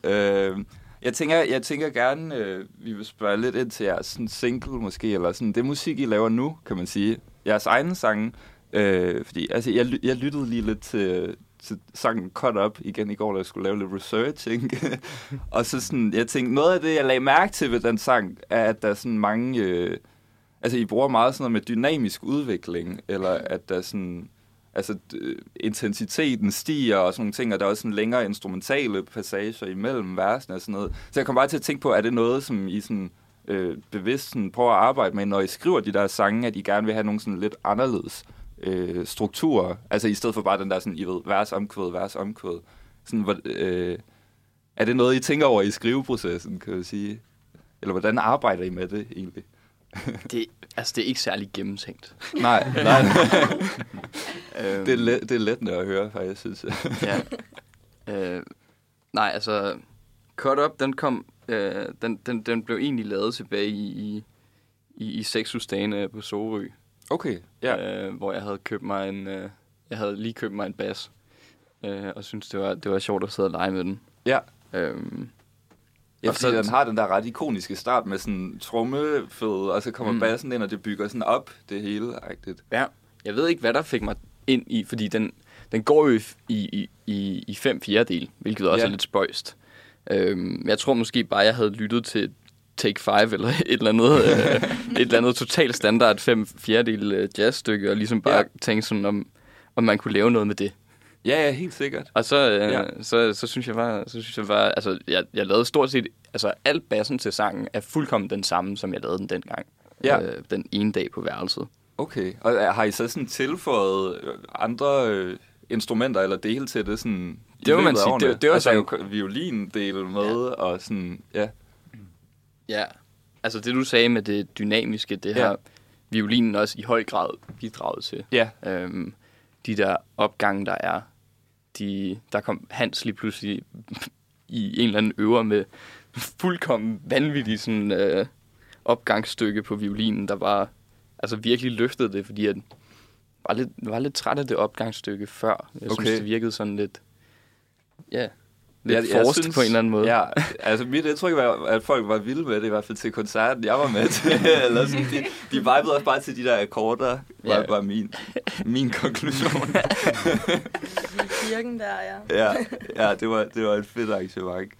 Speaker 3: Øh, jeg, tænker, jeg tænker gerne, øh, vi vil spørge lidt ind til jeres sådan single måske, eller sådan det musik, I laver nu, kan man sige. Jeres egne sange. Øh, fordi altså, jeg, ly- jeg lyttede lige lidt til, til sangen Cut Up igen i går, da jeg skulle lave lidt research. *laughs* Ikke? Mm. Og så sådan, jeg tænkte, noget af det, jeg lagde mærke til ved den sang, er, at der er sådan mange... Øh, altså, I bruger meget sådan noget med dynamisk udvikling, eller at der er sådan... Altså, øh, intensiteten stiger og sådan nogle ting, og der er også sådan længere instrumentale passager imellem versene og sådan noget. Så jeg kom bare til at tænke på, er det noget, som I sådan, øh, bevidst sådan, prøver at arbejde med, når I skriver de der sange, at I gerne vil have nogle sådan lidt anderledes øh, strukturer? Altså, i stedet for bare den der sådan, I ved, vers omkvæd, vers omkvæd. Sådan, hvor, øh, er det noget, I tænker over i skriveprocessen, kan jeg sige? Eller hvordan arbejder I med det egentlig?
Speaker 6: Det, altså, det er ikke særlig gennemtænkt.
Speaker 3: Nej, *laughs* nej,
Speaker 6: Øhm,
Speaker 3: det er, let, det er lettende at høre, faktisk, synes jeg.
Speaker 6: ja. Øh, nej, altså, Cut Up, den kom, øh, den, den, den blev egentlig lavet tilbage i, i, i, i sexusdagene på Sorø,
Speaker 3: Okay, ja.
Speaker 6: øh, hvor jeg havde købt mig en, øh, jeg havde lige købt mig en bas, øh, og synes det var, det var sjovt at sidde og lege med den.
Speaker 3: Ja.
Speaker 6: Øh,
Speaker 3: ja
Speaker 6: og
Speaker 3: fordi
Speaker 6: så-
Speaker 3: den har den der ret ikoniske start med sådan trommefed, og så kommer
Speaker 6: Mm.
Speaker 3: mm. bassen ind, og det bygger sådan op det hele. -agtigt.
Speaker 6: Ja. Jeg ved ikke, hvad der fik mig ind i, fordi den, den går jo i, i, i, i fem fjerdedel, hvilket også
Speaker 3: Ja.
Speaker 6: ja. er lidt spøjst. Øhm, jeg tror måske bare, jeg havde lyttet til Take 5 eller *laughs* et eller andet, øh, et eller andet totalt standard fem fjerdedel øh, jazzstykke, og ligesom bare
Speaker 3: Ja.
Speaker 6: ja. tænke sådan, om, om man kunne lave noget med det.
Speaker 3: Ja, ja, helt sikkert.
Speaker 6: Og så, øh,
Speaker 3: Ja.
Speaker 6: ja. så, så synes jeg bare, så synes jeg bare, altså jeg, jeg lavede stort set, altså alt bassen til sangen er fuldkommen den samme, som jeg lavede den dengang.
Speaker 3: Ja.
Speaker 6: Øh, den ene dag på værelset.
Speaker 3: Okay, og øh, har I så sådan tilføjet øh, andre øh, instrumenter eller dele til det? Sådan, i
Speaker 6: Det må man
Speaker 3: løbet af
Speaker 6: sige.
Speaker 3: årene?
Speaker 6: Det- det var
Speaker 3: altså,
Speaker 6: sådan-
Speaker 3: sådan... violindel med, ja. og sådan, ja.
Speaker 6: Ja, altså det du sagde med det dynamiske, det
Speaker 3: Ja.
Speaker 6: har violinen også i høj grad bidraget til.
Speaker 3: Ja,
Speaker 6: Øhm, de der opgange, der er, de, der kom Hans lige pludselig i en eller anden øver med fuldkommen vanvittig sådan, øh, opgangsstykke på violinen, der var altså virkelig løftede det, fordi jeg var lidt, var lidt træt af det opgangsstykke før. Jeg okay.
Speaker 3: Okay.
Speaker 6: synes, det virkede sådan lidt, ja, lidt
Speaker 3: Jeg- jeg
Speaker 6: forced
Speaker 3: synes-
Speaker 6: på en eller anden måde.
Speaker 3: Ja, altså mit indtryk var, at folk var vilde med det, i hvert fald til koncerten, jeg var med
Speaker 6: *laughs*
Speaker 3: til. Eller sådan, de, de vibede også bare til de der akkorder, var,
Speaker 6: Ja.
Speaker 3: var min, min konklusion.
Speaker 9: Kirken der, ja.
Speaker 3: ja, ja det, var, det var et fedt arrangement.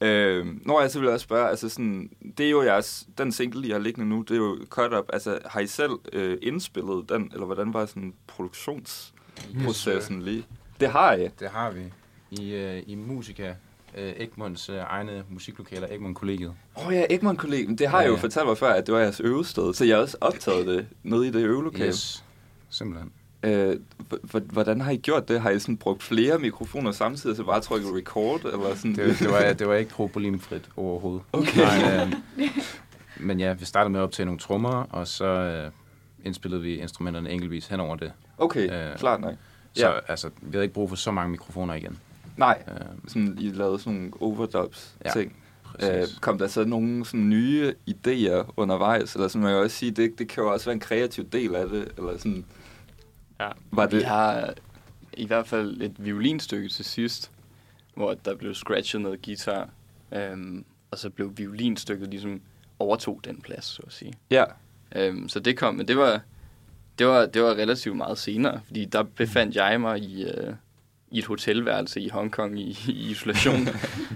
Speaker 3: Øhm, når jeg så vil jeg også spørge, altså sådan, det er jo jeres, den single, I har liggende nu, det er jo Cut Up, altså har I selv øh, indspillet den, eller hvordan var sådan produktionsprocessen lige? Det har jeg.
Speaker 8: Det har vi i, øh, i Musica, øh, Egmonts øh, egne musiklokaler, Egmont Kollegiet.
Speaker 3: Åh oh, ja, Egmont kollegium, det har ja, jeg jo
Speaker 8: Ja, ja. *laughs*
Speaker 3: fortalt mig før, at det var jeres øvested, så jeg har også optaget det nede i det øvelokale. *laughs*
Speaker 8: Yes, simpelthen.
Speaker 3: Øh, h- h- hvordan har I gjort det? Har I sådan brugt flere mikrofoner samtidig, og så bare trykket record? Eller sådan?
Speaker 8: Det, det, var, det var ikke problemfrit overhovedet.
Speaker 3: Okay. *laughs*
Speaker 8: Men, øh, men ja, vi startede med at optage nogle trommer, og så øh, indspillede vi instrumenterne enkeltvis hen over det.
Speaker 3: Okay,
Speaker 8: Øh,
Speaker 3: klart nok.
Speaker 8: Så
Speaker 3: Ja.
Speaker 8: ja. altså, vi havde ikke brug for så mange mikrofoner igen.
Speaker 3: Nej,
Speaker 8: Øh,
Speaker 3: sådan, I lavede sådan nogle
Speaker 8: Ja,
Speaker 3: overdubs-ting. Ja, øh,
Speaker 8: præcis.
Speaker 3: kom der så nogle sådan, nye idéer undervejs? Eller sådan, man kan også sige, det, det kan jo også være en kreativ del af det. Eller sådan,
Speaker 7: Ja.
Speaker 3: Var
Speaker 6: Vi
Speaker 3: det,
Speaker 6: har øh, i hvert fald et violinstykke til sidst, hvor der blev scratchet noget guitar, øhm, og så blev violinstykket ligesom overtog den plads, så at sige.
Speaker 3: ja,
Speaker 6: Øhm, så det kom, men det var, det, var, det var relativt meget senere, fordi der befandt jeg mig i, øh, i et hotelværelse i Hongkong i,
Speaker 3: *laughs*
Speaker 6: i isolation,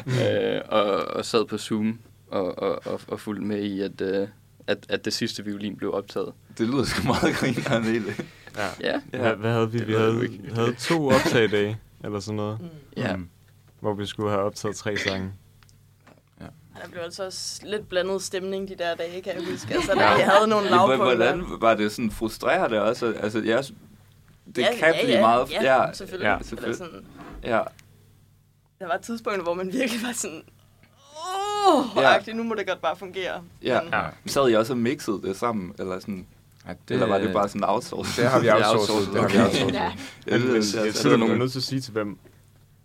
Speaker 6: øh, og, og sad på Zoom og, og, og, og fulgte med i, at, øh, at, at det sidste violin blev optaget.
Speaker 3: det lyder sgu meget *laughs* grinerende egentlig.
Speaker 6: Ja,
Speaker 3: Ja.
Speaker 7: Hvad, hvad havde vi?
Speaker 6: Det
Speaker 7: Vi
Speaker 6: ved jeg
Speaker 7: havde,
Speaker 6: jo ikke.
Speaker 7: havde to optagedage, eller sådan noget,
Speaker 6: ja.
Speaker 8: Mm.
Speaker 7: hvor vi skulle have optaget tre sange.
Speaker 9: Der blev altså også lidt blandet stemning de der dage, kan jeg huske. Altså, der, jeg havde nogle
Speaker 3: Hvor-
Speaker 9: lavpunkter.
Speaker 3: Hvordan var det sådan frustrerende også? Altså, jeg, det
Speaker 9: Ja,
Speaker 3: kan
Speaker 9: ja,
Speaker 3: blive
Speaker 9: ja,
Speaker 3: meget...
Speaker 9: Ja, ja selvfølgelig.
Speaker 7: ja,
Speaker 9: Ja, selvfølgelig.
Speaker 3: selvfølgelig.
Speaker 9: Sådan,
Speaker 3: ja.
Speaker 9: der var tidspunkter, hvor man virkelig var sådan... Åh,
Speaker 3: Ja.
Speaker 9: oh, ja. nu må det godt bare fungere.
Speaker 3: Ja.
Speaker 9: Men,
Speaker 3: ja. Sad I også og mixede det sammen? Eller, sådan,
Speaker 8: Ja, det,
Speaker 3: det, eller var det bare sådan outsourcet?
Speaker 8: Det har
Speaker 3: *laughs*
Speaker 8: vi
Speaker 3: Det er
Speaker 8: outsourcet. Det har vi
Speaker 3: okay.
Speaker 8: outsourcet. Altså,
Speaker 2: Ja.
Speaker 3: Jeg ved,
Speaker 7: Men
Speaker 3: det er
Speaker 7: jeg
Speaker 3: sådan
Speaker 7: tror, du er
Speaker 3: nogle-
Speaker 7: nødt til at sige til hvem.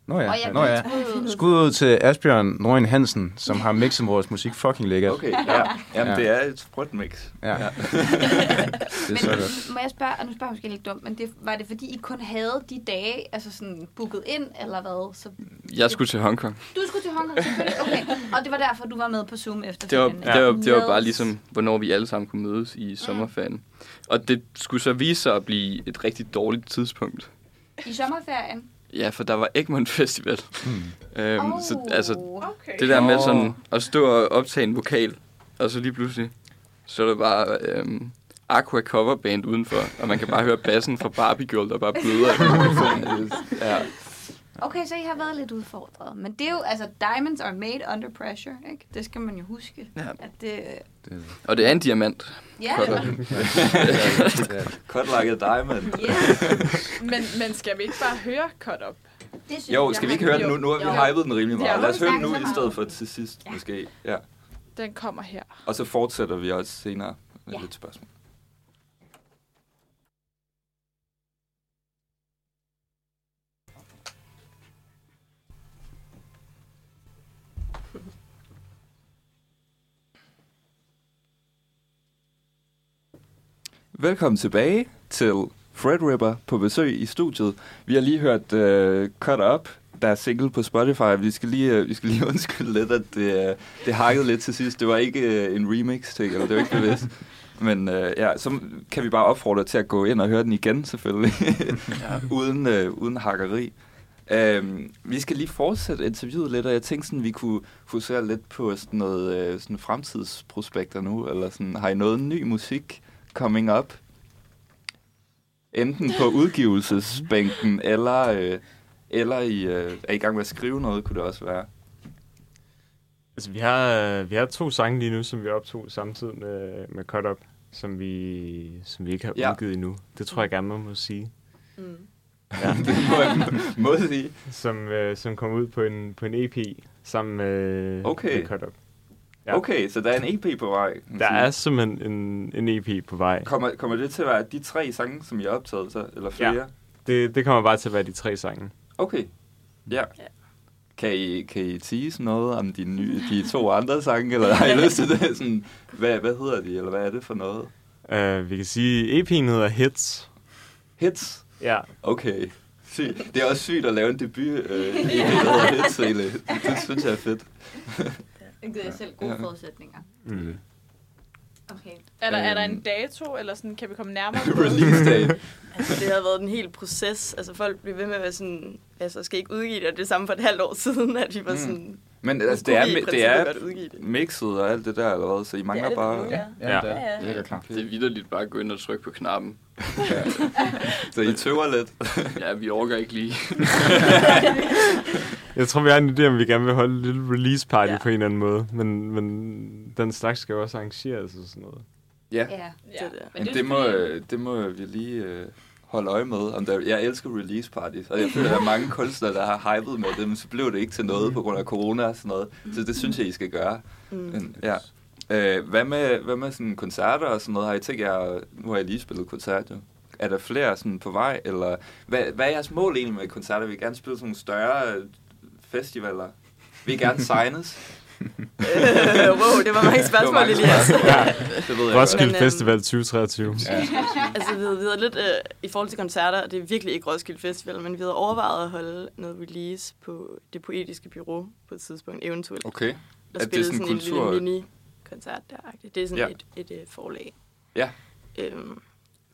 Speaker 8: Nå
Speaker 4: Og
Speaker 8: ja,
Speaker 4: jeg
Speaker 8: nå ja.
Speaker 4: Øh,
Speaker 8: Skud ud til Asbjørn Nordin Hansen, som har mixet vores musik fucking lækkert.
Speaker 3: Okay, ja. Jamen,
Speaker 8: Ja.
Speaker 3: det er et sprødt mix.
Speaker 8: *laughs* Ja. ja. det er
Speaker 4: Men
Speaker 8: så godt.
Speaker 4: må jeg spørge, og nu spørger jeg måske lidt dumt, men det, var det fordi, I kun havde de dage, altså sådan booket ind, eller hvad? Så
Speaker 6: Jeg skulle til Hongkong.
Speaker 4: du skulle til Hongkong selvfølgelig, okay. Og det var derfor, du var med på Zoom efter
Speaker 6: Det var,
Speaker 1: øh,
Speaker 6: det, var, det var bare ligesom, hvornår vi alle sammen kunne mødes i sommerferien. Og det skulle så vise sig at blive et rigtig dårligt tidspunkt.
Speaker 4: I sommerferien.
Speaker 6: Ja, for der var Egmont Festival. Hmm. Øhm, oh. Så altså,
Speaker 9: okay.
Speaker 6: det der med
Speaker 3: Nå.
Speaker 6: sådan at stå og optage en vokal, og så lige pludselig, så er der bare øhm, Aqua Cover Band udenfor, og man kan bare høre bassen fra Barbie Girl, der bare bløder. i *laughs* mikrofonen. ja.
Speaker 4: Okay, så I har været lidt udfordret. Men det er jo, altså, diamonds are made under pressure, ikke? Det skal man jo huske.
Speaker 6: Ja.
Speaker 4: At øh, det,
Speaker 6: Og det er en diamant.
Speaker 4: ja,
Speaker 6: Cutter.
Speaker 3: Cut like a diamond.
Speaker 4: ja,
Speaker 2: Men, men skal vi ikke bare høre Cut Up?
Speaker 4: det synes
Speaker 3: Jo,
Speaker 4: jeg,
Speaker 3: skal vi
Speaker 4: man-
Speaker 3: ikke høre den nu?
Speaker 4: jo.
Speaker 3: Nu har vi
Speaker 4: Jo.
Speaker 3: hypet den rimelig
Speaker 2: Ja,
Speaker 3: meget. Lad os høre den
Speaker 4: vi
Speaker 3: nu i
Speaker 4: snakker så
Speaker 3: stedet
Speaker 4: meget.
Speaker 3: for til sidst, måske. Ja.
Speaker 2: Den kommer her.
Speaker 3: Og så fortsætter vi også senere med
Speaker 4: Ja.
Speaker 3: lidt spørgsmål. Velkommen tilbage til Fred Ripper på besøg i studiet. Vi har lige hørt uh, Cut Up, der er single på Spotify. Vi skal lige, uh, vi skal lige *laughs* undskylde lidt, at det, uh, det hakkede lidt til sidst. Det var ikke uh, en remix ting, eller det var ikke bevidst. Men uh, ja, så kan vi bare opfordre til at gå ind og høre den igen, selvfølgelig. uden, uh, uden hakkeri. Um, vi skal lige fortsætte interviewet lidt, og jeg tænkte, sådan, vi kunne fokusere lidt på sådan noget uh, sådan fremtidsprospekter nu, eller sådan, har I noget ny musik coming up? Enten på udgivelsesbænken, eller, øh, eller i, øh, er I gang med at skrive noget, kunne det også være. *laughs*
Speaker 7: Altså, vi har, øh, vi har to sange lige nu, som vi optog samtidig med, med Cut Up, som vi, som vi ikke har
Speaker 3: Ja.
Speaker 7: ja. udgivet endnu. Det tror jeg gerne, man må sige.
Speaker 9: Mm.
Speaker 3: Det må jeg må sige.
Speaker 7: Som, øh, som kom ud på en, på en EP sammen med,
Speaker 3: Okay.
Speaker 7: med Cut Up. Ja.
Speaker 3: Okay, så der er en EP på vej. kan man
Speaker 7: Der
Speaker 3: sige.
Speaker 7: er simpelthen en, en EP på vej.
Speaker 3: Kommer, kommer det til at være de tre sange, som I har optaget så, eller
Speaker 7: Ja.
Speaker 3: flere?
Speaker 7: Det, det kommer bare til at være de tre sange.
Speaker 3: Okay, ja.
Speaker 9: Ja.
Speaker 3: Kan I, kan I tease noget om de, nye,
Speaker 9: *laughs*
Speaker 3: de to andre sange, eller har I lyst til det? Sådan, hvad, hvad hedder de, eller hvad er det for noget?
Speaker 7: Uh, vi kan sige, EP'en hedder Hits.
Speaker 3: Hits?
Speaker 7: Ja.
Speaker 3: Okay. Sygt. Det er også sygt at lave en debut øh, i det, der hedder Hits, egentlig. Det, det synes jeg er fedt.
Speaker 4: Det giver jeg selv gode forudsætninger.
Speaker 7: Mm.
Speaker 4: Okay.
Speaker 2: Er der, er der en
Speaker 3: Øhm.
Speaker 2: dato, eller sådan, kan vi komme
Speaker 3: *laughs*
Speaker 2: nærmere på det?
Speaker 3: Release day.
Speaker 9: Altså, det har været en hel proces. Altså, folk blev ved med at være sådan... Altså, skal I ikke udgive det? Og det samme for et halvt år siden, at vi var
Speaker 3: Mm.
Speaker 9: sådan... Mm.
Speaker 3: Men altså, det er, det er
Speaker 9: Godt udgive det.
Speaker 3: mixet og alt det der, eller hvad? Så I mangler
Speaker 9: det
Speaker 3: bare...
Speaker 9: nu, ja.
Speaker 7: Ja.
Speaker 8: det
Speaker 9: Ja, ja.
Speaker 8: Det er klart.
Speaker 6: Det er vidderligt bare at gå ind og trykke på knappen.
Speaker 3: Så I tøver lidt.
Speaker 6: Ja, vi orker ikke lige.
Speaker 7: Jeg tror, vi har en idé, om vi gerne vil holde en lille release party
Speaker 9: Ja.
Speaker 7: ja. på en eller anden måde. Men, men den slags skal jo
Speaker 3: *laughs*
Speaker 7: også arrangeres og sådan noget.
Speaker 3: Ja.
Speaker 4: Ja.
Speaker 9: Det der.
Speaker 3: Men det, må, øh, det må vi lige øh, holde øje med. Om der, jeg elsker release parties, og jeg føler, at der er mange kunstnere, der har hypet med det, men så blev det ikke til noget på grund af corona og sådan noget. Så det synes jeg, I skal gøre. Men, ja. Øh, hvad med, hvad med sådan koncerter og sådan noget? Har I tænkt jer, nu har jeg lige spillet koncert jo. Er der flere sådan på vej? Eller hvad, hvad er jeres mål egentlig med koncerter? Vil I gerne spille sådan nogle større øh, festivaler? Vil I gerne signes?
Speaker 9: Øh, wow, det *laughs* var mange spørgsmål,
Speaker 3: mange
Speaker 9: Elias.
Speaker 3: Det ved jeg godt.
Speaker 7: Roskilde
Speaker 9: Men, øhm,
Speaker 7: Festival 2023.
Speaker 9: altså, vi havde, vi havde lidt, øh, i forhold til koncerter, og det er virkelig ikke Roskilde Festival, men vi havde overvejet at holde noget release på det poetiske bureau på et tidspunkt, eventuelt.
Speaker 3: Okay.
Speaker 9: Der
Speaker 3: det er
Speaker 9: spillede
Speaker 3: sådan
Speaker 9: sådan,
Speaker 3: kultur-
Speaker 9: en lille mini-koncert der. -agtigt. Det er sådan
Speaker 3: Ja.
Speaker 9: ja. et, et øh, forlag.
Speaker 3: Ja.
Speaker 9: Øhm,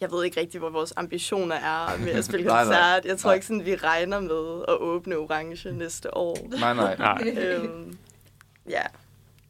Speaker 9: jeg ved ikke rigtig, hvor vores ambitioner er med at
Speaker 3: *laughs*
Speaker 9: spille
Speaker 3: Nej, nej.
Speaker 9: koncert. Jeg tror
Speaker 3: Nej.
Speaker 9: ikke, sådan, vi regner med at åbne Orange
Speaker 3: *laughs*
Speaker 9: næste år.
Speaker 3: Nej, nej.
Speaker 7: Nej.
Speaker 9: øhm, ja,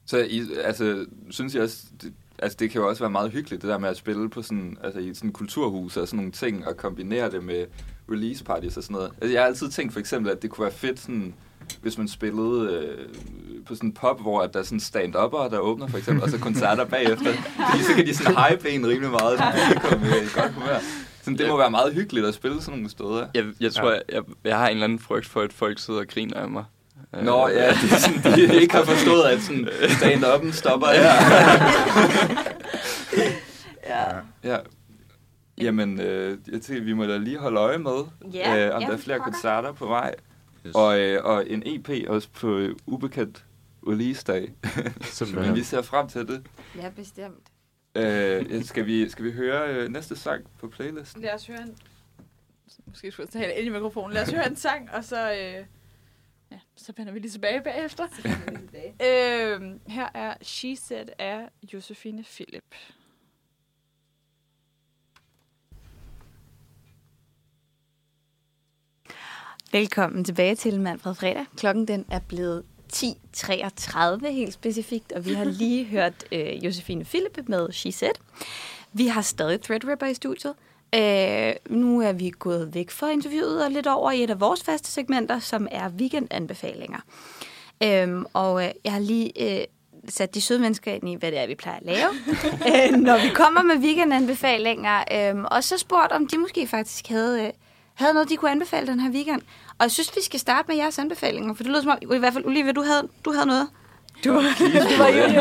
Speaker 3: Så I, altså, synes jeg også, det, altså det kan jo også være meget hyggeligt, det der med at spille på sådan, altså i sådan kulturhus og sådan nogle ting, og kombinere det med release parties og sådan noget. Altså, jeg har altid tænkt for eksempel, at det kunne være fedt sådan, hvis man spillede øh, på sådan en pop, hvor at der er sådan stand upper der åbner for eksempel, og så koncerter bagefter. Fordi så kan de sådan hype en rimelig meget, så publikum er i godt humør. Sådan, det må være meget hyggeligt at spille sådan nogle steder.
Speaker 6: Jeg, jeg tror, jeg, jeg, jeg har en eller anden frygt for, at folk sidder og griner af mig. Øh,
Speaker 3: Nå,
Speaker 6: *laughs*
Speaker 3: ja, det er sådan, de ikke har forstået, at sådan stand upen stopper
Speaker 4: *laughs*
Speaker 3: her.
Speaker 9: ja.
Speaker 3: Ja. Jamen, øh, jeg tænker, vi må da lige holde øje med,
Speaker 4: Ja,
Speaker 3: øh, om
Speaker 4: ja,
Speaker 3: der er
Speaker 4: for
Speaker 3: flere
Speaker 4: pokker.
Speaker 3: koncerter på vej.
Speaker 8: Yes.
Speaker 3: Og, øh, og en EP også på øh, ubekendt release-dag. Men vi
Speaker 7: Simpelthen.
Speaker 3: ser frem til det.
Speaker 4: Ja, bestemt.
Speaker 3: Øh, skal, vi, skal vi høre øh, næste sang på playlisten?
Speaker 2: Lad os høre en... Måske skulle jeg tale ind i mikrofonen. Lad os høre en sang, og så... Øh... Ja, så vender vi lige tilbage bagefter. øh, her er She Said af Josefine Philip.
Speaker 1: Velkommen tilbage til Manfred Fredag. Klokken den er blevet 10.33 helt specifikt, og vi har lige hørt øh, Josefine Philip med She Said. Vi har stadig Threadripper i studiet. Øh, nu er vi gået væk fra interviewet og lidt over i et af vores faste segmenter, som er weekendanbefalinger. Øhm, og øh, jeg har lige øh, sat de søde mennesker ind i, hvad det er, vi plejer at lave, øh, når vi kommer med weekendanbefalinger. Øh, og så spurgt, om de måske faktisk havde, øh, havde noget, de kunne anbefale den her weekend. Og jeg synes, vi skal starte med jeres anbefalinger, for det lyder som om, i hvert fald Olivia, du havde, du havde noget.
Speaker 9: Du, du var jo *laughs*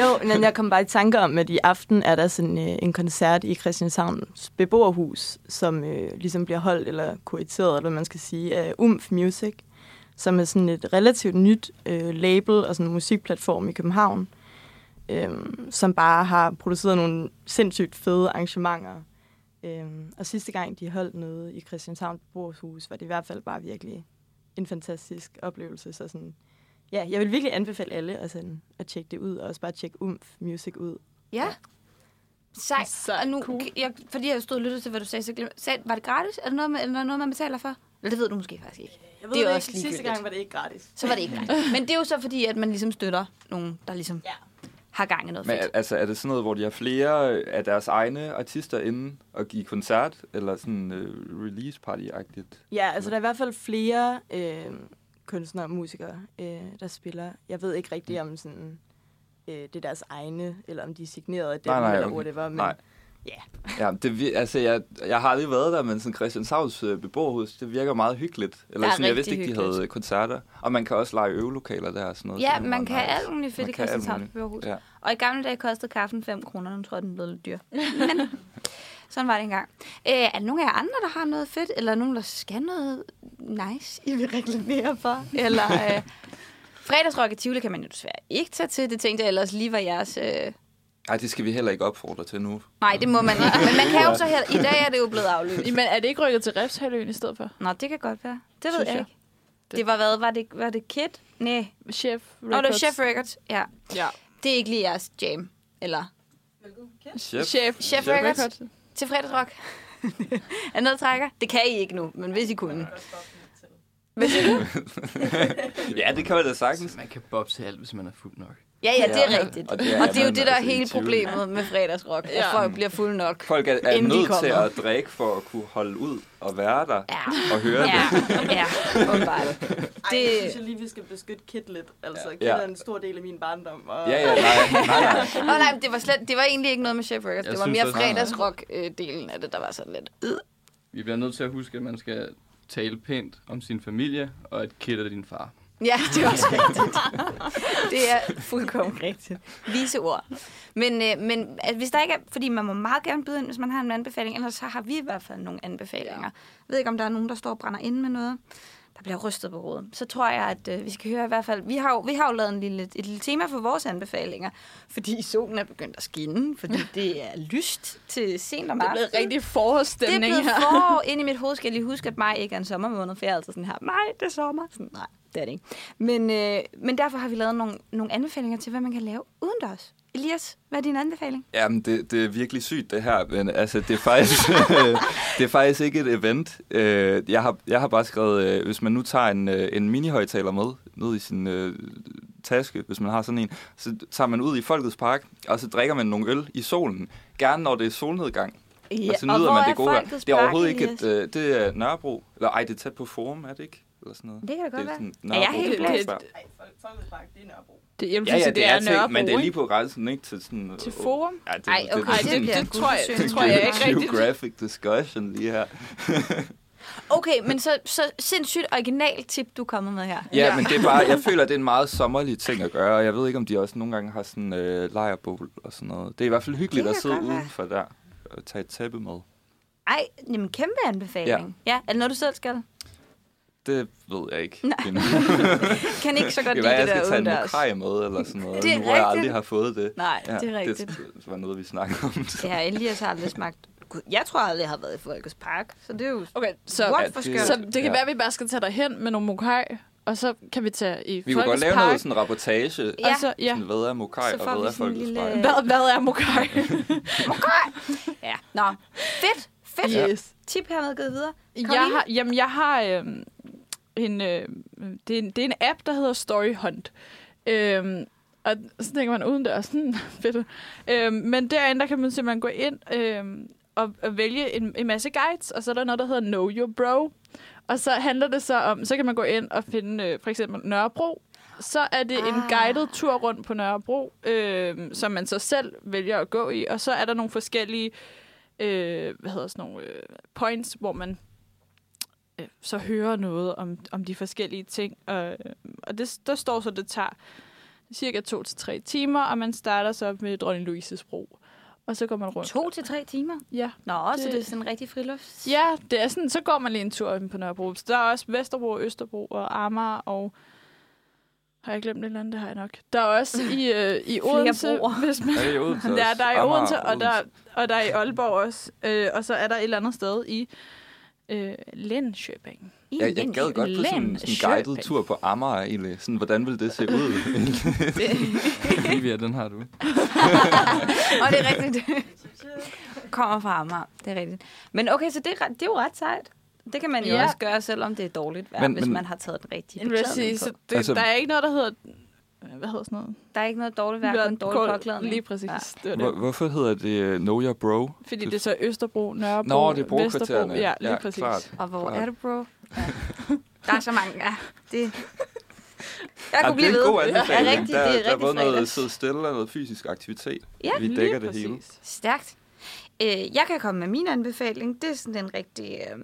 Speaker 9: Jo, men jeg kom bare i tanke om, at i aften er der sådan øh, en koncert i Christianshavns beboerhus, som øh, ligesom bliver holdt eller kurateret, eller hvad man skal sige, af Umf Music, som er sådan et relativt nyt øh, label og sådan en musikplatform i København, øh, som bare har produceret nogle sindssygt fede arrangementer. Øh, og sidste gang, de holdt noget i Christianshavns beboerhus, var det i hvert fald bare virkelig en fantastisk oplevelse, så sådan Ja, jeg vil virkelig anbefale alle at, sådan, at tjekke det ud, og også bare tjekke Umf Music ud.
Speaker 1: Ja. Sejt.
Speaker 2: Sejt,
Speaker 1: Og nu,
Speaker 2: cool.
Speaker 1: jeg, fordi jeg stod og lyttede til, hvad du sagde, så glemte, sagde, var det gratis? Er det noget, man, eller noget, man betaler for? Eller det ved du måske faktisk ikke.
Speaker 9: Jeg
Speaker 1: Det er også ligegyldigt.
Speaker 9: var det ikke gratis.
Speaker 1: Så var det ikke gratis. Men det er jo så fordi, at man ligesom støtter nogen, der ligesom
Speaker 9: Ja.
Speaker 1: har gang i noget
Speaker 3: Men
Speaker 1: fedt.
Speaker 3: altså, er det sådan noget, hvor de har flere af deres egne artister inde og give koncert? Eller sådan øh, release party-agtigt?
Speaker 9: Ja, altså der er i hvert fald flere øh, kunstnere og musikere, øh, der spiller. Jeg ved ikke rigtig
Speaker 3: Mm.
Speaker 9: om sådan, øh, det er deres egne, eller om de er signeret af dem,
Speaker 3: Nej, nej,
Speaker 9: eller
Speaker 3: okay.
Speaker 9: whatever. Men
Speaker 3: Nej.
Speaker 9: Ja.
Speaker 3: Ja, det, vir- altså, jeg, jeg har aldrig været der, men sådan Christianshavns øh, beboerhus, det virker meget hyggeligt. Eller
Speaker 1: Der er
Speaker 3: sådan, jeg vidste
Speaker 1: rigtig
Speaker 3: ikke, de
Speaker 1: hyggeligt.
Speaker 3: havde øh, koncerter. Og man kan også lege øvelokaler der og sådan noget. så
Speaker 1: Ja,
Speaker 3: det er
Speaker 1: man
Speaker 3: meget
Speaker 1: kan
Speaker 3: nice.
Speaker 1: alt muligt fedt
Speaker 3: Man
Speaker 1: i
Speaker 3: kan alt
Speaker 1: Christianshavns
Speaker 3: muligt.
Speaker 1: Bøgerhus.
Speaker 3: Ja.
Speaker 1: Og i gamle dage kostede kaffen 5 kroner, nu tror jeg, den blev lidt
Speaker 3: *laughs*
Speaker 1: dyr. Men sådan var det engang. Øh, er der nogen af jer andre, der har noget fedt, eller nogen, der skal noget nice, I vil reklamere for? Eller øh, fredagsrock i Tivoli kan man jo desværre ikke tage til. Det tænkte jeg ellers lige var jeres... Øh...
Speaker 3: Ej, det skal vi heller ikke opfordre til nu.
Speaker 1: Nej, det må man ikke. Men man kan jo så heller... I dag er det jo blevet aflyst.
Speaker 2: Men er det ikke rykket til Refshaløen i stedet for?
Speaker 1: Nå, det kan godt være. Det ved
Speaker 2: Synes
Speaker 1: jeg,
Speaker 2: jeg.
Speaker 1: ikke. Det, var hvad? Var det, var det Kid? Nej.
Speaker 2: Chef Records.
Speaker 1: Nå, det var Chef Records. Ja.
Speaker 2: Ja.
Speaker 1: Det er ikke lige jeres jam. Eller
Speaker 3: Chef.
Speaker 2: Chef,
Speaker 1: Øh, Chef Records. til fredagsrock. *laughs* er noget trækker? Det kan I ikke nu, men hvis I kunne.
Speaker 3: ja, det kan man da sagtens.
Speaker 6: Man kan bob til alt, hvis man er fuld nok.
Speaker 1: Ja, ja, det er
Speaker 3: Ja.
Speaker 1: rigtigt.
Speaker 3: Og
Speaker 1: Og
Speaker 3: det
Speaker 1: det
Speaker 3: er
Speaker 1: er, og det er jo
Speaker 3: man
Speaker 1: det, der er
Speaker 3: altså i
Speaker 1: hele
Speaker 3: tvivl.
Speaker 1: problemet med fredagsrock, at
Speaker 2: Ja.
Speaker 1: folk bliver fulde nok.
Speaker 3: Folk er, er
Speaker 1: Inden de
Speaker 3: nødt til
Speaker 1: kommer.
Speaker 3: at drikke for at kunne holde ud og være der
Speaker 1: Ja,
Speaker 3: og høre
Speaker 1: ja,
Speaker 3: det.
Speaker 1: ja, åbenbart.
Speaker 4: Det-
Speaker 1: Det,
Speaker 4: Ej,
Speaker 9: synes jeg lige, vi skal beskytte Kit lidt. Altså, Kit
Speaker 3: Ja.
Speaker 9: er en stor del af min barndom. Og...
Speaker 3: Ja, ja, nej, nej, nej.
Speaker 1: Nå, nej, men det var, slet, det var egentlig ikke noget med Chef Records.
Speaker 6: Jeg
Speaker 1: Det var
Speaker 6: synes
Speaker 1: mere
Speaker 6: også-
Speaker 1: fredagsrock-delen af det, der var sådan lidt. øh.
Speaker 6: Vi bliver nødt til at huske, at man skal tale pænt om sin familie, og at Kit er din far.
Speaker 1: Ja, *laughs* det er også rigtigt. Det er fuldkommen rigtigt. Vise ord. Men, øh, men at hvis der ikke er, fordi man må meget gerne byde ind, hvis man har en anbefaling, ellers så har vi i hvert fald nogle anbefalinger. Jeg ved ikke, om der er nogen, der står og brænder inde med noget. Der bliver rystet på hovedet. Så tror jeg, at øh, vi skal høre i hvert fald... Vi har jo, vi har jo lavet en lille, et lille tema for vores anbefalinger, fordi solen er begyndt at skinne,
Speaker 2: *laughs*
Speaker 1: fordi det er lyst til sent om
Speaker 2: Det er
Speaker 1: aftenen.
Speaker 2: blevet rigtig
Speaker 1: Det er
Speaker 2: forårsstemning
Speaker 1: blevet
Speaker 2: her.
Speaker 1: forår
Speaker 3: *laughs*
Speaker 1: ind i mit hoved. Skal jeg lige huske, at maj ikke er en sommermåned, for jeg er altid sådan her, nej, det er sommer. Sådan, nej, det er det ikke. Men, øh, men derfor har vi lavet nogle, nogle anbefalinger til, hvad man kan lave udendørs. Elias, hvad er din anbefaling?
Speaker 3: Jamen, det, det er virkelig sygt, det her, men altså, det er faktisk, *laughs* det er faktisk ikke et event. Øh, Jeg har, jeg har bare skrevet, øh, hvis man nu tager en, øh, en mini-højtaler med ned i sin øh, taske, hvis man har sådan en, så tager man ud i Folkets Park, og så drikker man nogle øl i solen. Gerne når det er solnedgang. Ja, og så nyder man det gode vejr. Det er overhovedet ikke et, øh, det er Nørrebro, eller ej, det er tæt på Forum, er det ikke? Eller sådan noget.
Speaker 1: Det kan da godt
Speaker 3: er
Speaker 1: være.
Speaker 3: sådan
Speaker 1: Er jeg helt
Speaker 3: Folkets
Speaker 1: blæst?
Speaker 3: Park.
Speaker 2: Det, jeg vil
Speaker 3: Ja,
Speaker 2: sige,
Speaker 3: ja, det er,
Speaker 2: Nørrebro,
Speaker 3: ting, men det er lige
Speaker 2: ikke?
Speaker 3: på grænsen, ikke? Til, sådan,
Speaker 2: Til
Speaker 3: øh,
Speaker 2: forum?
Speaker 3: Ja, det,
Speaker 1: Ej, okay,
Speaker 2: Ej,
Speaker 1: det
Speaker 2: det, det,
Speaker 1: bliver
Speaker 2: det, tror, jeg, det
Speaker 1: Guds
Speaker 2: tror jeg ikke rigtigt.
Speaker 3: Geographic discussion lige her.
Speaker 1: Okay, men så, så sindssygt original tip, du er kommet med her.
Speaker 3: Ja, men det er bare, jeg føler, at det er en meget sommerlig ting at gøre, og jeg ved ikke, om de også nogle gange har sådan øh, lejrbål og sådan noget. Det er i hvert fald hyggeligt
Speaker 1: Det
Speaker 3: at
Speaker 1: kan
Speaker 3: sidde
Speaker 1: godt være.
Speaker 3: udenfor der og tage et tæppe med.
Speaker 1: Ej, jamen kæmpe anbefaling. Ja. ja. Er det noget, du selv skal?
Speaker 3: Det ved jeg ikke.
Speaker 1: Nej.
Speaker 3: Det
Speaker 1: *laughs* Kan ikke så godt
Speaker 3: kan
Speaker 1: lide
Speaker 3: være,
Speaker 1: det
Speaker 3: jeg
Speaker 1: der
Speaker 3: skal tage en
Speaker 1: udendørs.
Speaker 3: mokrej med eller sådan noget,
Speaker 1: Det er
Speaker 3: nu, hvor jeg
Speaker 1: rigtigt.
Speaker 3: aldrig har fået det.
Speaker 1: Nej, det er rigtigt.
Speaker 3: Det var noget, vi snakkede om.
Speaker 1: Ja, Elias har aldrig smagt... Gud, jeg tror aldrig, jeg har været i Folkets Park, så det er jo...
Speaker 2: Okay, så,
Speaker 1: What for
Speaker 3: det-
Speaker 1: skørt?
Speaker 2: så det kan
Speaker 3: Ja.
Speaker 2: være, at vi bare skal tage dig hen med nogle mokai, og så kan vi tage i
Speaker 3: Vi kunne godt
Speaker 2: Folkets
Speaker 3: lave
Speaker 2: Park.
Speaker 3: noget sådan en reportage.
Speaker 1: Ja.
Speaker 2: Og så, ja.
Speaker 3: Sådan, hvad er Mokai
Speaker 1: Så
Speaker 3: og
Speaker 1: får vi
Speaker 3: hvad er
Speaker 1: sådan en
Speaker 3: Folkets
Speaker 1: lille-
Speaker 3: Park?
Speaker 2: Hvad, hvad er mokai?
Speaker 1: Ja. Nå, fedt, fedt.
Speaker 2: yes.
Speaker 1: Tip hermed givet videre. Kom
Speaker 2: Jeg
Speaker 1: i.
Speaker 2: har, jamen, jeg har øhm, en, øh, det, er en, det er en app, der hedder Story Hunt. Øhm, og så tænker man uden dør, sådan *laughs* fedt. Øhm, men derinde, der kan man simpelthen gå ind øhm, og, og vælge en, en masse guides, og så er der noget, der hedder Know Your Bro. Og så handler det så om, så kan man gå ind og finde øh, for eksempel Nørrebro. Så er det ah. en guided tur rundt på Nørrebro, øh, som man så selv vælger at gå i. Og så er der nogle forskellige øh, hvad hedder sådan nogle øh, points, hvor man øh, så hører noget om, om de forskellige ting. Og, øh, og det, der står så, det tager cirka to til tre timer, og man starter så med Dronning Louises bro. Og så går man rundt.
Speaker 1: To til tre timer.
Speaker 2: Ja.
Speaker 1: Nå, det... så
Speaker 2: Det-
Speaker 1: det er sådan en rigtig friluft.
Speaker 2: Ja, det er sådan, så går man lige en tur på Nørrebro. Så der er også Vesterbro, Østerbro og Amager og... Har jeg glemt et eller andet? Det har jeg nok. Der er også
Speaker 1: *laughs*
Speaker 2: i, øh, i Odense,
Speaker 1: broer.
Speaker 2: hvis man...
Speaker 3: Er det i Odense
Speaker 2: Der,
Speaker 3: også?
Speaker 2: der er i
Speaker 3: Amager
Speaker 2: Odense, og der, og der er i Aalborg også. Øh, og så er der et eller andet sted i øh, Linköping.
Speaker 1: I
Speaker 3: Jeg, jeg
Speaker 1: en
Speaker 3: gad godt på sådan en sådan en guided
Speaker 2: Linköping.
Speaker 3: tur på Amager egentlig. Sådan, hvordan ville det se ud?
Speaker 6: Olivia, den har du.
Speaker 1: Og det er rigtigt. *laughs* Kommer fra Amager, det er rigtigt. Men okay, så det er, ret- det er jo ret sejt. Det kan man jo
Speaker 2: Ja.
Speaker 1: også gøre, selvom det er dårligt vejr,
Speaker 3: Men-
Speaker 1: men, hvis
Speaker 3: men-
Speaker 1: man har taget den rigtige
Speaker 2: Jeg vil
Speaker 1: beklædning
Speaker 2: sige,
Speaker 1: på.
Speaker 2: så det,
Speaker 3: Altså-
Speaker 2: altså, der er ikke noget, der hedder... øh, Hvad hedder sådan noget?
Speaker 1: Der er ikke noget dårligt vejr, kun dårlig påklædning.
Speaker 2: Lige præcis.
Speaker 1: Ja.
Speaker 2: Det var det.
Speaker 3: Hvor, hvorfor hedder det øh, Know Your Bro?
Speaker 2: Fordi det er så Østerbro, Nørrebro,
Speaker 3: Nå, det er brokvartererne.
Speaker 2: Vesterbro. Ja, lige ja, præcis.
Speaker 3: klart.
Speaker 1: Og hvor
Speaker 3: Klart.
Speaker 1: er du, bro? Ja.
Speaker 2: *laughs*
Speaker 1: Der er så mange. Ja, det... Jeg kunne
Speaker 3: Ej,
Speaker 1: blive
Speaker 3: det
Speaker 1: ved.
Speaker 3: er en god anbefaling.
Speaker 1: Ja, rigtigt,
Speaker 3: der,
Speaker 1: det er
Speaker 3: der er
Speaker 1: rigtig
Speaker 3: både noget
Speaker 1: fredags.
Speaker 3: sidde stille og noget fysisk aktivitet.
Speaker 1: Ja,
Speaker 3: Vi dækker det hele.
Speaker 1: Stærkt. Øh, jeg kan komme med min anbefaling. Det er sådan en rigtig... Øh,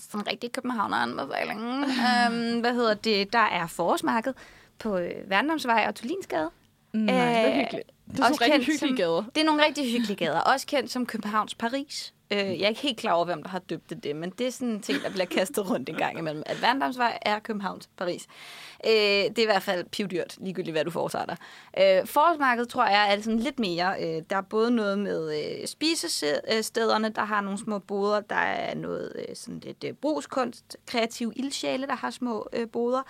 Speaker 1: sådan en rigtig københavner-anbefaling. øh, hvad hedder det? Der er forårsmarked på øh, Værndomsvej og Tulinsgade.
Speaker 2: Mm, Nej, det er hyggeligt. Det er sådan rigtig hyggelige
Speaker 1: Øh, som,
Speaker 2: gader.
Speaker 1: Det er nogle rigtig hyggelige gader. Også kendt som Københavns Paris. Øh, jeg er ikke helt klar over, hvem der har døbt det, det, men det er sådan en ting, der bliver kastet rundt en gang imellem. At Vandamsvej er Københavns Paris. Øh, det er i hvert fald pivdyrt, ligegyldigt hvad du foretager dig. Øh, forårsmarkedet tror jeg er sådan lidt mere. Øh, der er både noget med øh, spisestederne, der har nogle små boder. Der er noget øh, sådan lidt øh, brugskunst, kreative ildsjæle, der har små øh, boder.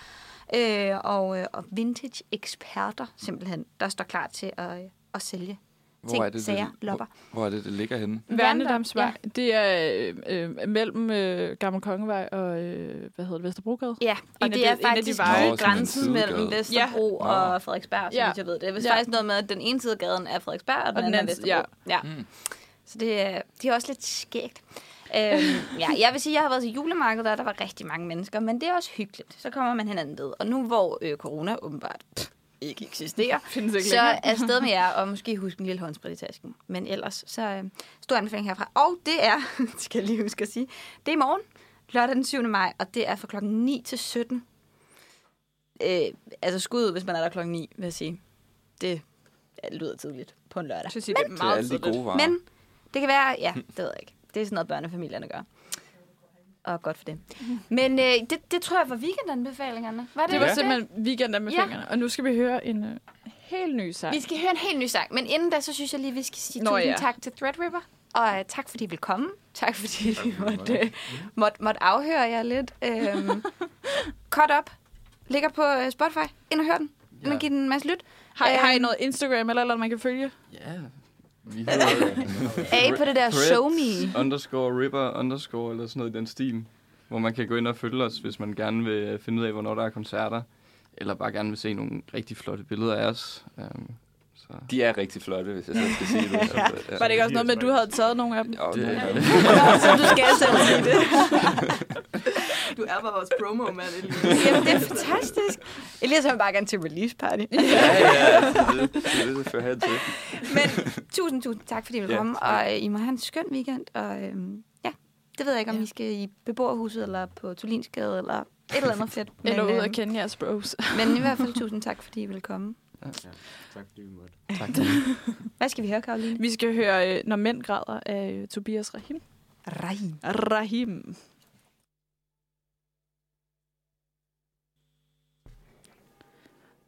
Speaker 1: Øh, og, øh, og vintage-eksperter simpelthen, der står klar til at, øh, at sælge
Speaker 3: Hvor er
Speaker 1: ting,
Speaker 3: det,
Speaker 1: sager,
Speaker 3: det,
Speaker 1: lopper.
Speaker 3: hvor, hvor er det, det ligger henne?
Speaker 2: Værnedamsvej, ja. det er øh, øh, mellem øh, Gammel Kongevej og, øh, hvad hedder det, Vesterbrogade.
Speaker 1: Ja, og
Speaker 2: En af
Speaker 1: det
Speaker 2: de-
Speaker 1: er
Speaker 2: en af de
Speaker 1: faktisk
Speaker 2: veje. Nå,
Speaker 1: lige
Speaker 3: sådan en
Speaker 1: grænsen
Speaker 3: sidegade.
Speaker 1: mellem Vesterbro
Speaker 3: Ja. Nå.
Speaker 1: og Frederiksberg, så
Speaker 2: Ja.
Speaker 1: vidt jeg ved det. Hvis
Speaker 2: Ja.
Speaker 1: ja. faktisk noget med, at den ene side af gaden er Frederiksberg, og den, og den anden er
Speaker 2: anden- ja.
Speaker 1: Vesterbro. Ja. ja.
Speaker 3: Mm.
Speaker 1: Så det, er- det er også lidt skægt. øhm, ja, jeg vil sige, at jeg har været til julemarkedet, og der var rigtig mange mennesker, men det er også hyggeligt. Så kommer man hinanden ved. Og nu hvor øh, corona åbenbart pff, ikke eksisterer,
Speaker 2: Findes ikke
Speaker 1: så
Speaker 2: længere.
Speaker 1: er
Speaker 2: *laughs*
Speaker 1: afsted med jer, og måske husk en lille håndsprit i tasken. Men ellers, så øh, stor anbefaling herfra. Og det er, *laughs* det skal jeg lige huske at sige, det er i morgen, lørdag den 7. maj, og det er fra klokken 9 til 17. Øh, altså skud ud, hvis man er der klokken 9, vil jeg sige. Det ja, det lyder tidligt på en lørdag.
Speaker 2: Jeg synes, I, det er
Speaker 3: Det er
Speaker 2: meget
Speaker 3: alle de
Speaker 2: tidligt.
Speaker 3: gode varer.
Speaker 1: Men det kan være, ja, det ved jeg ikke. Det er sådan noget, børnefamilierne gør. Og godt for det. Men øh, det, det tror jeg var weekendanbefalingerne. Var det,
Speaker 2: Mhm. Det var
Speaker 1: ikke
Speaker 2: simpelthen weekend med
Speaker 1: Ja.
Speaker 2: fingrene. Og nu skal vi høre en øh, helt ny sang.
Speaker 1: Vi skal høre en helt ny sang, men inden da, så synes jeg lige, vi skal sige
Speaker 2: Nå,
Speaker 1: Nå, tusind
Speaker 2: ja.
Speaker 1: ja. tak til *laughs* Threadripper. Og øh, tak, fordi I ville komme. Tak, fordi I måtte, øh, måtte, måtte afhøre jer lidt. Øhm, cut up. Ligger på øh, Spotify. Ind og hør den. Ja.
Speaker 6: Ja.
Speaker 1: Man giver den en masse
Speaker 3: *laughs*
Speaker 1: lyt.
Speaker 2: Har,
Speaker 1: Øhm,
Speaker 2: har I noget Instagram eller noget, man kan følge?
Speaker 6: Ja. Vi hedder
Speaker 1: Af på det der
Speaker 6: Threads
Speaker 1: show me.
Speaker 6: underscore ripper underscore eller sådan noget i den stil, hvor man kan gå ind og følge os, hvis man gerne vil øh, finde ud af, hvornår der er koncerter, eller bare gerne vil se nogle rigtig flotte billeder af os. Øhm, så.
Speaker 3: De er rigtig flotte, hvis jeg selv skal sige det. Altså, ja.
Speaker 2: Var det ikke også noget med, at du havde taget nogle af dem?
Speaker 3: Jo,
Speaker 6: Det-
Speaker 3: nogle af dem.
Speaker 2: *laughs*
Speaker 1: Så du skal selv sige det.
Speaker 9: Du er bare vores promo-mand, Elias. *laughs*
Speaker 1: Jamen, det er fantastisk. Elias han vil bare gerne til release party.
Speaker 3: Ja, ja, det, det, det er det, det fører hen til.
Speaker 1: Men tusind, tusind tak, fordi I ville
Speaker 3: Ja,
Speaker 1: komme, og øh, I må have en skøn weekend, og øhm, ja, det ved jeg ikke, om ja. I skal i beboerhuset, eller på Tulinsgade, eller et *laughs* eller andet fedt. Men,
Speaker 2: Eller ud
Speaker 1: øhm,
Speaker 2: og kende jeres bros.
Speaker 1: men i hvert fald tusind tak, fordi I ville komme.
Speaker 8: Tak fordi vi
Speaker 1: *laughs*
Speaker 8: måtte.
Speaker 1: Hvad skal vi høre, Karoline?
Speaker 2: Vi skal høre, øh, når mænd græder af øh, Tobias Rahim.
Speaker 1: Rahim.
Speaker 2: Rahim.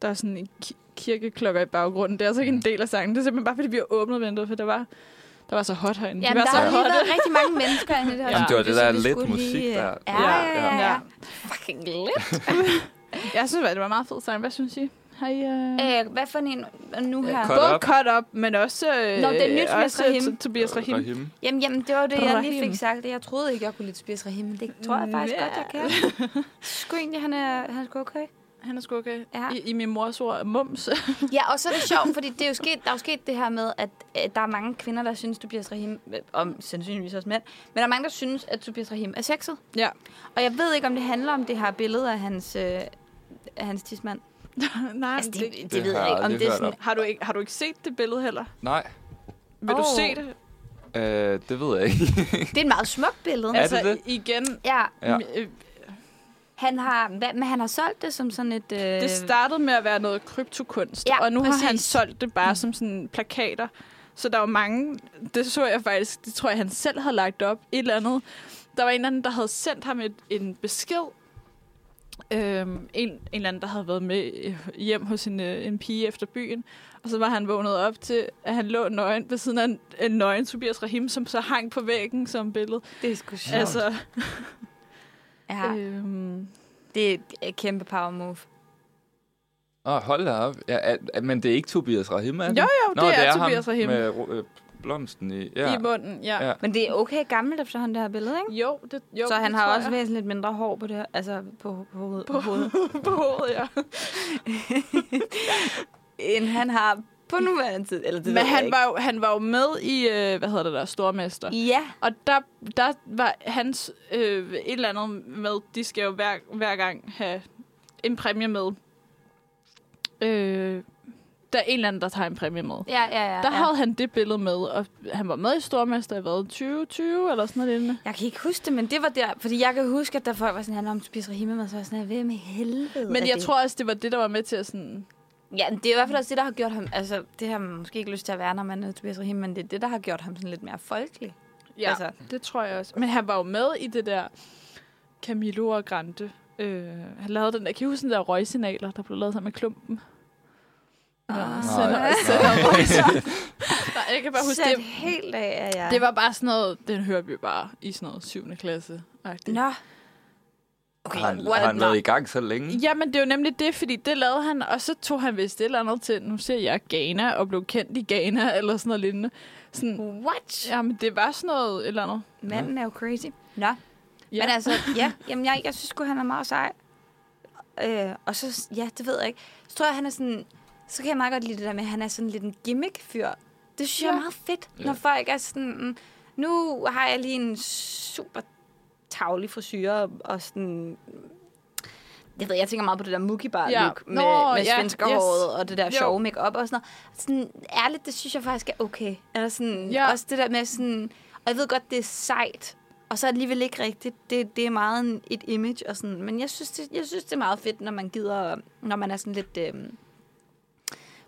Speaker 2: Der er sådan en ki- kirkeklokker i baggrunden. Det er altså ikke en del af sangen. Det er simpelthen bare, fordi vi har åbnet vinduet, for der var, der var så hot herinde.
Speaker 1: Ja,
Speaker 2: de var
Speaker 1: der
Speaker 2: så
Speaker 1: har lige
Speaker 2: hotte.
Speaker 1: været rigtig mange mennesker inde i det her.
Speaker 3: Jamen, det var det,
Speaker 1: studie,
Speaker 3: der
Speaker 1: så vi
Speaker 3: lidt
Speaker 1: skulle lige,
Speaker 3: musik
Speaker 1: øh,
Speaker 3: der.
Speaker 1: Ja,
Speaker 3: Ja,
Speaker 1: ja, ja. ja. Fucking lidt.
Speaker 2: Jeg synes, at det var en meget fed sang. Hvad synes I? Har I... Øh...
Speaker 1: Æh, hvad for en nu
Speaker 8: Øh,
Speaker 1: her?
Speaker 3: Cut
Speaker 2: Både
Speaker 3: Up.
Speaker 2: cut up, men også, øh,
Speaker 1: Nå, det er nyt med
Speaker 2: også
Speaker 1: Rahim.
Speaker 2: T- Tobias Rahim.
Speaker 3: Rahim.
Speaker 1: Jamen, jamen, det var jo det, jeg lige
Speaker 2: Rahim.
Speaker 1: fik sagt. Jeg troede ikke, jeg kunne lide Tobias Rahim, men det tror jeg faktisk
Speaker 2: Ja.
Speaker 1: godt, jeg kan. Sgu egentlig, han er, han er sgu okay.
Speaker 2: Han er sgu okay.
Speaker 1: Ja.
Speaker 2: I, I min mors ord, mums. *laughs*
Speaker 1: Ja, og så er det sjovt, fordi det er jo sket, der er jo sket det her med, at, at der er mange kvinder, der synes, Tobias Rahim, øh, om sandsynligvis også mænd, men der er mange, der synes, at Tobias Rahim Altså, er sexet.
Speaker 2: ja.
Speaker 1: Og jeg ved ikke, om det handler om det her billede af hans, øh, af hans tidsmand.
Speaker 2: Nej,
Speaker 1: Altså, det, det, det,
Speaker 3: det
Speaker 1: ved
Speaker 3: har
Speaker 1: jeg
Speaker 3: jeg
Speaker 1: ikke, om
Speaker 3: aldrig
Speaker 1: det er
Speaker 3: hørt
Speaker 1: sådan...
Speaker 3: om.
Speaker 2: Har du, ikke, har du ikke set det billede heller?
Speaker 3: Nej,
Speaker 2: Vil oh. du
Speaker 1: Åh.
Speaker 2: se det?
Speaker 3: øh, det ved jeg ikke.
Speaker 1: Det er et meget smukt billede.
Speaker 2: Altså,
Speaker 3: det?
Speaker 2: igen,
Speaker 1: Ja,
Speaker 3: Ja.
Speaker 2: ja. øh,
Speaker 1: han har, hvad, men han har solgt det som sådan et... Øh,
Speaker 2: det startede med at være noget kryptokunst,
Speaker 1: Ja,
Speaker 2: og nu har han
Speaker 1: præcis. Mm.
Speaker 2: solgt det bare som sådan plakater. Så der var mange, det så jeg faktisk, det tror jeg, han selv havde lagt op, et eller andet. Der var en eller anden, der havde sendt ham et, en besked. Øhm, en, en eller anden, der havde været med øh, hjem hos en, øh, en pige efter byen. Og så var han vågnet op til, at han lå nøgen ved siden af en, en nøgen Tobias Rahim, som så hang på væggen som billede.
Speaker 1: det er sgu sjovt. Altså,
Speaker 2: Altså,
Speaker 1: ja,
Speaker 2: øhm,
Speaker 1: det er et kæmpe power move.
Speaker 3: Åh, oh, hold da op. Ja, er, er, men det er ikke Tobias Rahim, er det?
Speaker 2: Jo, jo,
Speaker 3: Nå,
Speaker 2: det, er,
Speaker 3: ham
Speaker 2: Tobias Rahim.
Speaker 3: med ro- øh, blomsten i. Ja.
Speaker 2: I munden, ja.
Speaker 3: Ja.
Speaker 1: Men det er okay gammelt efterhånden, det her billede, ikke?
Speaker 2: Jo, det, jo,
Speaker 1: Så han
Speaker 2: det
Speaker 1: har
Speaker 2: tror
Speaker 1: også
Speaker 2: jeg.
Speaker 1: væsentligt mindre hår på det her, altså på, på, hovedet, på
Speaker 2: På-
Speaker 1: hovedet,
Speaker 2: på hovedet, ja.
Speaker 1: end han har på nuværende tid. Eller det ved
Speaker 2: Men
Speaker 1: jeg
Speaker 2: han
Speaker 1: ikke.
Speaker 2: var, jo, han var jo med i, øh, hvad hedder det der, Stormester.
Speaker 1: Ja,
Speaker 2: Og der, der var hans øh, et eller andet med, de skal jo hver, hver gang have en præmie med. Øh, der er en eller anden, der tager en præmie med.
Speaker 1: ja, ja. ja,
Speaker 2: Der
Speaker 1: ja.
Speaker 2: havde han det billede med, og han var med i Stormester i hvad, 2020 eller sådan noget lignende.
Speaker 1: Jeg kan ikke huske det, men det var der, fordi jeg kan huske, at der folk var sådan, han om Tobias Rahim, og så var jeg sådan, her, hvem i helvede
Speaker 2: Men
Speaker 1: er
Speaker 2: jeg
Speaker 1: det?
Speaker 2: tror også, det var det, der var med til at sådan...
Speaker 1: Ja, det er i hvert fald også det, der har gjort ham, altså det har man måske ikke lyst til at være, når man er Tobias Rahim, men det er det, der har gjort ham sådan lidt mere folkelig.
Speaker 2: Ja, altså.
Speaker 1: Altså.
Speaker 2: det tror jeg også. Men han var jo med i det der Camilo og Grande. Øh, han lavede den der, kan I huske den der røgsignaler, der blev lavet sammen med klumpen? Ah,
Speaker 3: Nej.
Speaker 2: Nej, jeg kan bare huske
Speaker 1: Sat
Speaker 2: det.
Speaker 1: helt af, ja.
Speaker 2: Det var bare sådan noget, den hørte vi bare i sådan noget 7. klasse. -agtigt.
Speaker 1: Nå, Okay,
Speaker 3: Har han,
Speaker 1: what
Speaker 3: har
Speaker 1: a
Speaker 3: han været i gang så længe?
Speaker 2: Jamen, det er jo nemlig det, fordi det lavede han, og så tog han vist et eller andet til, nu ser jeg Ghana, og blev kendt i Ghana, eller sådan noget lignende. Sådan,
Speaker 1: What?
Speaker 2: jamen, det var sådan noget et eller andet.
Speaker 1: Manden er jo crazy. Nå. Ja. Men
Speaker 2: Ja.
Speaker 1: altså, ja, jamen jeg, jeg synes sgu, han er meget sej. Øh, og så, ja, det ved jeg ikke. Så tror jeg, han er sådan, så kan jeg meget godt lide det der med, at han er sådan lidt en gimmick-fyr. Det synes ja. jeg er
Speaker 2: Ja.
Speaker 1: meget fedt, ja. når folk er sådan, "Mm, nu har jeg lige en super tavlig frisyre, og sådan... Jeg ved, jeg tænker meget på det der mookie bar
Speaker 2: Ja.
Speaker 1: look med,
Speaker 2: Nå,
Speaker 1: med
Speaker 2: ja,
Speaker 1: svenskerhåret yes. og det der
Speaker 2: Jo.
Speaker 1: sjove makeup og sådan noget. Sådan, ærligt, det synes jeg faktisk er okay. Eller sådan, ja.
Speaker 2: Ja.
Speaker 1: også det der med sådan, og jeg ved godt, det er sejt, og så alligevel ikke rigtigt. Det, det er meget en, et image og sådan, men jeg synes, det, jeg synes, det er meget fedt, når man gider, når man er sådan lidt øhm,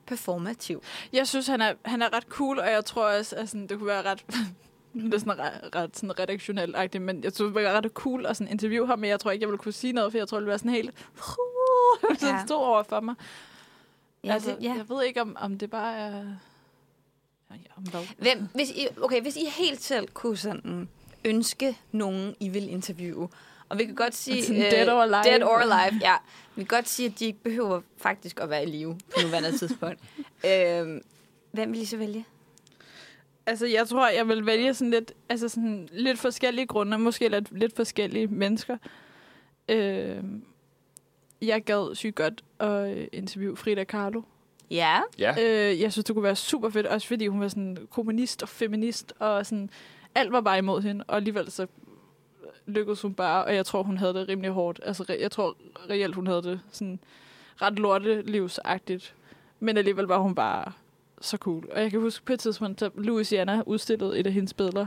Speaker 1: performativ.
Speaker 2: Jeg synes, han er, han er ret cool, og jeg tror også, at sådan, det kunne være ret... *laughs* det er sådan ret, ret sådan redaktionelt agtigt, men jeg tror, det var ret cool at sådan interviewe ham, men jeg tror ikke, jeg ville kunne sige noget, for jeg tror, det ville være sådan helt... *laughs* sådan
Speaker 1: Ja.
Speaker 2: stod over for mig.
Speaker 1: Ja,
Speaker 2: altså,
Speaker 1: det, ja.
Speaker 2: Jeg ved ikke, om, om det bare er... Ja, om hvad?
Speaker 1: Hvem, hvis I, okay, hvis I helt selv kunne sådan ønske nogen, I vil interviewe, og vi kan godt sige... øh,
Speaker 2: Sådan Altså dead or alive.
Speaker 1: Dead or alive, ja. Vi kan godt sige, at de ikke behøver faktisk at være i live på nuværende
Speaker 2: *laughs*
Speaker 1: tidspunkt. øhm, hvem vil I så vælge?
Speaker 2: Altså, jeg tror, jeg vil vælge sådan lidt, altså sådan lidt forskellige grunde, måske lidt, lidt forskellige mennesker. Øh, jeg gad sygt godt at øh, interviewe Frida Kahlo.
Speaker 1: Ja.
Speaker 6: Ja.
Speaker 2: Øh, jeg synes, det kunne være super fedt, også fordi hun var sådan kommunist og feminist, og sådan, alt var bare imod hende, og alligevel så lykkedes hun bare, og jeg tror, hun havde det rimelig hårdt. Altså, re- jeg tror reelt, hun havde det sådan ret lortelivsagtigt, men alligevel var hun bare så cool. Og jeg kan huske på et tidspunkt, at Louisiana udstillede et af hendes billeder,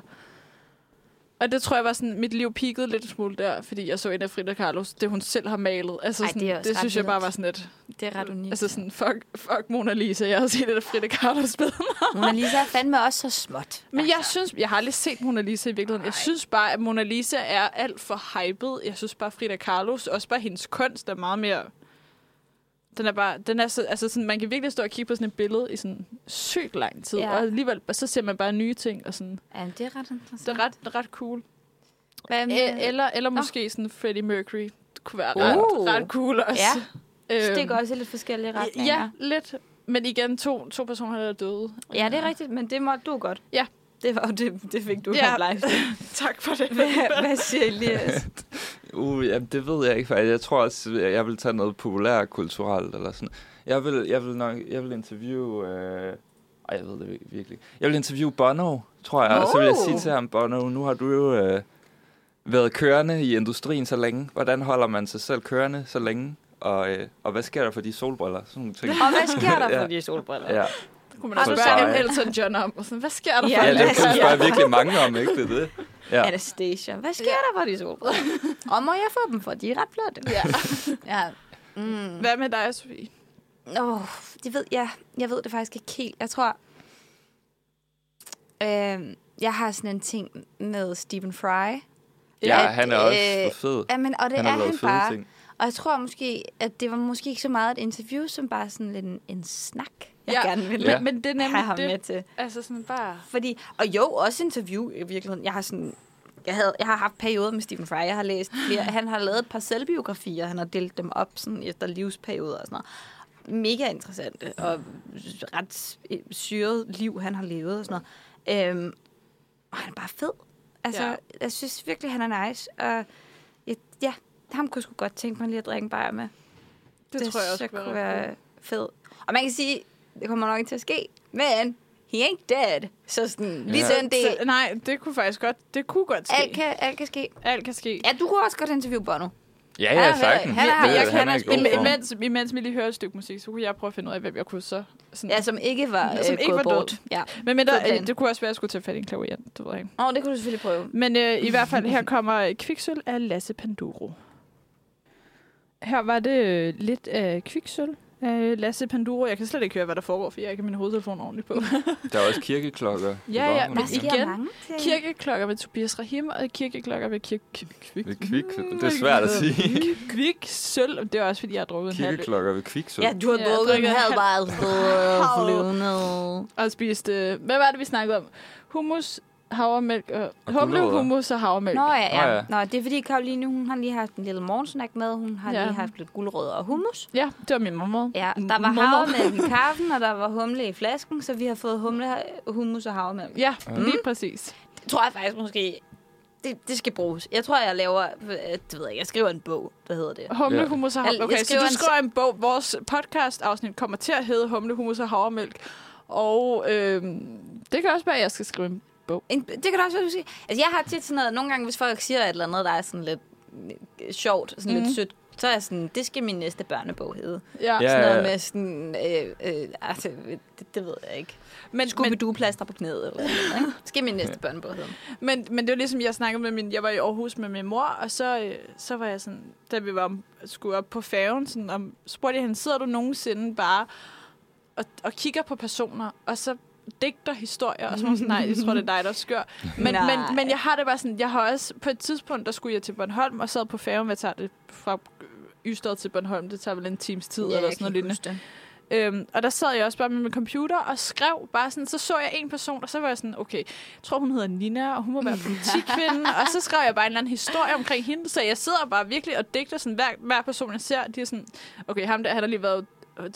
Speaker 2: og det tror jeg var sådan, mit liv peakede lidt en smule der, fordi jeg så en af Frida Carlos, det hun selv har malet. Altså,
Speaker 1: Ej,
Speaker 2: sådan,
Speaker 1: det er
Speaker 2: det,
Speaker 1: også
Speaker 2: det
Speaker 1: ret
Speaker 2: synes jeg bare
Speaker 1: vildt.
Speaker 2: var sådan et,
Speaker 1: Det er ret unikt.
Speaker 2: Altså sådan, fuck, fuck Mona Lisa, jeg har set det der Frida Kahlo spil.
Speaker 1: Mona Lisa er fandme også så småt.
Speaker 2: *laughs*
Speaker 1: altså.
Speaker 2: Men jeg synes, jeg har aldrig set Mona Lisa i virkeligheden. Jeg synes bare, at Mona Lisa er alt for hyped. Jeg synes bare, Frida Kahlos, også bare hendes kunst er meget mere... Den er bare, den er så, altså sådan, man kan virkelig stå og kigge på sådan et billede i sådan sygt lang tid,
Speaker 1: Ja.
Speaker 2: ja. og alligevel, og så ser man bare nye ting, og sådan,
Speaker 1: Ja, det er ret interessant.
Speaker 2: det er ret, det er ret cool.
Speaker 1: Hvad med,
Speaker 2: Æ, eller, eller måske sådan Freddie Mercury, det kunne være
Speaker 1: Uh.
Speaker 2: ret, ret cool også.
Speaker 1: Ja.
Speaker 2: Øhm,
Speaker 1: stikker også i lidt forskellige retninger.
Speaker 2: Ja, lidt. Men igen, to, to personer, der er døde.
Speaker 1: ja, det er rigtigt, men det måtte du godt.
Speaker 2: Ja.
Speaker 1: Det, var, jo det, det fik du
Speaker 2: Ja.
Speaker 1: ja. live.
Speaker 2: *laughs* Tak for det.
Speaker 1: Hvad, hvad siger
Speaker 2: *laughs*
Speaker 1: Elias?
Speaker 3: *laughs* Uh, jamen, det ved jeg ikke faktisk. Jeg tror også, at jeg vil tage noget populært kulturelt eller sådan. Jeg vil, jeg vil nok, jeg vil interviewe... Øh... Ej, jeg ved det vir- virkelig. ikke. Jeg vil interviewe Bono, tror jeg. Og så vil jeg sige til ham, Bono, nu har du jo øh, været kørende i industrien så længe. Hvordan holder man sig selv kørende så længe? Og, øh, og hvad sker der for de solbriller? Sådan nogle ting.
Speaker 1: Og hvad sker der for
Speaker 3: Ja.
Speaker 1: de solbriller?
Speaker 3: Ja,
Speaker 2: Det kunne man
Speaker 1: Har
Speaker 2: også
Speaker 3: du
Speaker 2: spørge
Speaker 3: svaret?
Speaker 2: Elton John om. Og sådan, hvad sker der
Speaker 1: Ja,
Speaker 2: for
Speaker 3: ja det
Speaker 1: hvad
Speaker 2: Elton
Speaker 3: kunne
Speaker 1: sker
Speaker 2: John?
Speaker 1: der?
Speaker 3: spørge virkelig mange om, ikke? Det er det. Ja.
Speaker 1: Anastasia, hvad sker ja. der for de solbriller? *laughs* Og må jeg få dem, for de er ret flotte.
Speaker 2: Ja.
Speaker 1: Ja. Mm.
Speaker 2: Hvad med dig, Sofie?
Speaker 1: Oh, det ved jeg. Jeg ved det faktisk ikke helt. Jeg tror... Øh, jeg har sådan en ting med Stephen Fry.
Speaker 3: Ja,
Speaker 1: At,
Speaker 3: han er også
Speaker 1: øh,
Speaker 3: for fed.
Speaker 1: Jamen, og det
Speaker 3: Han
Speaker 1: er
Speaker 3: har lavet
Speaker 1: han
Speaker 3: fede
Speaker 1: bare.
Speaker 3: ting.
Speaker 1: Og jeg tror måske, at det var måske ikke så meget et interview, som bare sådan lidt en, en snak, jeg
Speaker 2: Ja.
Speaker 1: gerne ville
Speaker 3: Ja.
Speaker 2: Men, men det er
Speaker 1: have ham
Speaker 2: nemlig
Speaker 1: med
Speaker 2: det.
Speaker 1: til.
Speaker 2: Altså sådan bare...
Speaker 1: Fordi, og jo, også interview i virkeligheden. Jeg har sådan... Jeg, havde, jeg har haft perioder med Stephen Fry. Jeg har læst flere. Han har lavet et par selvbiografier. Han har delt dem op sådan efter livsperioder og sådan noget. Mega interessant og ret syret liv, han har levet og sådan noget. Øhm, og han er bare fed. Altså, ja.
Speaker 2: Ja.
Speaker 1: jeg synes virkelig, han er nice. Og jeg, ja, ham kunne jeg sgu godt tænke mig lige at drikke en bajer med.
Speaker 2: Det, det tror jeg også
Speaker 1: synes
Speaker 2: kunne være ret
Speaker 1: fed. Og man kan sige, det kommer nok ikke til at ske, men he ain't dead. Så sådan, lige
Speaker 2: cool.
Speaker 1: sådan
Speaker 2: Så-
Speaker 1: det,
Speaker 2: Nej, det kunne faktisk godt... Det kunne godt ske.
Speaker 1: alt kan, alt kan ske.
Speaker 2: Alt kan ske.
Speaker 1: Ja, du kunne også godt interviewe Bono.
Speaker 3: Ja,
Speaker 1: Han er
Speaker 3: ja,
Speaker 1: heller-
Speaker 3: sagtens.
Speaker 1: han er-
Speaker 3: Det-
Speaker 1: jeg kan-
Speaker 3: han er
Speaker 1: han
Speaker 3: i
Speaker 1: er-
Speaker 3: god
Speaker 1: men-
Speaker 3: form.
Speaker 2: Imens, imens vi lige hører et stykke musik, så kunne jeg prøve at finde ud af, hvem jeg kunne så. Sådan.
Speaker 1: Ja, som ikke var
Speaker 2: Som
Speaker 1: øh,
Speaker 2: ikke
Speaker 1: gået
Speaker 2: var død.
Speaker 1: bort. Ja.
Speaker 2: men, men
Speaker 1: fed plan.
Speaker 2: der, øh, det kunne også være, at jeg skulle tage fat i en klaverien. Det ved jeg ikke.
Speaker 1: Åh, oh, det kunne du selvfølgelig prøve.
Speaker 2: Men øh, i hvert fald, her kommer Kviksøl af Lasse Panduro. Her var det øh, lidt af Kviksøl af Lasse Panduro. Jeg kan slet ikke høre, hvad der foregår, for jeg har ikke min hovedtelefon ordentligt på.
Speaker 3: Der er også kirkeklokker. i
Speaker 2: ja,
Speaker 3: Bornholm,
Speaker 2: men
Speaker 1: Der
Speaker 2: igen.
Speaker 1: sker igen. mange ting.
Speaker 2: kirkeklokker ved Tobias Rahim og kirkeklokker ved Kirk... Kvik...
Speaker 3: Ved kvik. Det er svært at sige.
Speaker 2: Kviksøl. Det er også, fordi jeg har drukket en halv øl
Speaker 3: Kirkeklokker ved kviksøl.
Speaker 1: Ja, du har
Speaker 2: Ja,
Speaker 1: drukket en
Speaker 2: drikker
Speaker 1: halv
Speaker 2: halv- *laughs*
Speaker 1: bare
Speaker 2: Hav.
Speaker 1: flyvende.
Speaker 2: og spist... Øh, hvad var det, vi snakkede om? Hummus, havremælk og,
Speaker 3: Og
Speaker 2: og
Speaker 3: gulerødder.
Speaker 2: hummus og havremælk.
Speaker 1: Nå ja,
Speaker 3: Nå,
Speaker 1: ja.
Speaker 3: ja.
Speaker 1: Nå, det er fordi Karoline, hun har lige haft en lille morgensnack med. Hun har
Speaker 2: Ja.
Speaker 1: ja. lige haft lidt gulerødder og hummus.
Speaker 2: Ja, det var min mormor.
Speaker 1: Ja, der var
Speaker 2: Mormor.
Speaker 1: havremælk i kaffen, og der var humle i flasken, så vi har fået humle, hummus og havremælk.
Speaker 2: Ja,
Speaker 3: Mm.
Speaker 2: lige præcis.
Speaker 1: Det tror jeg faktisk måske, det, det skal bruges. Jeg tror, jeg laver, øh, det ved jeg ikke, jeg skriver en bog, hvad hedder det?
Speaker 2: Humle,
Speaker 3: Ja.
Speaker 2: hummus og
Speaker 1: Jeg- jeg
Speaker 2: havremælk. Okay, så
Speaker 1: skriver
Speaker 2: du
Speaker 1: en-
Speaker 2: skriver en bog. Vores podcast-afsnit kommer til at hedde Humle, hummus og havremælk. Og øhm, det kan også være, at jeg skal skrive en
Speaker 1: En, det kan du også være, du siger. Altså, jeg har tit sådan noget, nogle gange, hvis folk siger et eller andet, der er sådan lidt øh, sjovt, sådan mm.
Speaker 2: Mhm.
Speaker 1: lidt sødt, så er jeg sådan, det skal min næste børnebog hedde.
Speaker 2: Ja,
Speaker 1: Ja,
Speaker 3: Ja,
Speaker 1: sådan
Speaker 3: ja,
Speaker 1: noget
Speaker 3: ja.
Speaker 1: med sådan, øh, øh, altså, det, det ved jeg ikke.
Speaker 2: men,
Speaker 1: Skubbe du plaster på knæet eller noget, ikke? Det skal min næste
Speaker 3: *laughs*
Speaker 1: børnebog hedde.
Speaker 2: Men, men det var ligesom, jeg snakkede med min... Jeg var i Aarhus med min mor, og så, øh, så var jeg sådan... Da vi var, om- skulle op på færgen, sådan, om, spurgte jeg hende, sidder du nogensinde bare og, og kigger på personer, og så digter historier, og så var hun sådan, nej, jeg tror, det er dig, der er skør. Men,
Speaker 1: Nej.
Speaker 2: men, men jeg har det bare sådan, jeg har også, på et tidspunkt, der skulle jeg til Bornholm, og sad på færgen, hvad tager det fra Ystad til Bornholm, det tager vel en times tid, ja, eller sådan noget lignende. Øhm, og der sad jeg også bare med min computer og skrev bare sådan, så så jeg en person, og så var jeg sådan, okay, jeg tror hun hedder Nina, og hun må være politikvinde, og så skrev jeg bare en eller anden historie omkring hende, så jeg sidder bare virkelig og digter sådan, hver, hver person jeg ser, de er sådan, okay, ham der, han har lige været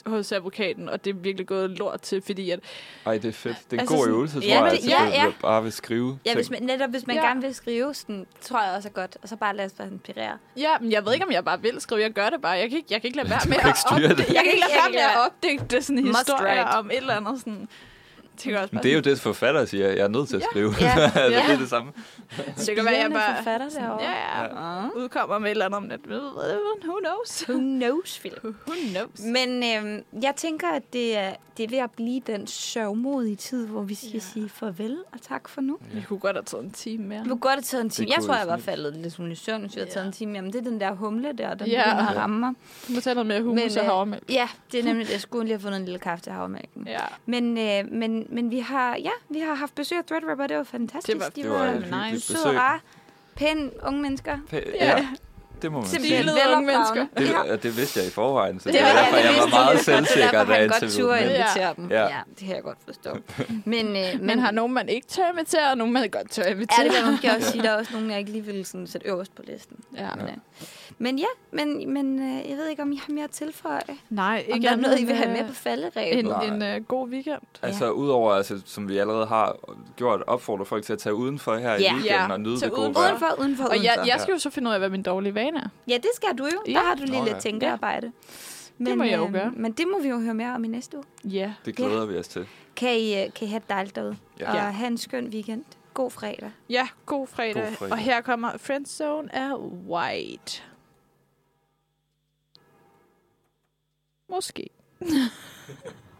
Speaker 2: hos advokaten, og det er virkelig gået lort til, fordi at,
Speaker 3: Ej, det er fedt. Det er en
Speaker 2: Altså
Speaker 3: god
Speaker 2: sådan-
Speaker 3: øvelse, tror
Speaker 1: Ja,
Speaker 3: jeg,
Speaker 1: det-
Speaker 3: til
Speaker 1: ja,
Speaker 3: det,
Speaker 1: ja.
Speaker 3: at bare vil skrive
Speaker 1: Ja,
Speaker 3: ting.
Speaker 1: hvis man, netop hvis man
Speaker 2: Ja.
Speaker 1: ja. gerne vil skrive, sådan, tror jeg også er godt. Og så bare lade sig inspirere.
Speaker 2: ja, men jeg ved ikke, om jeg bare vil skrive, jeg gør det bare, jeg kan ikke, jeg kan ikke
Speaker 3: *laughs*
Speaker 2: lade være med at
Speaker 3: kan ikke styre
Speaker 2: opdigte,
Speaker 3: det.
Speaker 2: jeg kan ikke lade være
Speaker 1: Jeg kan
Speaker 2: med
Speaker 1: ikke
Speaker 2: at opdigte sådan en
Speaker 1: Must
Speaker 2: historie
Speaker 1: write.
Speaker 2: om et eller andet sådan, det kan også
Speaker 3: Men
Speaker 2: bare
Speaker 3: det er jo det, forfatter siger, jeg er nødt til at
Speaker 2: Ja.
Speaker 3: skrive. *laughs* Altså,
Speaker 1: Ja.
Speaker 3: det er det samme.
Speaker 2: det kan være, jeg
Speaker 1: Spirende
Speaker 2: bare
Speaker 1: forfatter derovre.
Speaker 2: ja, ja,
Speaker 1: Uh.
Speaker 2: udkommer med et eller andet om net. Who knows? Mm.
Speaker 1: Who knows, Philip?
Speaker 2: Who knows?
Speaker 1: Men øhm, jeg tænker, at det er, det er ved at blive den sørgmodige tid, hvor vi skal
Speaker 2: Ja.
Speaker 1: ja. sige farvel og tak for nu.
Speaker 2: Vi kunne godt have taget en time mere.
Speaker 1: Vi kunne godt have taget en time.
Speaker 3: kunne
Speaker 1: Jeg tror,
Speaker 3: vi
Speaker 1: jeg var
Speaker 3: snit.
Speaker 1: faldet lidt smule i søvn, hvis vi havde
Speaker 2: Ja.
Speaker 1: taget en time. Jamen, det er den der humle der, der
Speaker 2: Ja.
Speaker 1: yeah. begynder at ramme mig.
Speaker 2: Du må tage noget mere hummus
Speaker 1: Men,
Speaker 2: og
Speaker 1: øh,
Speaker 2: havremælk.
Speaker 1: Ja, det er nemlig det. Jeg skulle lige have fundet en lille kaffe til havmælken.
Speaker 2: Ja,
Speaker 1: Men, øh, men, men vi har, ja, vi har haft besøg af Threadripper, det var fantastisk.
Speaker 2: Det var-
Speaker 1: De
Speaker 3: Det var
Speaker 1: var,
Speaker 3: et
Speaker 2: nice.
Speaker 3: hyggeligt nice.
Speaker 1: søde,
Speaker 3: besøg.
Speaker 1: rare, pæne unge mennesker.
Speaker 3: Pæ-
Speaker 2: Ja.
Speaker 3: ja, det må man sige.
Speaker 1: Simpelthen
Speaker 2: Stilede unge
Speaker 1: velopdragende.
Speaker 3: Det,
Speaker 1: Ja.
Speaker 3: ja. det vidste jeg i forvejen, så
Speaker 1: Det
Speaker 3: det,
Speaker 1: var-
Speaker 3: var
Speaker 1: ja,
Speaker 3: derfor,
Speaker 1: det
Speaker 3: jeg var
Speaker 1: vidste
Speaker 3: meget
Speaker 1: jeg. Det
Speaker 3: selvsikker,
Speaker 1: var
Speaker 3: da
Speaker 1: derfor,
Speaker 3: jeg
Speaker 1: han godt
Speaker 3: interviewede
Speaker 1: turde
Speaker 3: hende.
Speaker 1: invitere dem.
Speaker 3: Ja.
Speaker 1: Ja. ja, det kan jeg godt forstå. *laughs* Men, øh,
Speaker 2: men har nogen, man ikke tør invitere, og nogen, man godt tør
Speaker 1: Ja,
Speaker 2: invitere.
Speaker 1: det vil jeg måske *laughs* også sige. Der er også nogen, jeg ikke lige ville sådan, sætte øverst på listen.
Speaker 2: Ja.
Speaker 1: Ja. Men ja, men, men øh, jeg ved ikke, om I har mere at tilføje. Om
Speaker 2: Nej, ikke
Speaker 1: der er
Speaker 2: andet
Speaker 1: noget, I vil
Speaker 2: end,
Speaker 1: have
Speaker 2: øh,
Speaker 1: med på falderæbet.
Speaker 2: En,
Speaker 3: Nej.
Speaker 2: en øh, god weekend.
Speaker 3: Altså udover, altså, som vi allerede har gjort, opfordrer folk til at tage udenfor her
Speaker 1: Ja.
Speaker 3: i weekenden
Speaker 2: Ja,
Speaker 3: og nyde
Speaker 2: tag
Speaker 3: det gode
Speaker 2: udenfor.
Speaker 3: vejr.
Speaker 1: Udenfor, udenfor,
Speaker 2: Og jeg,
Speaker 1: udenfor.
Speaker 2: jeg skal jo så finde ud af, hvad min dårlige vane er.
Speaker 1: Ja, det skal du jo.
Speaker 2: Ja.
Speaker 1: Mm, Der har du lige
Speaker 3: Nå,
Speaker 1: lidt
Speaker 3: ja.
Speaker 1: tænkearbejde. Men,
Speaker 2: må jeg jo
Speaker 1: øh,
Speaker 2: gøre.
Speaker 1: Men det må vi jo høre mere om i næste uge.
Speaker 2: Ja.
Speaker 3: Det glæder vi os til.
Speaker 1: Kan I, øh, kan I have det dejligt derude.
Speaker 3: Ja.
Speaker 1: Og
Speaker 2: Ja.
Speaker 1: have en skøn weekend. God fredag.
Speaker 2: Ja, god fredag.
Speaker 3: God fredag.
Speaker 2: Og her kommer Friendzone af White. Måske.